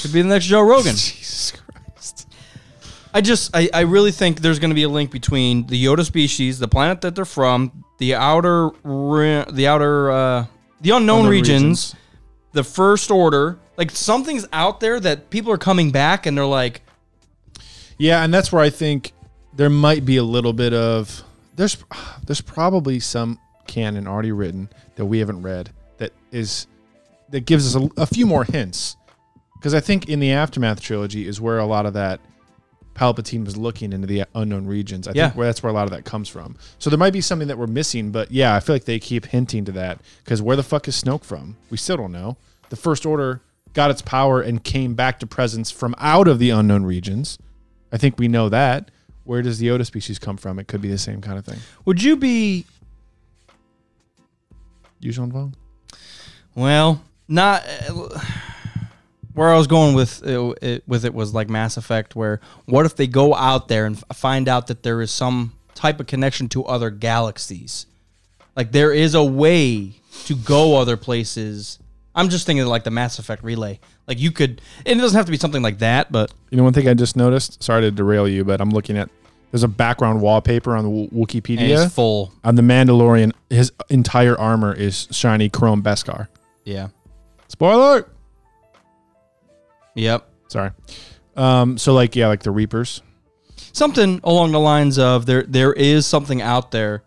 S2: could be the next Joe Rogan.
S1: Jesus Christ.
S2: I just I, I really think there's going to be a link between the Yoda species, the planet that they're from, the outer ri- the outer uh, the unknown,
S1: Unknown regions.
S2: regions, the first order. Like something's out there that people are coming back and they're like,
S1: Yeah, and that's where I think there might be a little bit of there's there's probably some canon already written that we haven't read that is that gives us a, a few more hints because I think in the aftermath trilogy is where a lot of that Palpatine was looking into the unknown regions. I
S2: Yeah.
S1: think where that's where a lot of that comes from. So there might be something that we're missing, but yeah, I feel like they keep hinting to that because where the fuck is Snoke from? We still don't know. The First Order got its power and came back to presence from out of the unknown regions. I think we know that. Where does the Yoda species come from? It could be the same kind of thing.
S2: "Would you be
S1: Yuuzhan Vong?
S2: Well, not uh, where I was going with it, it- with it was like Mass Effect, where what if they go out there and f- find out that there is some type of connection to other galaxies? Like there is a way to go other places. I'm just thinking like the Mass Effect relay. Like you could, and it doesn't have to be something like that, but
S1: You know, one thing I just noticed. Sorry to derail you, but I'm looking at there's a background wallpaper on the W-
S2: and
S1: Wikipedia
S2: it's full.
S1: on the Mandalorian. His entire armor is shiny chrome Beskar.
S2: Yeah.
S1: Spoiler. alert!
S2: Yep.
S1: Sorry. Um, so like yeah, like the Reapers.
S2: something along the lines of there there is something out there.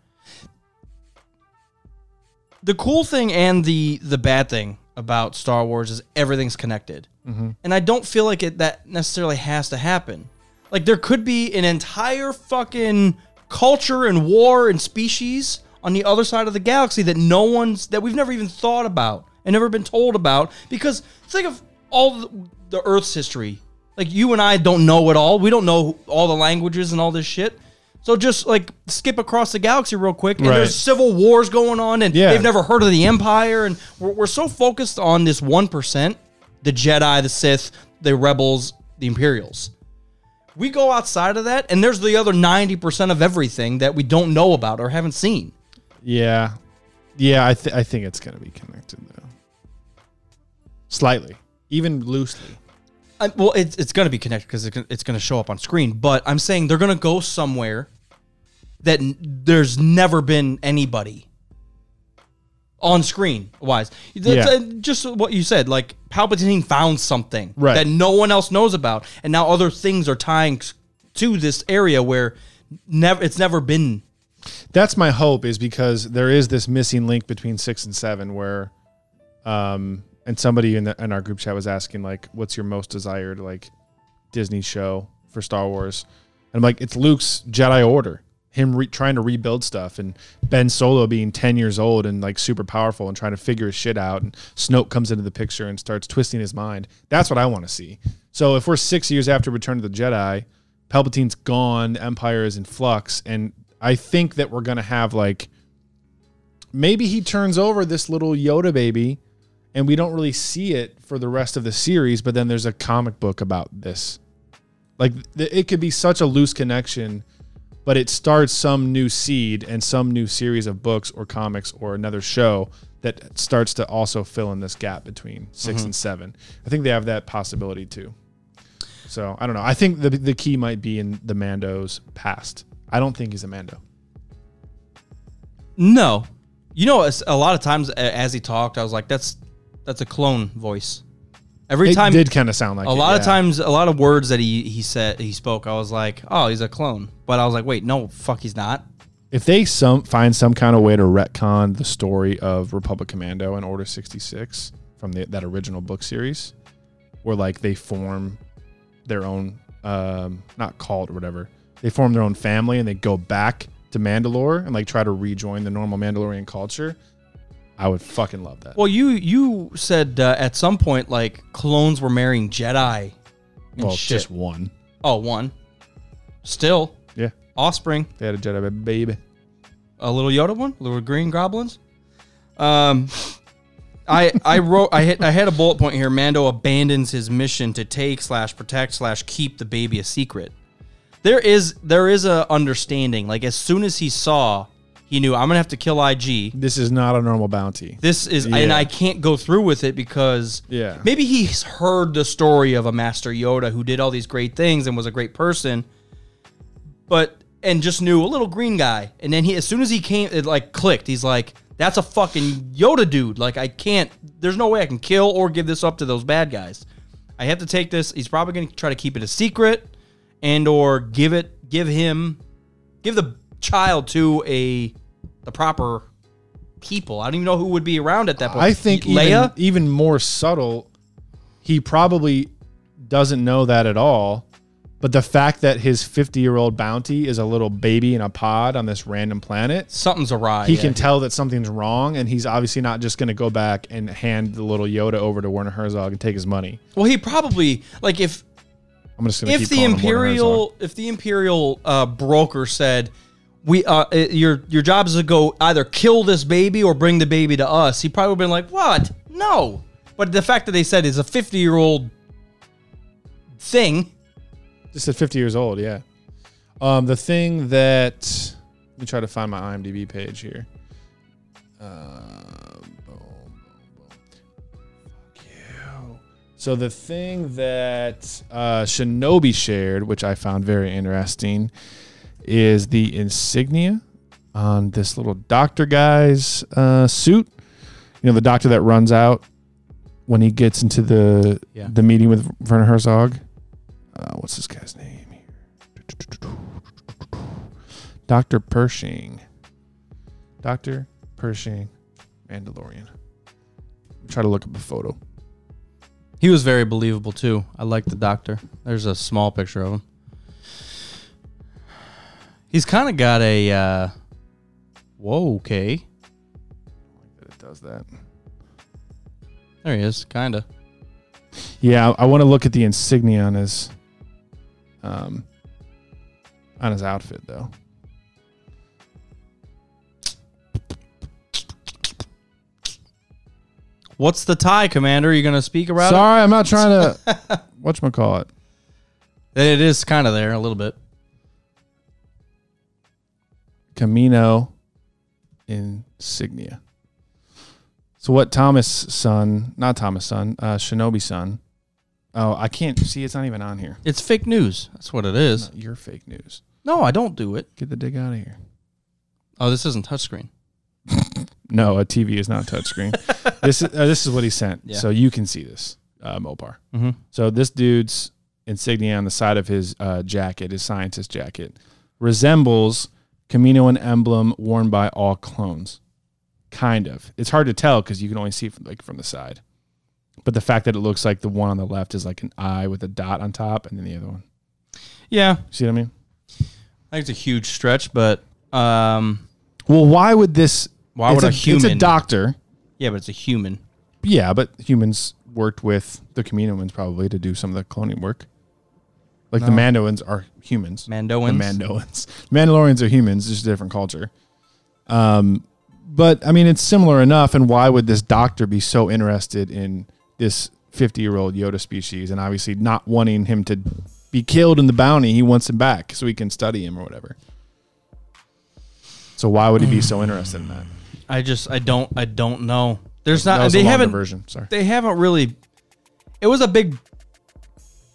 S2: The cool thing and the the bad thing about Star Wars is everything's connected, and I don't feel like it that necessarily has to happen. Like there could be an entire fucking culture and war and species on the other side of the galaxy that no one's that we've never even thought about and never been told about because think of all the, the earth's history like you and I don't know it all. We don't know all the languages and all this shit. So just like skip across the galaxy real quick, and
S1: Right.
S2: there's civil wars going on, and
S1: Yeah.
S2: they've never heard of the Empire, and we're, we're so focused on this one percent, the Jedi, the Sith, the Rebels, the Imperials. We go outside of that, and there's the other ninety percent of everything that we don't know about or haven't seen.
S1: Yeah, yeah. I th- I think it's gonna be connected though. Slightly, even loosely.
S2: I, well, it's it's going to be connected because it's going to show up on screen. But I'm saying they're going to go somewhere that n- there's never been anybody on screen wise. That's,
S1: Yeah.
S2: uh, just what you said, like Palpatine found something
S1: Right.
S2: that no one else knows about, and now other things are tying s- to this area where never it's never been.
S1: that's my hope is because there is this missing link between six and seven where um and somebody in the in our group chat was asking like what's your most desired like disney show for star wars and i'm like it's luke's jedi order him re- trying to rebuild stuff and ben solo being 10 years old and like super powerful and trying to figure his shit out and snoke comes into the picture and starts twisting his mind that's what i want to see so if we're six years after return of the jedi Palpatine's gone, the Empire is in flux, and I think that we're gonna have like maybe he turns over this little Yoda baby, and we don't really see it for the rest of the series, but then there's a comic book about this. Like th- it could be such a loose connection, but it starts some new seed and some new series of books or comics or another show that starts to also fill in this gap between
S2: Mm-hmm.
S1: 6 and seven. I think they have that possibility too. So I don't know. I think the the key might be in the Mando's past. I don't think he's a Mando.
S2: No, you know, as- a lot of times a- as he talked, I was like, "That's that's a clone voice." Every
S1: It
S2: time,
S1: did kind of sound like
S2: a
S1: it,
S2: lot of
S1: yeah.
S2: times, a lot of words that he he said he spoke, I was like, "Oh, he's a clone," but I was like, "Wait, no, fuck, he's not."
S1: If they some find some kind of way to retcon the story of Republic Commando and Order sixty six from the, that original book series, where like they form their own um, not cult or whatever, they form their own family and they go back to Mandalore and like try to rejoin the normal Mandalorian culture. I would fucking love that.
S2: Well, you you said uh, at some point like clones were marrying Jedi. And
S1: Well,
S2: shit.
S1: just one.
S2: oh one, still
S1: Yeah,
S2: offspring,
S1: they had a Jedi baby.
S2: a little Yoda one, little green goblins. Um, I I wrote I hit I had a bullet point here. Mando abandons his mission to take slash protect slash keep the baby a secret. There is there is a understanding. Like as soon as he saw, he knew I'm gonna have to kill IG.
S1: This is not a normal bounty.
S2: This is, and
S1: Yeah.
S2: I can't go through with it because
S1: Yeah.
S2: maybe he's heard the story of a Master Yoda who did all these great things and was a great person, but and just knew a little green guy. And then he, as soon as he came, it like clicked. He's like, "That's a fucking Yoda dude. Like I can't. There's no way I can kill or give this up to those bad guys. I have to take this. He's probably gonna try to keep it a secret, and or give it, give him, give the child to a the proper." People, I don't even know who would be around at that point.
S1: I think
S2: Leia,
S1: even, even more subtle, he probably doesn't know that at all. But the fact that his 50 year old bounty is a little baby in a pod on this random planet,
S2: something's awry.
S1: he
S2: Ah, yeah.
S1: can tell that something's wrong. And he's obviously not just going to go back and hand the little Yoda over to Werner Herzog and take his money.
S2: Well, he probably like if
S1: I'm just going to
S2: if
S1: keep
S2: the
S1: calling him Werner Herzog.
S2: imperial if the imperial uh, broker said we uh, uh, your your job is to go either kill this baby or bring the baby to us, he probably would been like what no. But the fact that they said it's a fifty year old thing.
S1: Just at 50 years old, yeah. Um, the thing that let me try to find my IMDb page here. Uh, boom, boom, boom. Fuck you. So the thing that uh, Shinobi shared, which I found very interesting, is the insignia on this little doctor guy's uh, suit. You know, the doctor that runs out when he gets into the
S2: Yeah.
S1: the meeting with Werner Herzog. Uh, what's this guy's name here? Dr. Pershing. Dr. Pershing, Mandalorian. Try to look up a photo.
S2: He was very believable too. I like the doctor. There's a small picture of him. He's kind of got a uh, whoa okay.
S1: It does that.
S2: There he is, kind of.
S1: Yeah, I want to look at the insignia on his um on his outfit though.
S2: What's the tie, Commander? Are you going to speak about it?
S1: Sorry, I'm not trying to whatchamacallit.
S2: It is kind of there a little bit.
S1: Camino insignia. So what Thomas son, not Thomas son, uh Shinobi son. Oh, I can't see it's not even on here.
S2: It's fake news. That's what it is.
S1: Your fake news.
S2: No, I don't do it.
S1: Get the dig out of here.
S2: Oh, this isn't touchscreen.
S1: No, a TV is not touchscreen. this is uh, this is what he sent.
S2: Yeah.
S1: So you can see this uh, Mopar.
S2: Mhm.
S1: So this dude's insignia on the side of his uh, jacket, his scientist jacket, resembles Camino an emblem worn by all clones. Kind of. It's hard to tell because you can only see it from, like from the side. But the fact that it looks like the one on the left is like an eye with a dot on top, and then the other one.
S2: Yeah,
S1: See what I mean?
S2: I think it's a huge stretch, but um,
S1: Well, why would this?
S2: Why
S1: it's
S2: would a
S1: It's a
S2: human-
S1: doctor.
S2: yeah, but it's a human.
S1: Yeah, but humans worked with the Kaminoans probably to do some of the cloning work. Like the Mandoans are humans.
S2: Mandoans?
S1: The Mandoans. Mandalorians are humans, just a different culture. Um, but I mean, it's similar enough. And why would this doctor be so interested in this 50 year old Yoda species and obviously not wanting him to be killed in the bounty? He wants him back so he can study him or whatever. So why would he be so interested in that?
S2: I just I don't I don't know. There's not
S1: That was
S2: they
S1: a longer
S2: haven't
S1: version. Sorry.
S2: they haven't really. It was a big.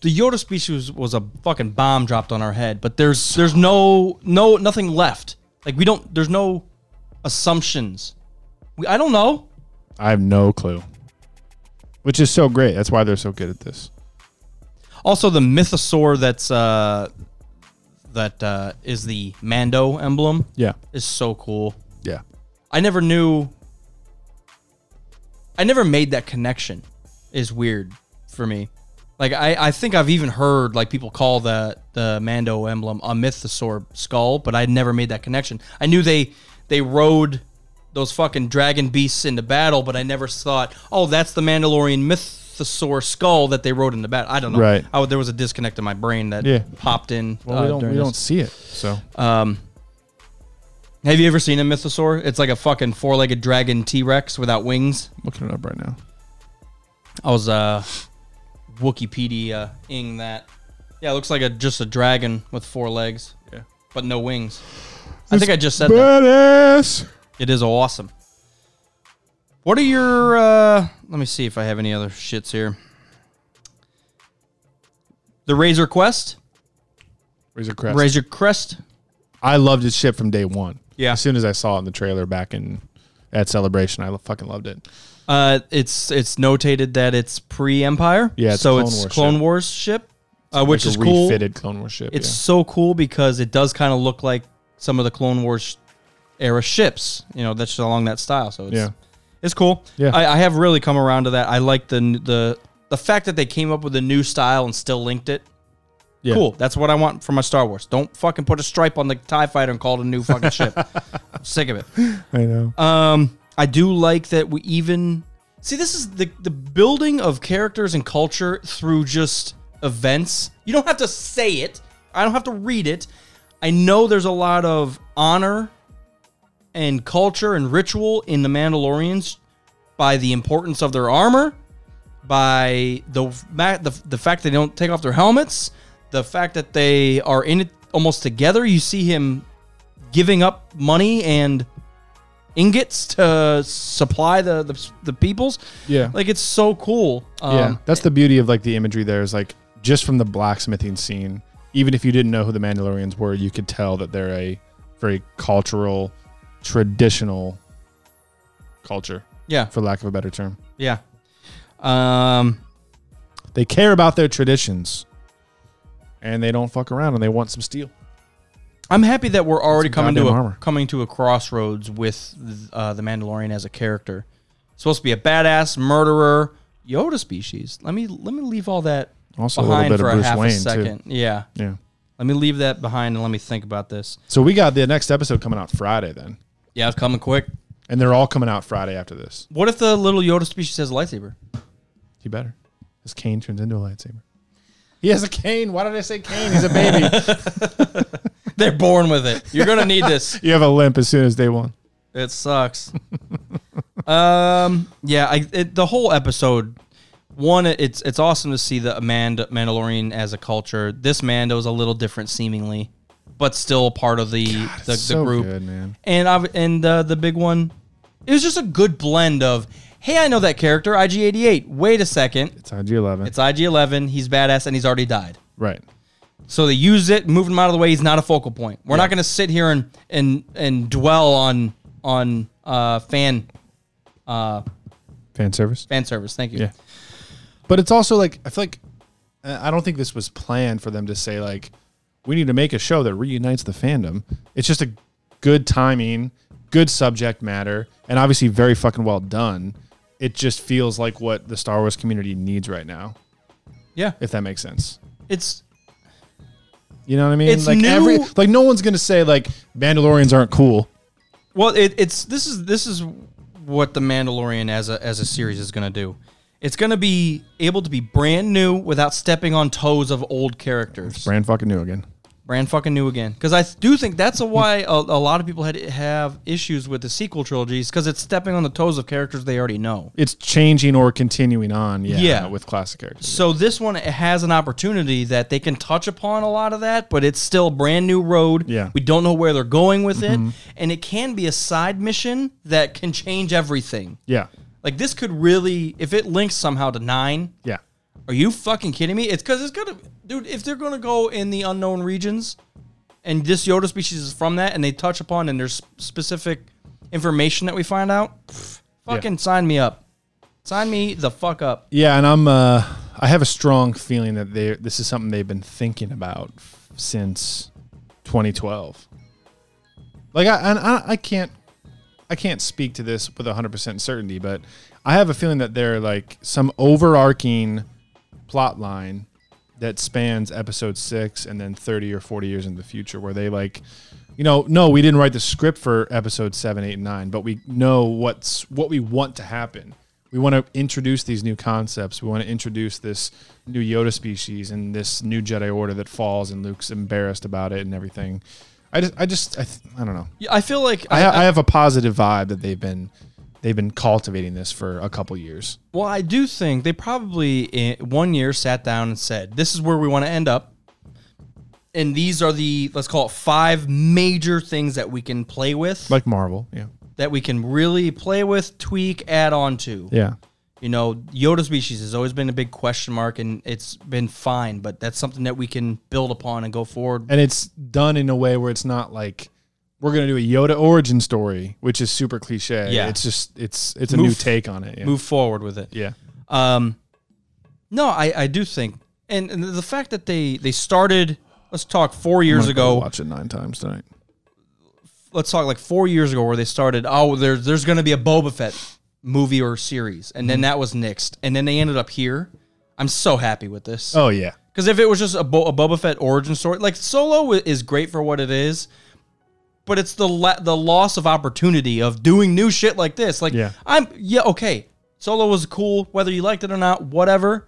S2: The Yoda speech was, was a fucking bomb dropped on our head, but there's there's no no nothing left. Like we don't there's no assumptions. We, I don't know.
S1: I have no clue. Which is so great. That's why they're so good at this.
S2: Also, the mythosaur that's uh that uh is the Mando emblem
S1: Yeah.
S2: is so cool.
S1: Yeah.
S2: I never knew. I never made that connection. Is weird for me. Like I, I think I've even heard like people call the the Mando emblem a mythosaur skull, but I never made that connection. I knew they they rode those fucking dragon beasts into battle, but I never thought, oh, that's the Mandalorian mythosaur skull that they rode into battle. I don't know.
S1: Right.
S2: I, there was a disconnect in my brain that
S1: Yeah.
S2: popped in.
S1: Well,
S2: uh,
S1: we don't
S2: during
S1: we
S2: this.
S1: don't see it. So
S2: Um, have you ever seen a mythosaur? It's like a fucking four-legged dragon T-Rex without wings.
S1: looking it up right now.
S2: I was uh, Wikipedia-ing that. Yeah, it looks like a just a dragon with four legs,
S1: Yeah.
S2: but no wings. I think I just said that.
S1: Badass.
S2: It is awesome. What are your? Uh, let me see if I have any other shits here. The Razor Quest,
S1: Razor Crest.
S2: Razor Crest.
S1: I loved his shit from day one.
S2: Yeah.
S1: As soon as I saw it in the trailer back in at Celebration, I lo- fucking loved it.
S2: Uh, it's it's notated that it's pre-Empire.
S1: Yeah, it's
S2: so
S1: Clone
S2: it's
S1: Wars
S2: Clone
S1: ship.
S2: Wars ship, uh, which
S1: Like a
S2: is cool.
S1: Refitted Clone Wars ship.
S2: It's so cool because it does kind of look like some of the Clone Wars era ships. You know, that's just along that style. So it's
S1: yeah.
S2: it's cool.
S1: Yeah.
S2: I, I have really come around to that. I like the n- the the fact that they came up with a new style and still linked it.
S1: yeah.
S2: Cool. That's what I want from my Star Wars. Don't fucking put a stripe on the Tie Fighter and call it a new
S1: (laughs)
S2: fucking ship. I'm sick of it.
S1: I know.
S2: Um, I do like that we even see this is the the building of characters and culture through just events. You don't have to say it. I don't have to read it. I know there's a lot of honor and culture and ritual in the Mandalorians by the importance of their armor, by the ma- the, the fact they don't take off their helmets, the fact that they are in it almost together. You see him giving up money and ingots to supply the the, the peoples.
S1: Yeah.
S2: Like it's so cool. Um,
S1: yeah. That's the beauty of like the imagery there is like just from the blacksmithing scene, even if you didn't know who the Mandalorians were, you could tell that they're a very cultural, traditional culture,
S2: yeah,
S1: for lack of a better term.
S2: yeah. Um,
S1: They care about their traditions and they don't fuck around and they want some steel.
S2: I'm happy that we're already
S1: Some
S2: coming to a,
S1: goddamn armor.
S2: coming to a crossroads with uh, the Mandalorian as a character. Supposed to be a badass murderer, Yoda species. Let me let me leave all that
S1: Also a little
S2: behind
S1: bit of
S2: for
S1: Bruce
S2: a half
S1: Wayne,
S2: a
S1: too.
S2: second. Yeah,
S1: Yeah.
S2: let me leave that behind and let me think about this.
S1: So we got the next episode coming out Friday then.
S2: Yeah, it's coming quick.
S1: And they're all coming out Friday after this.
S2: What if the little Yoda species has a lightsaber? (laughs)
S1: You better. His cane turns into a lightsaber. He has a cane. Why did I say cane? He's a
S2: (laughs)
S1: baby.
S2: They're born with it. You're gonna need this.
S1: you have a limp as soon as day one.
S2: It sucks. (laughs) um, yeah, I, it, the whole episode. One, it's it's awesome to see the Mand- Mandalorian as a culture. This Mando's a little different, seemingly, but still part of the the, the
S1: so
S2: group.
S1: good, man.
S2: And I've, and uh, the big one, it was just a good blend of, hey, I know that character, IG88. Wait a second,
S1: It's IG11.
S2: it's IG11. He's badass, and he's already died.
S1: right.
S2: So they use it, moving him out of the way. He's not a focal point. We're not going to sit here and and and dwell on on uh, fan
S1: Fan service.
S2: fan service. Thank you.
S1: Yeah. But it's also like I feel like uh, I I don't think this was planned for them to say like we need to make a show that reunites the fandom. It's just a good timing, good subject matter, and obviously very fucking well done. It just feels like what the Star Wars community needs right now,
S2: Yeah.
S1: if that makes sense.
S2: It's
S1: You know what I mean?
S2: It's
S1: like
S2: new-
S1: every like no one's gonna say like Mandalorians aren't cool.
S2: well, it, it's this is this is what the Mandalorian as a as a series is going to do. It's going to be able to be brand new without stepping on toes of old characters.
S1: Brand fucking new again.
S2: brand fucking new again. Because I do think that's a why a, a lot of people had have issues with the sequel trilogies because it's stepping on the toes of characters they already know.
S1: It's changing or continuing on, yeah,
S2: Yeah.
S1: with classic characters.
S2: So this one has an opportunity that they can touch upon a lot of that, but it's still brand new road.
S1: Yeah. Mm-hmm.
S2: we don't know where they're going with it, and it can be a side mission that can change everything.
S1: Yeah,
S2: Like this could really, if it links somehow to nine,
S1: yeah,
S2: Are you fucking kidding me? It's because it's gonna, dude. If they're gonna go in the unknown regions, and this Yoda species is from that, and they touch upon and there's specific information that we find out, pff, fucking sign me up. Sign me the fuck up.
S1: yeah. And I'm, uh, I have a strong feeling that they this is something they've been thinking about f- since 2012. Like I, and I, I can't, I can't speak to this with 100 percent certainty, but I have a feeling that they're like some overarching plot line that spans episode six and then 30 or 40 years in the future where they like you know no we didn't write the script for episode 7 8 and 9 but we know what's what we want to happen we want to introduce these new concepts we want to introduce this new yoda species and this new jedi order that falls and luke's embarrassed about it and everything i just i just i, th- I don't know
S2: Yeah, I feel like
S1: I, I have a positive vibe that they've been they've been cultivating this for a couple years
S2: Well, I do think they probably in one year sat down and said, "This is where we want to end up." And these are the let's call it five major things that we can play with,
S1: like marvel yeah
S2: that we can really play with, tweak, add on to.
S1: yeah
S2: You know, Yoda species has always been a big question mark, and it's been fine, but that's something that we can build upon and go forward.
S1: and it's done in a way where it's not like we're gonna do a Yoda origin story, which is super cliche.
S2: Yeah.
S1: it's just it's it's a
S2: Move-
S1: new take on it. Yeah.
S2: Move forward with it.
S1: yeah,
S2: Um, no, I, I do think, and, and the fact that they they started, let's talk four years ago.
S1: watch it nine times tonight.
S2: let's talk like four years ago where they started. Oh, there's there's going to be a Boba Fett movie or series, and
S1: Mm-hmm.
S2: then that was nixed, and then they ended up here. I'm so happy with this.
S1: Oh yeah,
S2: Because if it was just a, Bo- a Boba Fett origin story, like Solo i- is great for what it is, but it's the la- the loss of opportunity of doing new shit like this. Like
S1: Yeah.
S2: I'm yeah okay, Solo was cool whether you liked it or not, whatever.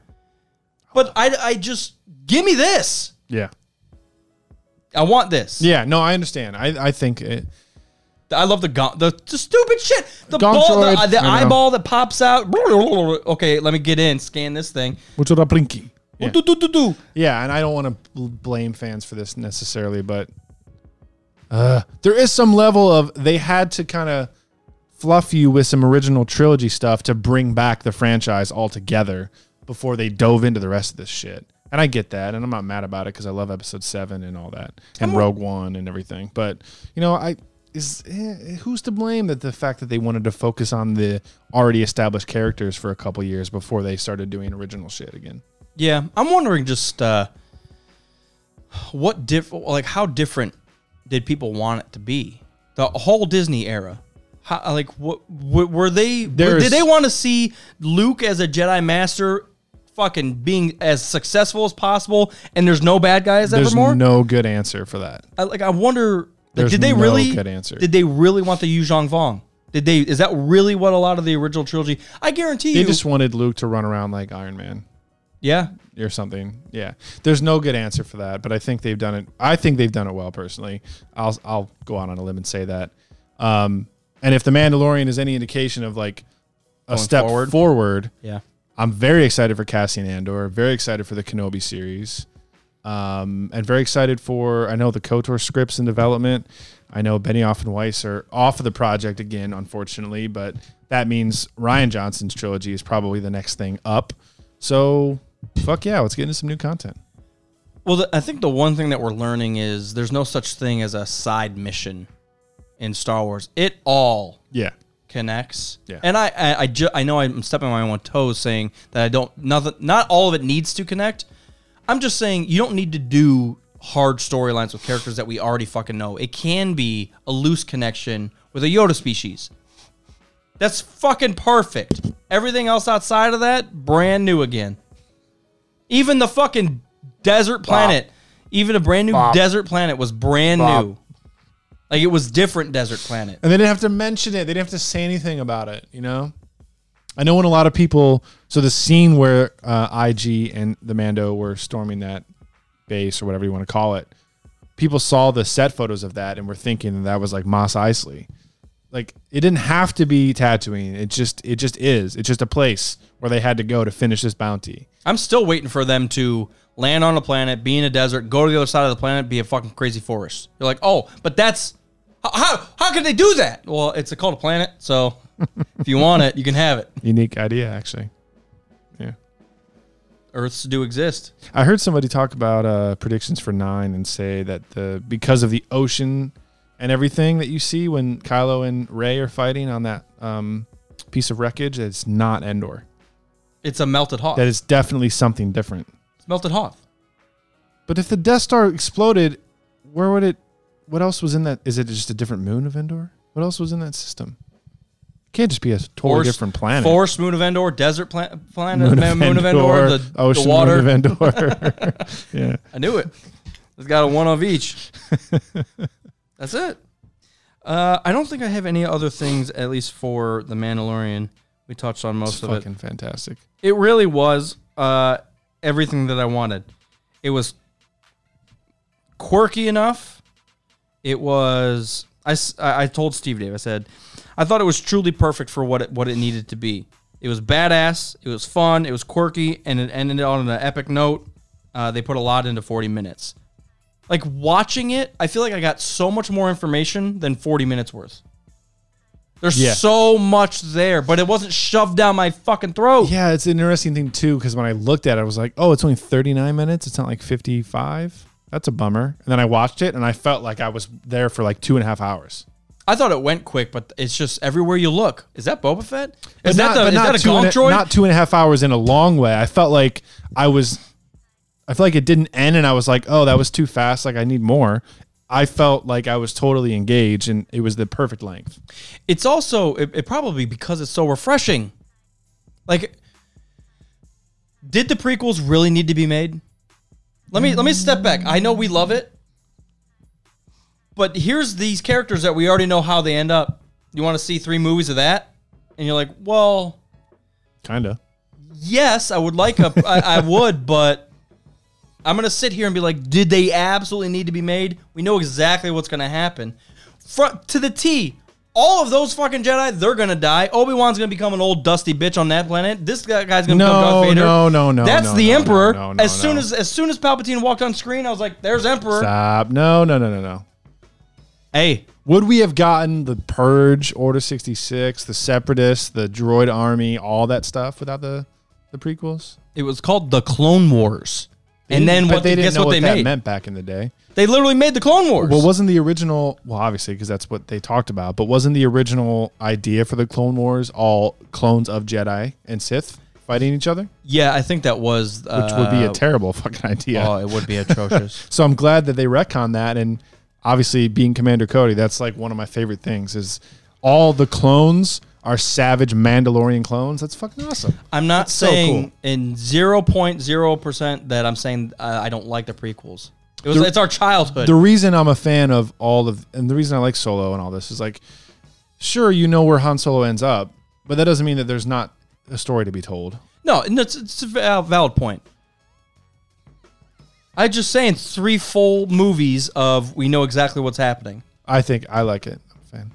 S2: But I I just give me this.
S1: yeah,
S2: I want this.
S1: yeah. No, I understand. I I think it,
S2: I love the gaunt, the, the stupid shit. The
S1: Gonk
S2: ball, the-
S1: droid.
S2: the,
S1: I know.
S2: eyeball that pops out. Okay, let me get in, scan this thing.
S1: which would blinky. Yeah.
S2: Do, do, do, do.
S1: yeah, and I don't want to blame fans for this necessarily, but uh, there is some level of they had to kind of fluff you with some original trilogy stuff to bring back the franchise altogether before they dove into the rest of this shit. And I get that, and I'm not mad about it because I love Episode Seven and all that, and Rogue One and everything. But you know, I is eh, who's to blame that the fact that they wanted to focus on the already established characters for a couple years before they started doing original shit again.
S2: Yeah, I'm wondering just uh, what diff like how different did people want it to be? The whole Disney era. How, like what wh- were they
S1: There's-
S2: did they want to see Luke as a Jedi master fucking being as successful as possible and there's no bad guys
S1: There's
S2: evermore?
S1: no good answer for that.
S2: I, like I wonder like,
S1: There's
S2: did they
S1: no
S2: really
S1: good answer.
S2: did they really want the Yu Zhang Vong? Did they is that really what a lot of the original trilogy? I guarantee
S1: They
S2: you.
S1: just wanted Luke to run around like Iron Man
S2: yeah.
S1: or something. Yeah. There's no good answer for that, but I think they've done it. I think they've done it well personally. I'll I'll go out on a limb and say that. Um, and if the Mandalorian is any indication of like a step
S2: forward?
S1: forward,
S2: Yeah.
S1: I'm very excited for Cassian Andor. Very excited for the Kenobi series, um, and very excited for I know the Kotor scripts in development. I know Benioff and Weiss are off of the project again, unfortunately, but that means Ryan Johnson's trilogy is probably the next thing up. So, fuck yeah, let's get into some new content.
S2: Well, the, I think the one thing that we're learning is there's no such thing as a side mission in Star Wars. It all
S1: Yeah,
S2: connects.
S1: Yeah.
S2: And I I, I, ju- I know I'm stepping on my own toes saying that I don't nothing not all of it needs to connect. I'm just saying you don't need to do hard storylines with characters that we already fucking know. It can be a loose connection with a Yoda species. That's fucking perfect. Everything else outside of that, brand new again. Even the fucking desert planet, even a brand new desert planet was brand new. Like it was different desert planet.
S1: and they didn't have to mention it. They didn't have to say anything about it. You know, I know when a lot of people. So the scene where uh, IG and the Mando were storming that base or whatever you want to call it, people saw the set photos of that and were thinking that was like Moss Isley. Like it didn't have to be Tatooine. It just it just is. It's just a place where they had to go to finish this bounty.
S2: I'm still waiting for them to land on a planet, be in a desert, go to the other side of the planet, be a fucking crazy forest. You're like, oh, but that's how how, how could they do that? Well, it's a called a planet, so (laughs) if you want it, you can have it.
S1: Unique idea, actually. Yeah.
S2: Earths do exist.
S1: I heard somebody talk about uh, predictions for nine and say that the because of the ocean and everything that you see when Kylo and Ray are fighting on that um, piece of wreckage, that it's not Endor.
S2: It's a melted Hoth.
S1: That it's definitely something different.
S2: it's melted Hoth.
S1: But if the Death Star exploded, where would it? What else was in that? Is it just a different moon of Endor? What else was in that system? It can't just be a totally
S2: Forest-
S1: different planet.
S2: Forest moon of Endor, desert pla- planet,
S1: (laughs) moon of
S2: moon, of,
S1: Endor,
S2: Endor, the, the
S1: ocean
S2: water.
S1: moon of
S2: (laughs)
S1: Endor. (laughs) yeah.
S2: I knew it. It's got a one
S1: (laughs)
S2: of each. That's it. Uh, I don't think I have any other things, at least for The Mandalorian. We touched on most
S1: It's
S2: of
S1: fucking fantastic.
S2: it. It really was uh, everything that I wanted. It was quirky enough. It was. I, s- I- I told Steve Dave, I said, I thought it was truly perfect for what it, what it needed to be. It was badass. It was fun. It was quirky. And it ended on an epic note. Uh, they put a lot into 40 minutes. Like watching it, I feel like I got so much more information than 40 minutes worth. There's
S1: Yeah.
S2: so much there, but it wasn't shoved down my fucking throat.
S1: Yeah, it's an interesting thing too because when I looked at it, I was like, "Oh, it's only 39 minutes. It's not like 55. That's a bummer." And then I watched it, and I felt like I was there for like two and a half hours.
S2: I thought it went quick, but it's just everywhere you look. Is that Boba Fett? Is
S1: But
S2: that,
S1: not-
S2: the,
S1: but
S2: is
S1: not
S2: that a
S1: two
S2: Gonk
S1: and
S2: droid?
S1: Not two and a half hours in a long way. I felt like I was. I feel like it didn't end, and I was like, "Oh, that was too fast. Like I need more." I felt like I was totally engaged, and it was the perfect length.
S2: it's also it, it probably because it's so refreshing. Like, did the prequels really need to be made? Let me let me step back. I know we love it, but here's these characters that we already know how they end up. You want to see three movies of that, and you're like, well,
S1: Kinda.
S2: yes, I would like a,
S1: (laughs)
S2: I, I would, but I'm gonna sit here and be like, did they absolutely need to be made? We know exactly what's gonna happen, front to the T. All of those fucking Jedi, they're gonna die. Obi Wan's gonna become an old dusty bitch on that planet. This guy- guy's gonna become
S1: No,
S2: Darth Vader.
S1: no, no, no,
S2: That's
S1: no,
S2: the
S1: no,
S2: Emperor.
S1: no, no,
S2: as
S1: no.
S2: soon as as soon as Palpatine walked on screen, I was like, "There's Emperor."
S1: Stop. No, no, no, no, no.
S2: Hey,
S1: Would we have gotten the Purge, Order 66, the Separatists, the Droid Army, all that stuff without the, the prequels?
S2: it was called the Clone Wars, and then
S1: But
S2: what? They guess what, they
S1: that
S2: made?
S1: meant back in the day.
S2: They literally made the Clone Wars.
S1: Well, wasn't the original, well, obviously, because that's what they talked about, but wasn't the original idea for the Clone Wars all clones of Jedi and Sith fighting each other?
S2: yeah, I think that was
S1: Which would be a
S2: uh,
S1: terrible fucking idea.
S2: Oh, it would be
S1: (laughs)
S2: atrocious.
S1: So I'm glad that they retcon that. And obviously, being Commander Cody, that's like one of my favorite things is all the clones are savage Mandalorian clones. That's fucking awesome.
S2: I'm not
S1: That's so cool.
S2: saying in zero point zero percent that I'm saying uh, I don't like the prequels. It was
S1: The-
S2: it's our childhood.
S1: The reason I'm a fan of all of, and the reason I like Solo and all this is like, sure, you know where Han Solo ends up, but that doesn't mean that there's not a story to be told.
S2: no, no, it's, it's a val- valid point. I just saying three full movies of we know exactly what's happening.
S1: I think I like it. I'm a fan.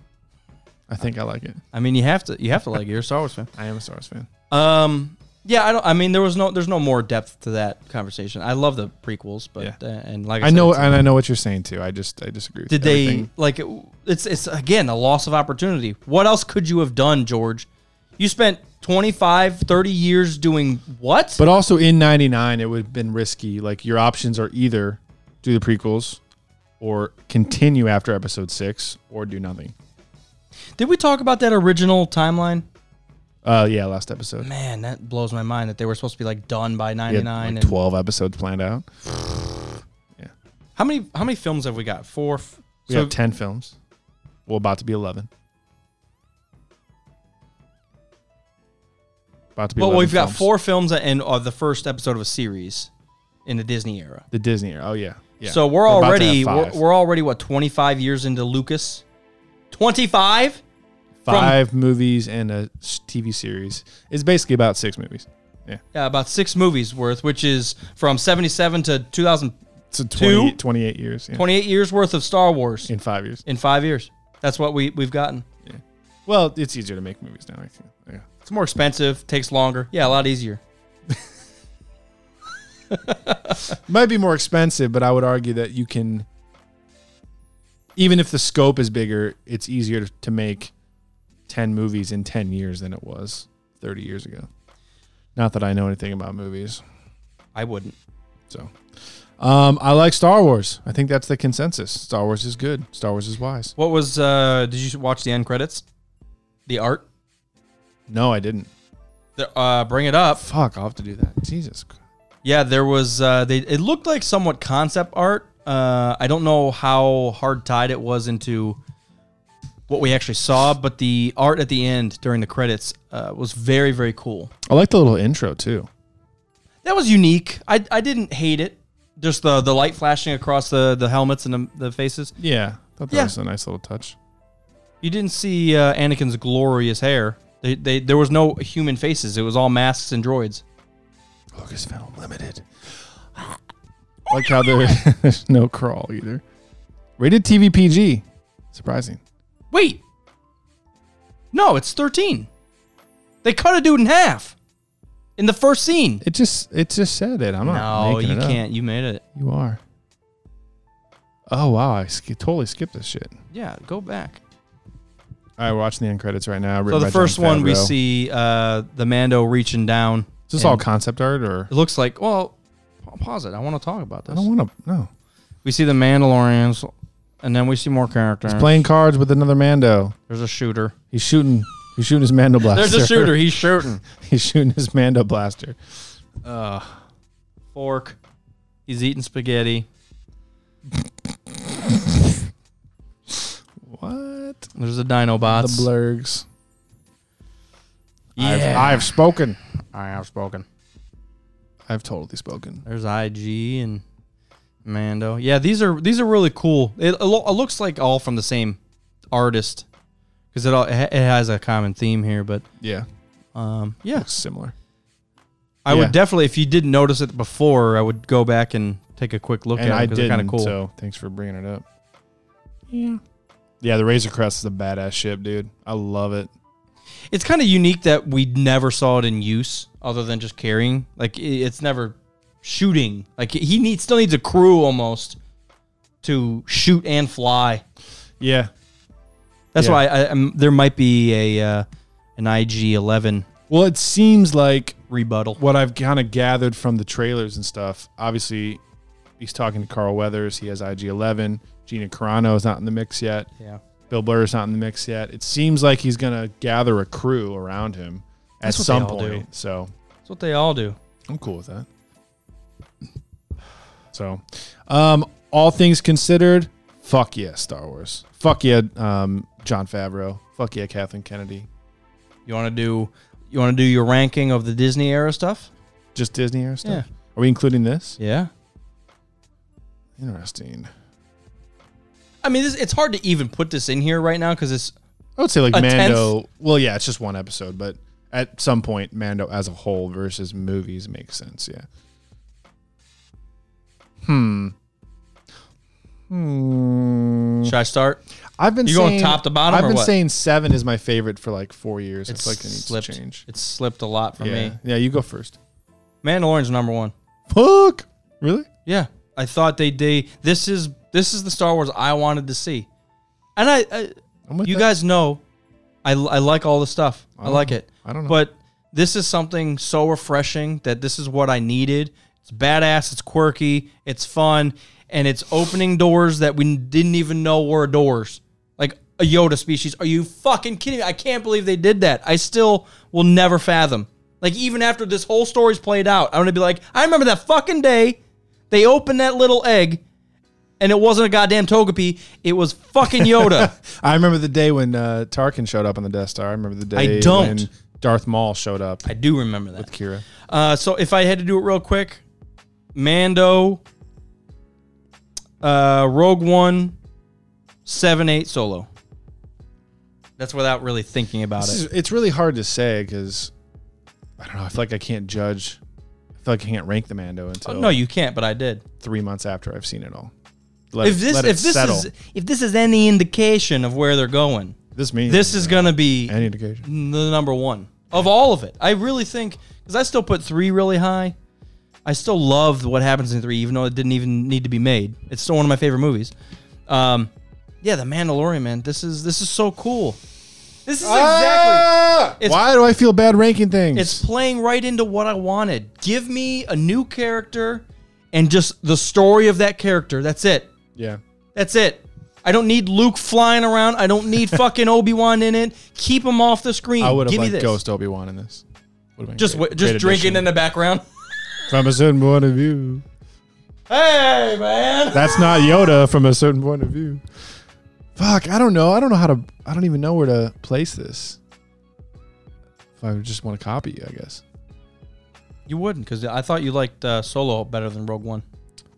S1: I think I like it.
S2: I mean, you have to you have to like it. You're a Star Wars fan.
S1: I am a Star Wars fan.
S2: Um, yeah, I don't. I mean, there was no there's no more depth to that conversation. I love the prequels, but
S1: Yeah.
S2: uh, and like I,
S1: I
S2: said,
S1: know,
S2: it's-
S1: and I know what you're saying too. I just, I disagree. With
S2: Did
S1: everything.
S2: they like it, it's it's again a loss of opportunity. What else could you have done, George? You spent 25, 30 years doing what?
S1: But also in '99, it would have been risky. Like your options are either do the prequels, or continue after Episode Six, or do nothing.
S2: Did we talk about that original timeline?
S1: Uh, yeah, last episode.
S2: Man, that blows my mind that they were supposed to be like done by
S1: We had,
S2: 99
S1: like
S2: and
S1: 12 episodes planned out.
S2: How many how many films have we got? 4 f-
S1: We have 10 films. Well, about to be 11. About to be.
S2: Well,
S1: 11
S2: we've got
S1: films.
S2: 4 films and uh, the first episode of a series in the Disney era.
S1: The Disney era. Oh yeah. yeah.
S2: So we're
S1: about to
S2: already
S1: have
S2: we're,
S1: five.
S2: we're already what 25 years into Lucas. 25?
S1: five movies and a s- TV series. It's basically about six movies.
S2: Yeah, about six movies worth, which is from 77 to 2000,
S1: So
S2: Two?
S1: 20, 28 years. yeah.
S2: 28 years worth of Star Wars
S1: in five years.
S2: in five years. That's what we we've gotten.
S1: Well, it's easier to make movies now. I think. Yeah.
S2: It's more expensive, takes longer. Yeah, a lot easier.
S1: might be more expensive, but I would argue that you can, even if the scope is bigger, it's easier to, to make 10 movies in 10 years than it was 30 years ago. Not that I know anything about movies.
S2: I wouldn't.
S1: So um, I like Star Wars. I think that's the consensus. Star Wars is good, Star Wars is wise.
S2: What was uh did you watch the end credits? The art?
S1: No, I didn't.
S2: The, uh bring it up.
S1: Fuck, I'll have to do that. Jesus. Christ.
S2: Yeah, there was. Uh, they it looked like somewhat concept art. Uh, I don't know how hard tied it was into what we actually saw, but the art at the end during the credits uh, was very very cool.
S1: I like the little intro too.
S2: That was unique. I, I didn't hate it. Just the the light flashing across the the helmets and the, the faces.
S1: Yeah. Thought that
S2: Yeah.
S1: was a nice little touch.
S2: You didn't see uh, Anakin's glorious hair. They, they there was no human faces. It was all masks and droids.
S1: Lucasfilm Limited. (laughs) like how there- (laughs) there's no crawl either. Rated TV PG. Surprising.
S2: Wait, no, it's thirteen. They cut a dude in half in the first scene.
S1: It just it just said it. I'm not.
S2: No,
S1: making
S2: you
S1: it up.
S2: can't. You made it.
S1: You are. Oh wow! I sk- totally skipped this shit.
S2: Yeah, go back.
S1: All right, we're watching the end credits right now.
S2: So
S1: written
S2: the
S1: by
S2: first
S1: John
S2: one we
S1: Favreau.
S2: see uh, the Mando reaching down.
S1: Is this
S2: and
S1: all concept art or?
S2: It looks like. Well, pa- pause it. I want to talk about
S1: I
S2: this.
S1: don't want to. No.
S2: We see the Mandalorians, and then we see more characters.
S1: Playing cards with another Mando.
S2: There's a shooter.
S1: He's shooting. He's shooting his Mando blaster.
S2: There's a shooter. He's shooting.
S1: (laughs) He's shooting his Mando blaster.
S2: Uh, Fork. He's eating spaghetti.
S1: What?
S2: There's a Dinobots.
S1: The blurgs. I've,
S2: Yeah.
S1: I've spoken.
S2: I have spoken.
S1: I've totally spoken.
S2: There's IG and Mando. Yeah, these are these are really cool. It, it lo- it looks like all from the same artist because it all it ha- it has a common theme here. But
S1: (laughs) Yeah,
S2: um, yeah,
S1: similar.
S2: I
S1: Yeah.
S2: would definitely if you didn't notice it before, I would go back and take a quick look
S1: and
S2: at
S1: I
S2: it because
S1: did
S2: they're kind of cool.
S1: So thanks for bringing it up. Yeah. Yeah, the Razor Crest is a badass ship, dude. I love it.
S2: It's kind of unique that we never saw it in use other than just carrying. Like i- it's never shooting. Like he needs still needs a crew almost to shoot and fly.
S1: Yeah.
S2: That's
S1: Yeah.
S2: why I, I'm, there might be a uh, an IG eleven
S1: Well, it seems like
S2: rebuttal.
S1: what I've kind of gathered from the trailers and stuff. Obviously, he's talking to Carl Weathers. He has IG Eleven. Gina Carano is not in the mix yet.
S2: Yeah,
S1: Bill Burr is not in the mix yet. It seems like he's gonna gather a crew around him
S2: That's
S1: at
S2: what they
S1: some
S2: all do.
S1: point. So
S2: that's what they all do.
S1: I'm cool with that. So, um, all things considered, fuck yeah, Star Wars. Fuck yeah, um, John Favreau. Fuck yeah, Kathleen Kennedy.
S2: You want to do you want to do your ranking of the Disney era stuff?
S1: Just Disney era stuff. Are we including this?
S2: Yeah.
S1: Interesting.
S2: I mean, this, it's hard to even put this in here right now because it's
S1: I would say like
S2: A
S1: Mando. Well, yeah, it's just one episode, but at some point, Mando as a whole versus movies makes sense. Yeah. Hmm. Hmm.
S2: should I start?
S1: I've been
S2: You going
S1: saying,
S2: top to bottom
S1: I've
S2: or
S1: been
S2: what?
S1: saying seven is my favorite for like four years. It's, like it needs
S2: slipped.
S1: to change.
S2: It's slipped a lot for
S1: yeah.
S2: me.
S1: yeah, you go first.
S2: Mandalorian's number one.
S1: Fuck, really?
S2: Yeah, I thought they they this is this is the Star Wars I wanted to see, and I, I
S1: I'm with
S2: you
S1: that.
S2: guys know I, I like all the stuff. I,
S1: don't
S2: like
S1: know.
S2: it.
S1: I don't know.
S2: But this is something so refreshing that this is what I needed. It's badass, it's quirky, it's fun, and it's opening doors that we didn't even know were doors. Like a Yoda species. Are you fucking kidding me? I can't believe they did that. I still will never fathom. Like even after this whole story's played out, I'm gonna be like, I remember that fucking day they opened that little egg, and it wasn't a goddamn Togepi. It was
S1: (laughs)
S2: fucking Yoda.
S1: I remember the day when uh, Tarkin showed up on the Death Star. I remember the day
S2: I don't.
S1: when Darth Maul showed up.
S2: I do remember that.
S1: Kira.
S2: Uh, so if I had to do it real quick, Mando, uh, Rogue One, seven eight solo. That's without really thinking about
S1: This
S2: it.
S1: is, it's really hard to say because I don't know. I feel like I can't judge. I feel like I can't rank the Mando until
S2: Oh, no, you can't. But I did.
S1: three months after I've seen it all. Let
S2: if
S1: it-
S2: this
S1: let it
S2: if this
S1: settle.
S2: is if this is any indication of where they're going,
S1: this means
S2: this is gonna be
S1: any indication.
S2: the number one of all of it. I really think because I still put three really high. I still loved what happens in three, even though it didn't even need to be made. It's still one of my favorite movies. Um, yeah, The Mandalorian, man. This is this is so cool. This is
S1: Ah!
S2: exactly. It's-
S1: Why do I feel bad ranking things?
S2: It's playing right into what I wanted. Give me a new character and just the story of that character. That's it.
S1: yeah.
S2: That's it. I don't need Luke flying around. I
S1: (laughs)
S2: don't need fucking Obi Wan in it. Keep him off the screen.
S1: I would have
S2: Give me
S1: liked
S2: this.
S1: Ghost Obi Wan in this. Would've been
S2: Just
S1: great-
S2: w- just
S1: great
S2: drinking
S1: addition.
S2: in the background. (laughs)
S1: from a certain point of view.
S2: hey man.
S1: That's not Yoda from a certain point of view. Fuck, I don't know. I don't know how to. I don't even know where to place this. If I would just want to copy you, I guess.
S2: You wouldn't, because I thought you liked uh, Solo better than Rogue One.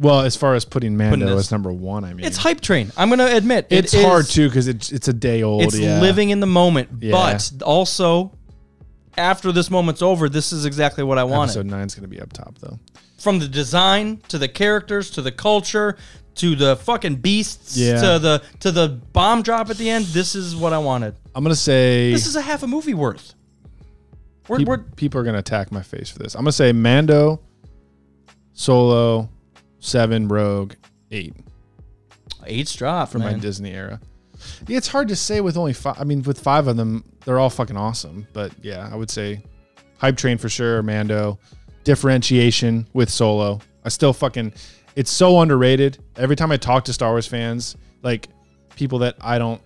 S1: Well, as far as putting Mando
S2: Putting this-
S1: as number one, I mean,
S2: It's hype train. I'm gonna admit it
S1: It's hard
S2: is-
S1: too because it's it's a day old.
S2: It's
S1: yeah.
S2: living in the moment,
S1: Yeah.
S2: but also after this moment's over, this is exactly what I wanted.
S1: Episode nine's gonna be up top though.
S2: From the design to the characters to the culture to the fucking beasts
S1: Yeah.
S2: to the to the bomb drop at the end. This is what I wanted.
S1: I'm gonna say
S2: This is a half a movie worth. We're,
S1: peop-
S2: we're
S1: people are gonna attack my face for this. I'm gonna say Mando, Solo, Seven, Rogue, Eight.
S2: eight's drop
S1: for my
S2: man.
S1: Disney era. Yeah, it's hard to say with only five. I mean, with five of them, they're all fucking awesome. But yeah, I would say hype train for sure. Mando, differentiation with Solo. I still fucking. It's so underrated. Every time I talk to Star Wars fans, like people that I don't,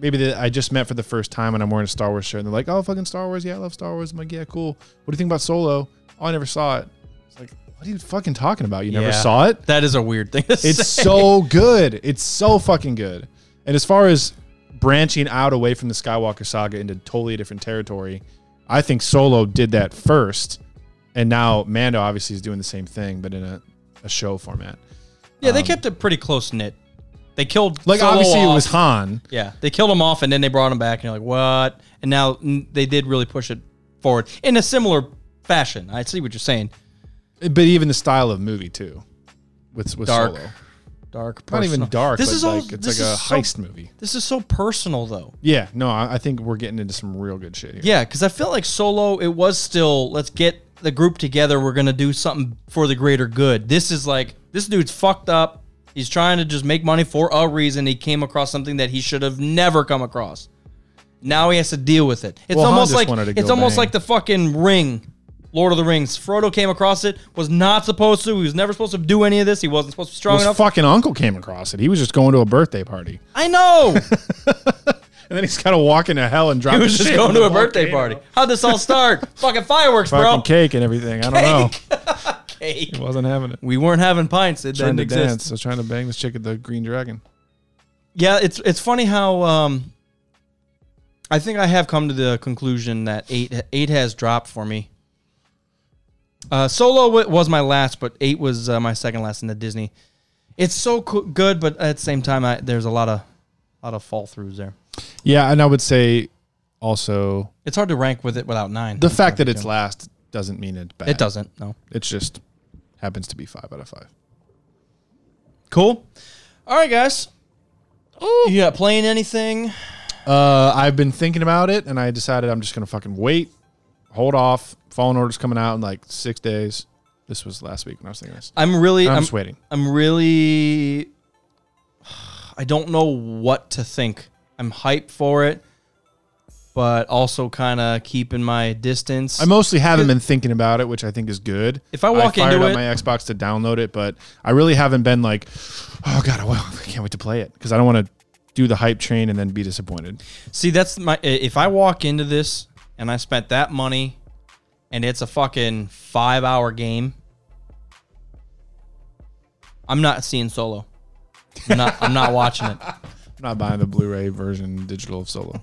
S1: maybe that I just met for the first time, and I'm wearing a Star Wars shirt, and they're like, "Oh, fucking Star Wars! Yeah, I love Star Wars." I'm like, "Yeah, cool. What do you think about Solo? Oh, I never saw it." It's like, what are you fucking talking about? You never
S2: Yeah.
S1: saw it?
S2: That is a weird thing.
S1: (laughs)
S2: To
S1: It's
S2: say.
S1: so good. It's so fucking good. And as far as branching out away from the Skywalker saga into totally different territory, I think Solo did that first. And now Mando obviously is doing the same thing, but in a, a show format.
S2: Yeah, they kept it pretty close knit. They killed
S1: Um, Like,
S2: Solo
S1: obviously, it
S2: off.
S1: was Han.
S2: yeah. They killed him off, and then they brought him back, and you're like, what? And now mm, they did really push it forward in a similar fashion. I see what you're saying.
S1: But even the style of movie, too, with, with
S2: Dark.
S1: Solo.
S2: Dark,
S1: Not
S2: personal.
S1: even dark,
S2: This
S1: but
S2: is
S1: like,
S2: all.
S1: it's
S2: this
S1: like a
S2: is so-
S1: heist movie.
S2: This is so personal, though.
S1: Yeah, no, I, I think we're getting into some real good shit here.
S2: Yeah, because I feel like solo. It was still let's get the group together. We're gonna do something for the greater good. This is like this dude's fucked up. He's trying to just make money for a reason. He came across something that he should have never come across. Now he has to deal with it. It's
S1: Well, Han
S2: almost
S1: just
S2: like
S1: wanted to
S2: it's
S1: go
S2: almost
S1: bang.
S2: like the fucking ring, Lord of the Rings. Frodo came across it, was not supposed to. He was never supposed to do any of this. He wasn't supposed to be strong
S1: His
S2: enough.
S1: fucking uncle came across it. He was just going to a birthday party.
S2: I
S1: (laughs)
S2: know.
S1: And then he's got to walk into hell and drop
S2: he was
S1: his
S2: just
S1: Oh, shit
S2: going
S1: in
S2: to
S1: the
S2: a birthday
S1: volcano.
S2: party. How'd this all
S1: (laughs)
S2: start? fucking fireworks,
S1: fucking
S2: bro.
S1: cake and everything. I don't know.
S2: Cake.
S1: He wasn't having it.
S2: We weren't having pints. It
S1: Trying
S2: (laughs) didn't
S1: to
S2: exist.
S1: dance. I was trying to bang this chick at the Green Dragon.
S2: Yeah, it's it's funny how um, I think I have come to the conclusion that eight eight has dropped for me. Uh, Solo wa- was my last, but eight was uh, my second last in the Disney. It's so co- good, but at the same time, I, there's a lot of lot of fall throughs there.
S1: Yeah, and I would say also
S2: It's hard to rank with it without nine.
S1: the fact that it's last doesn't mean it's bad.
S2: it doesn't. No.
S1: It just happens to be five out of five.
S2: Cool. All right, guys. You got playing anything?
S1: Uh, I've been thinking about it, and I decided I'm just gonna fucking wait, hold off. Fallen Order's coming out in like six days. This was last week when I was thinking this.
S2: I'm really.
S1: I'm,
S2: I'm,
S1: sweating.
S2: I'm really. (sighs) I don't know what to think. I'm hyped for it, but also kind of keeping my distance.
S1: I mostly haven't been thinking about it, which I think is good.
S2: If I walk
S1: fired
S2: into
S1: up
S2: it-
S1: my Xbox to download it, but I really haven't been like, oh god, I (laughs) I can't wait to play it because I don't want to do the hype train and then be disappointed.
S2: See, that's my. i- If I walk into this and I spent that money, and it's a fucking five-hour game, I'm not seeing solo. I'm not, I'm not watching
S1: (laughs)
S2: it.
S1: I'm not buying the Blu-ray version digital of
S2: (laughs)
S1: Solo.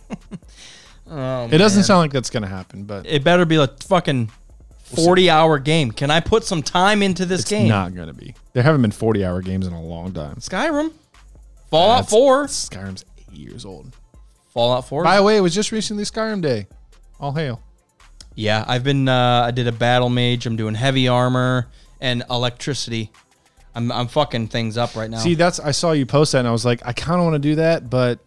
S2: Oh,
S1: it doesn't sound like that's gonna happen, but
S2: It better be a fucking forty-hour game. Can I put some time into this
S1: it's
S2: game?
S1: not gonna be. There haven't been 40-hour games in a long time.
S2: Skyrim, Fallout
S1: That's-
S2: Four.
S1: Skyrim's eight years old.
S2: Fallout 4.
S1: By the way, it was just recently Skyrim Day. All hail.
S2: Yeah, I've been. Uh, I did a battle mage. I'm doing heavy armor and electricity. I'm, I'm fucking things up right now.
S1: See, that's I saw you post that, and I was like, I kind of want to do that, but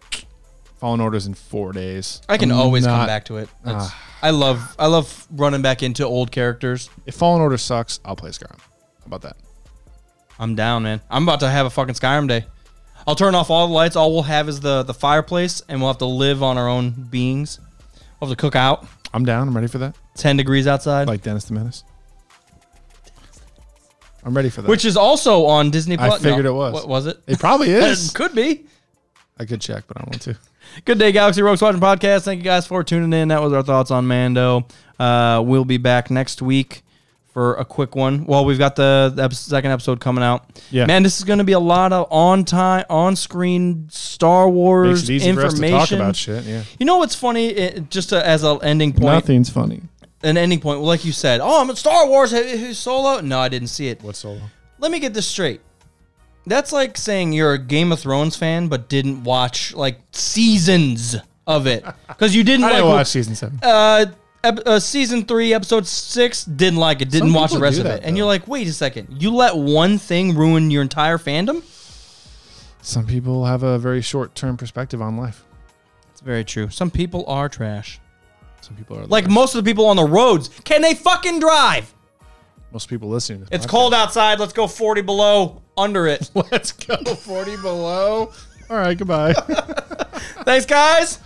S1: Fallen Order's in four days.
S2: I can
S1: I'm
S2: always come
S1: not- Ah.
S2: back to it. That's- I love I love running back into old characters.
S1: If Fallen Order sucks, I'll play Skyrim. How about that?
S2: I'm down, man. I'm about to have a fucking Skyrim day. I'll turn off all the lights. All we'll have is the the fireplace, and we'll have to live on our own beings. We'll have to cook out.
S1: I'm down. I'm ready for that.
S2: Ten degrees outside,
S1: Like Dennis the Menace. I'm ready for that.
S2: which is also on Disney.
S1: I
S2: Plus.
S1: figured it was.
S2: What was it?
S1: it
S2: (laughs)
S1: probably is.
S2: Could be.
S1: I could check, but I don't want to.
S2: Good day, Galaxy Rogues Watching Podcast. Thank you guys for tuning in. That was our thoughts on Mando. Uh, we'll be back next week for a quick one. Well, we've got the, the ep- second episode coming out.
S1: Yeah.
S2: man, this is going to be a lot of on time, on screen Star Wars
S1: Makes it easy for us
S2: information.
S1: to talk about shit. Yeah.
S2: You know what's funny? It, just uh as an ending point,
S1: Nothing's funny.
S2: an ending point. Like you said, oh, I'm at Star Wars. Hey, hey, Solo? No, I didn't see it.
S1: What's solo?
S2: Let me get this straight. That's like saying you're a Game of Thrones fan but didn't watch like seasons
S1: (laughs)
S2: of it because you didn't
S1: I
S2: like
S1: didn't watch season seven.
S2: uh, ep- uh, season three, episode six, didn't like it, didn't
S1: Some
S2: watch the
S1: people
S2: rest
S1: do
S2: of
S1: that,
S2: it. And
S1: though.
S2: you're like, wait a second, you let one thing ruin your entire fandom?
S1: Some people have a very short term perspective on life.
S2: It's very true. Some people are trash.
S1: Some people are
S2: Like most of the people on the roads, can they fucking drive?
S1: most people listening. To this
S2: It's
S1: podcast.
S2: cold outside. Let's go 40 below
S1: (laughs)
S2: under it.
S1: Let's go forty below. All right. Goodbye.
S2: Thanks, guys.